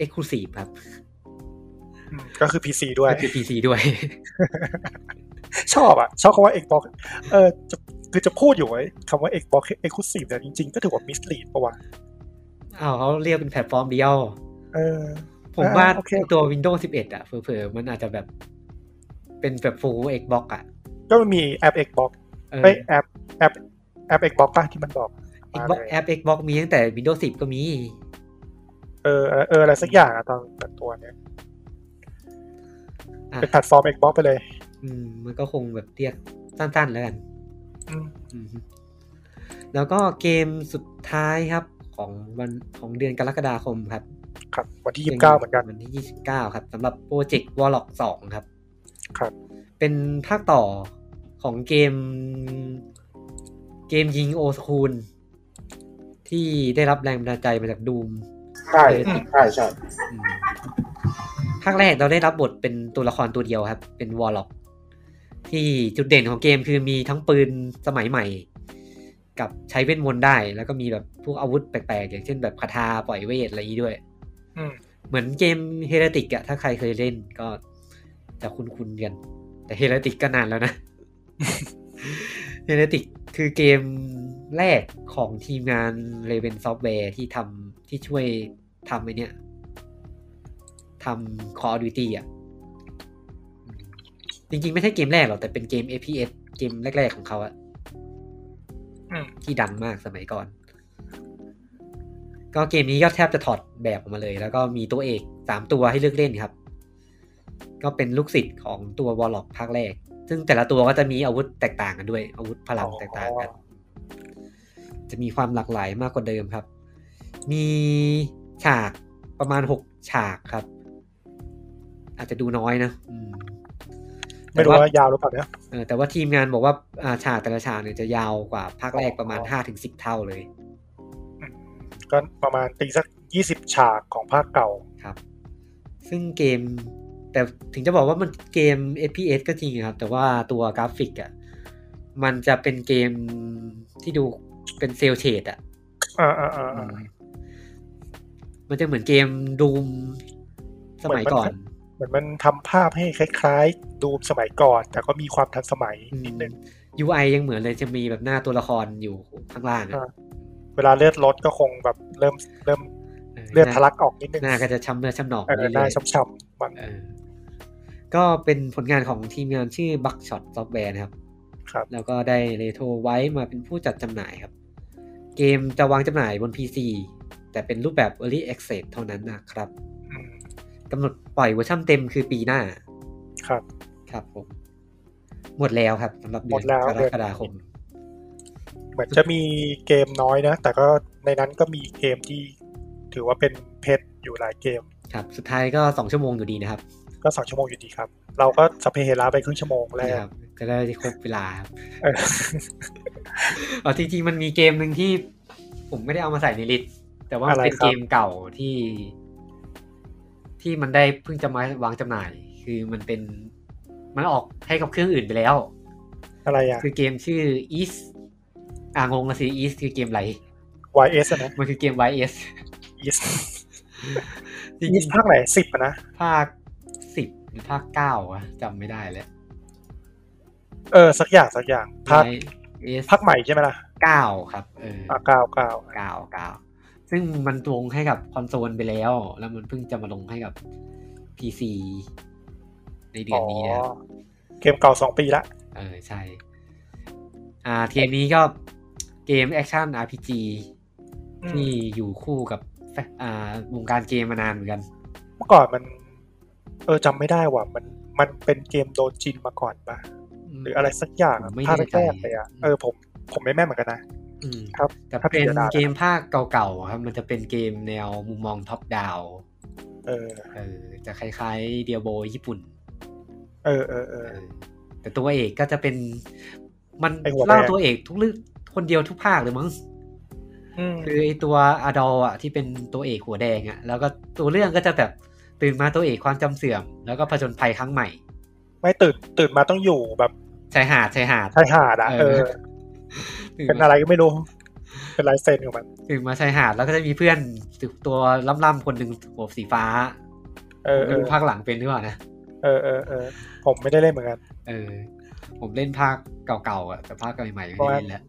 Speaker 1: Exclusive ครับ
Speaker 2: อืมก็คือ PC ด้วย
Speaker 1: ก็คือ PC ด้วย
Speaker 2: ชอบอ่ะ ชอบคำว่า Xbox เออจะคือจะพูดอยู่ไว้ยคำว่า Xbox Exclusive แต่ยจริงๆ ก็ถือว่า mislead ปะวะ
Speaker 1: อ้าวเขาเรียกเป็นแพลตฟอร์มเดียว
Speaker 2: เออ
Speaker 1: ผมว่า
Speaker 2: อ่าโอเค
Speaker 1: ตัว Windows 11 อ่ะ เผลอๆ มันอาจจะแบบ เป็นแบบ full Xbox อ่ะ
Speaker 2: ก็มันมีแอป Xbox
Speaker 1: เออ
Speaker 2: ไม่แอปแอปแอป Xbox ป่ะที่มันบอก
Speaker 1: Xbox แอป Xbox มีตั้งแต่ Windows 10 ก็มี
Speaker 2: เออเออเอออะไรสักอย่างอะตอนเปิดตัวเนี้ย
Speaker 1: อ่ะ
Speaker 2: เป็นแพลตฟอร์ม Xbox ไปเลย
Speaker 1: อืมมันก็คงแบบเรียกสั้นๆแล้วกัน
Speaker 2: อืม
Speaker 1: อืมแล้วก็เกมสุดท้ายครับ ของวันของเดือนกรกฎาคมครับ
Speaker 2: ครับ วันที่ยี่สิบเก้าเหมือนกัน
Speaker 1: วันที่ยี่สิบเก้าครับสำหรับโปรเจกต์วอลล็อกสองครับ
Speaker 2: ครับ
Speaker 1: เป็นภาคต่อของเกม เกมยิงโอสคูล ที่ได้รับแรงบันดาลใจมาจากดูม
Speaker 3: ใช่ใช่ใช่
Speaker 1: อืมภาคแรกเราได้รับบทเป็นตัวละครตัวเดียวครับ เป็นวอลล็อกที่จุดเด่นของเกมคือมีทั้งปืนสมัยใหม่ กับใช้เวทมนต์ได้ แล้วก็มีแบบพวกอาวุธแปลกๆ อย่างเช่นแบบคาถาปล่อยเวทอะไรอย่างนี้ด้วย
Speaker 2: อืม
Speaker 1: เหมือนเกมเฮ r ติกอะถ้าใครเคยเล่นก็จะคุ้นๆกัน แต่เฮ r ติกก็นานแล้วนะ เฮ r ติกคือเกมแรกของทีมงาน r a v e n Software ที่ทำที่ช่วยทำไอเนี้ยทำ Call of Duty อะอืมจริงๆ ไม่ใช่เกมแรกหรอก แต่เป็นเกม FPS เกมแรก ๆ ของเขาอะ
Speaker 2: อืม
Speaker 1: ที่ดังมากสมัยก่อน ก็เกมนี้ก็แทบจะถอดแบบออกมาเลย แล้วก็มีตัวเอกสามตัวให้เลือกเล่นครับ ก็เป็นลูกศิษย์ของตัววอลล็อกภาคแรก ซึ่งแต่ละตัวก็จะมีอาวุธแตกต่างกันด้วย อาวุธพลังแตกต่างกัน จะมีความหลากหลายมากกว่าเดิมครับ มีฉากประมาณหกฉากครับ อาจจะดูน้อยนะอืม
Speaker 2: ไม่รู้ว่ายาวหรือเปล่านะ
Speaker 1: เออแต่ว่าทีมงานบอกว่าอ่าฉากแต่ละฉากเนี่ยจะยาวกว่าภาคแรกประมาณ
Speaker 2: อ๋อ
Speaker 1: ห้าถึงสิบเท่าเลย
Speaker 2: ก็ประมาณตีสักยี่สิบฉากของภาคเก่า
Speaker 1: ครับ ซึ่งเกม แต่ถึงจะบอกว่ามันเกม FPS ก็จริงอะครับ แต่ว่าตัวกราฟิกอะ่ะมันจะเป็นเกมที่ดูเป็นเซลเชดอ่ะ
Speaker 2: อ่าอ่าอ่าอ่า
Speaker 1: มันจะเหมือนเกมดูมสมัยก่อน
Speaker 2: เหมือนมันทำภาพให้คล้ายๆ ดูมสมัยก่อน แต่ก็มีความทันสมัยนิดนึง
Speaker 1: UI ยังเหมือนเลยจะมีแบบหน้าตัวละครอยู่ข้างล่างอะ
Speaker 2: อ่า เวลาเลือดลดก็คงแบบเริ่มเริ่มเลือดทะลักออกนิดนึง
Speaker 1: หน้าก็จะช้ำเลือดช้ำหนอง
Speaker 2: เออ
Speaker 1: เรื่อยๆ
Speaker 2: หน้าช้ำๆมัน
Speaker 1: เออก็เป็นผลงานของทีมงานชื่อ Buckshot Software นะครับ
Speaker 2: ครับ
Speaker 1: แล้วก็ได้เรโทรไว้มาเป็นผู้จัดจำหน่ายครับ เกมจะวางจำหน่ายบน PC แต่เป็นรูปแบบ Early Access เท่านั้นนะครับ
Speaker 2: อืม
Speaker 1: กำหนดปล่อยเวอร์ชันเต็มคือปีหน้า
Speaker 2: ครับ
Speaker 1: ครับผม หมดแล้วครับสำหรับเดื
Speaker 2: หม
Speaker 1: อน
Speaker 2: ดแล้ว
Speaker 1: กรกฎาคม
Speaker 2: เหมือนจะมีเกมน้อยนะ แต่ก็ในนั้นก็มีเกมที่ถือว่าเป็นเพชรอยู่หลายเกม
Speaker 1: ครับ สุดท้ายก็ 2 ชั่วโมงอยู่ดีนะครับ
Speaker 2: ก็สองชั่วโมงอยู่ดีครับ เราก็สัพเพเหระไปครึ่งชั่วโมงแรก
Speaker 1: นะครับจะได้ครบเวลาครับ
Speaker 2: เอ อ
Speaker 1: เอ๋อจริงๆมันมีเกมหนึ่งที่ผมไม่ได้เอามาใส่ในลิสต์แต่ว่ามันเป็นเกมเก่าที่ ที่มันได้เพิ่งจะมาวางจำหน่าย คือมันเป็นมันออกให้กับเครื่องอื่นไปแล้ว
Speaker 2: อะไรอ่ะ
Speaker 1: คือเกมชื่อ East อ่างงละสิ East คือเกมอะไร
Speaker 2: YS อะนะ
Speaker 1: มันคือเกม YS
Speaker 2: Yes
Speaker 1: จริ
Speaker 2: Yes
Speaker 1: ง
Speaker 2: ภาคไหนสิบนะ
Speaker 1: ๆภาคสิบหรือภาคเก้าวะจำไม่ได้แล้ว
Speaker 2: เออ สักอย่างสักอย่างภาค
Speaker 1: เอส
Speaker 2: ภาคใหม่ใช่ไหมล่ะ
Speaker 1: เก้าครับเออ
Speaker 2: อ่ะเก้าเก้า
Speaker 1: เก้าเก้าซึ่งมันลงให้กับคอนโซลไปแล้ว แล้วมันเพิ่งจะมาลงให้กับ PC ในเดื
Speaker 2: อ๋
Speaker 1: อ
Speaker 2: อน
Speaker 1: นี้นะครับ
Speaker 2: เกมเก่าสองปีละ
Speaker 1: เออใช่ อ่าเกมนี้ก็เกมแอคชั่น RPG
Speaker 2: อืม
Speaker 1: ที่อยู่คู่กับแฟอ่าวงการเกมมานานเหมือนกัน
Speaker 2: เมื่อก่อนมัน เออจำไม่ได้ว่ะมันมันเป็นเกมโดจินมาก่อนปะหรืออะไรสักอย่างอะ
Speaker 1: ผมไม่
Speaker 2: ภาค
Speaker 1: แน่ใจ
Speaker 2: แรกๆเลยอ่ะเออผมผมไม่แม่นเหมือนกันนะ
Speaker 1: อืม
Speaker 2: ครับ
Speaker 1: แต่
Speaker 2: ถ้า
Speaker 1: เป็น
Speaker 2: พิจารณา
Speaker 1: เกมภาคเก่าๆครับ มันจะเป็นเกมแนวมุมมองท็อปดาว
Speaker 2: เออ
Speaker 1: เออจะคล้ายๆเดียโบญี่ปุ่น
Speaker 2: เออเออเอ
Speaker 1: เอ
Speaker 2: อ
Speaker 1: อแต่ตัวเอกก็จะเป็นมัน
Speaker 2: ไอ้หัวแดง
Speaker 1: เล่าตัวเอกทุกเรื่องคนเดียวทุกภาคเลยมั้ง
Speaker 2: อืม
Speaker 1: คือไอตัวอดอลอะที่เป็นตัวเอกหัวแดงอะแล้วก็ตัวเรื่องก็จะแบบตื่นมาตัวเอกความจำเสื่อม แล้วก็ผจญภัยครั้งใหม่
Speaker 2: ไม่ตื่นตื่นมาต้องอยู่แบบ
Speaker 1: ชายหาดชายหาด
Speaker 2: ชายหาดอะ
Speaker 1: เอ
Speaker 2: เอ
Speaker 1: อ
Speaker 2: อ
Speaker 1: ตื่น
Speaker 2: เป็น
Speaker 1: มา
Speaker 2: อะไรก็ไม่รู้ เป็นลายเซ็นของมัน
Speaker 1: ตื่นมาชายหาดแล้วก็จะมีเพื่อนตัวล่ำๆคนหนึ่งหัวสีฟ้า
Speaker 2: เออเอ
Speaker 1: ดู
Speaker 2: อ
Speaker 1: ภาคหลังเป็นหรือเปล่านะ
Speaker 2: เออเออเออผมไม่ได้เล่นเหมือนกัน
Speaker 1: เออ ผมเล่นภาคเก่าๆอะแต่ภาคใหม่ๆไม่
Speaker 2: ประ
Speaker 1: ได้
Speaker 2: มาณ
Speaker 1: เล่นแล้ว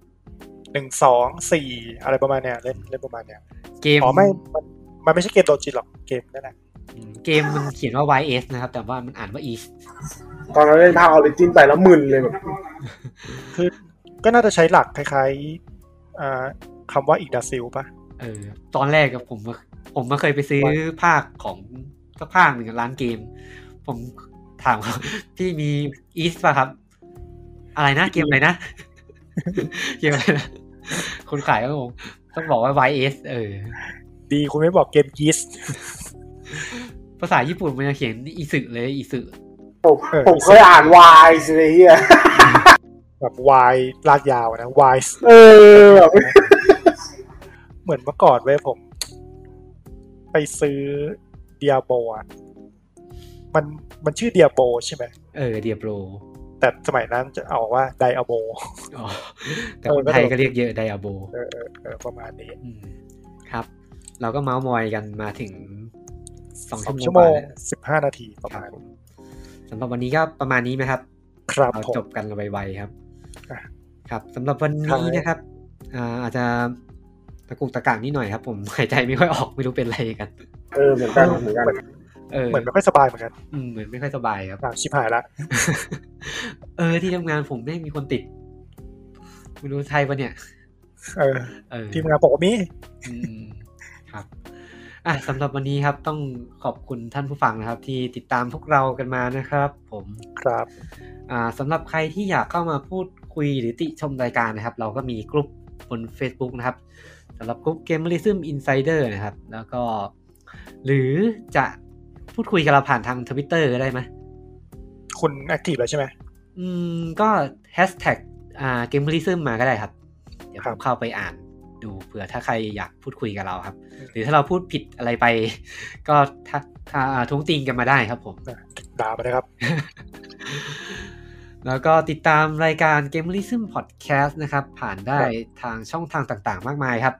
Speaker 2: หนึ่งสองสี่อะไรประมาณเนี้ยเล่นเล่นประมาณเนี้ย
Speaker 1: เกม
Speaker 2: อ๋อไม่มันมันไม่ใช่เกมโดจินหรอกเกมนั่นแหละ
Speaker 1: อืมเกมมันเขียนว่า YS นะครับ แต่ว่ามันอ่านว่า East
Speaker 3: ตอนเราเล่นภาคออริจินไปแล้วมึนเลยแบบ
Speaker 2: คือก็น่าจะใช้หลักคล้ายๆอ่าคำว่าอีกดาซิลปะ
Speaker 1: เออตอนแรกกับผมอะผมมาเคยไปซื้อภาคของสักภาคหนึ่งอะร้านเกม ผมถาม เขาพี่มีอีสป่ะครับ อะไรนะเกมอะไรนะ เกมอะไรนะคนขายก็งงต้องบอกว่า YS เออ
Speaker 2: ดีคุณไม่บอกเกมยีสต์
Speaker 1: ภาษาญี่ปุ่นมันจะเขียนอีสึเลยอีสึ
Speaker 2: เออ
Speaker 3: ผมเคยอ่านวายสิไอ้เฮีย
Speaker 2: แบบวายลากยาวนะวาย
Speaker 3: เออแบบ
Speaker 2: เหมือนเมื่อก่อนเว้ยผม ไปซื้อเดียโบอะมันมันชื่อเดียโบใช่ไหม
Speaker 1: เออเดียโปร
Speaker 2: แต่สมัยนั้นจะเอาว่าไดอาโบ
Speaker 1: อ๋อแต่คนไทยก็เรียกเยอะไดอาโบ
Speaker 2: เออเออเออประมาณนี้
Speaker 1: อืมครับ เราก็เมาส์มอยกันมาถึงสอง
Speaker 2: สอง
Speaker 1: ชั่
Speaker 2: ชั่
Speaker 1: ว
Speaker 2: ว
Speaker 1: โม
Speaker 2: โม
Speaker 1: ง
Speaker 2: ง
Speaker 1: แล้ว
Speaker 2: สิบห้านาทีประ
Speaker 1: ครั
Speaker 2: มา
Speaker 1: บ
Speaker 2: ณ
Speaker 1: ผมสำหรับวันนี้ก็ประมาณนี้ไหมครับ
Speaker 2: ครับ
Speaker 1: เรา
Speaker 2: ผม
Speaker 1: จบกันไวๆครับ
Speaker 2: อ่ะ
Speaker 1: ครับสำหรับวัน
Speaker 2: ครั
Speaker 1: นี้
Speaker 2: บ
Speaker 1: นะครับอ่าอาจจะตะกุกตะกากนิดหน่อยครับ ผม หายใจไม่ค่อยออกไม่รู้เป็นอะไรกัน
Speaker 3: เออเหมือนกันเหมือนกัน
Speaker 1: เออ
Speaker 2: เหมือนไม่ค่อยสบายเหมือนกัน
Speaker 1: อืมเหมือนไม่ค่อยสบายครับ
Speaker 2: อ่ะชิบหายละ
Speaker 1: เออที่ทำงานผมไม่งมีคนติดไม่รู้ใช่ปะเนี่ย
Speaker 2: เออ
Speaker 1: เออ
Speaker 2: ทีมงานบอกว่ามี
Speaker 1: อืมครับอ่ะสำหรับวันนี้ครับต้องขอบคุณท่านผู้ฟังนะครับ ที่ติดตามพวกเรากันมานะครับ ผม
Speaker 2: ครับ
Speaker 1: อ่าสำหรับใครที่อยากเข้ามาพูดคุยหรือติชมรายการนะครับ เราก็มีกลุ่มบน Facebook นะครับสำหรับกลุ่ม Gamerism Insider นะครับ แล้วก็ หรือจะพูดคุยกับเราผ่านทาง Twitter ได้ไหม
Speaker 2: คุณแอคทีฟแล้วใช่ไหม
Speaker 1: อืม ก็แฮชแท็กอ่า Gamerism มาก็ได้ครับ เดี๋ยวผ
Speaker 2: ครั
Speaker 1: ม
Speaker 2: บ
Speaker 1: เข้าไปอ่านดูเผื่อถ้าใครอยากพูดคุยกับเราครับ หรือถ้าเราพูดผิดอะไรไป ก็ถ้าถ้าอ่าท้วงติงกันมาได้ครับผม
Speaker 2: อ่ะด่าไปนะครับ
Speaker 1: แล้วก็ติดตามรายการ g a m e r i s m Podcast นะครับ ผ่านได้ทางช่องทางต่างๆ มากมายครับ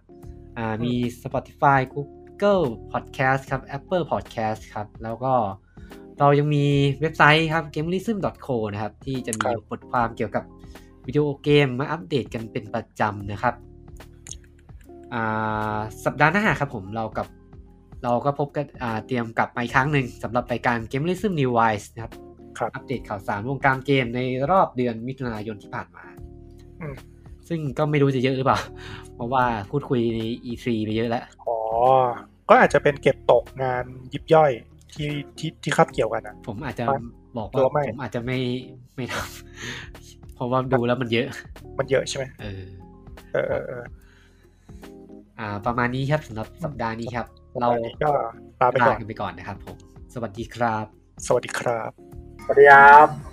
Speaker 1: อ่ามี Spotify Google Podcast ครับ Apple Podcast ครับ แล้วก็เรายังมีเว็บไซต์ครับ g a m e r i s m co นะครับ ที่จะมี
Speaker 2: ครับ
Speaker 1: บทความเกี่ยวกับวิดีโอเกมมาอัปเดตกันเป็นประจำนะครับอ่าสัปดาห์หน้าครับผมเรากับเราก็พบกันอ่าเตรียมกลับมาอีกครั้งหนึ่งสำหรับรายการ g a m e r i s m New Wise นะครับ
Speaker 2: ครับ
Speaker 1: อัปเดตข่าวสารวงการเกมในรอบเดือนมิถุนายนที่ผ่านมา
Speaker 2: อืม
Speaker 1: ซึ่งก็ไม่รู้จะเยอะหรือเปล่า เพราะว่าพูดคุยใน E3 ไปเยอะแล้ว
Speaker 2: อ๋อ ก็อาจจะเป็นเก็บตกงานยิบย่อยที่ที่ที่คาบเกี่ยวกันอ่ะ
Speaker 1: ผมอาจจะ
Speaker 2: ครับ
Speaker 1: บอก
Speaker 2: หรือ
Speaker 1: ว่า
Speaker 2: ว่าไม่
Speaker 1: ผมอาจจะไม่ไม่ทำ เพราะว่าดูแล้วมันเยอะ
Speaker 2: มันเยอะใช่ไหม
Speaker 1: เออ
Speaker 2: เออเออเออ
Speaker 1: อ่า ประมาณนี้ครับสำหรับสัปดาห์นี้ครับ
Speaker 2: ประ
Speaker 1: เรา
Speaker 2: มาณนี้ก็ลาไป
Speaker 1: ลา
Speaker 2: ก่อน
Speaker 1: กันไปก่อนนะครับผม สวัสดีครับ
Speaker 2: สวัสดีครับ
Speaker 3: สวัสดีครับ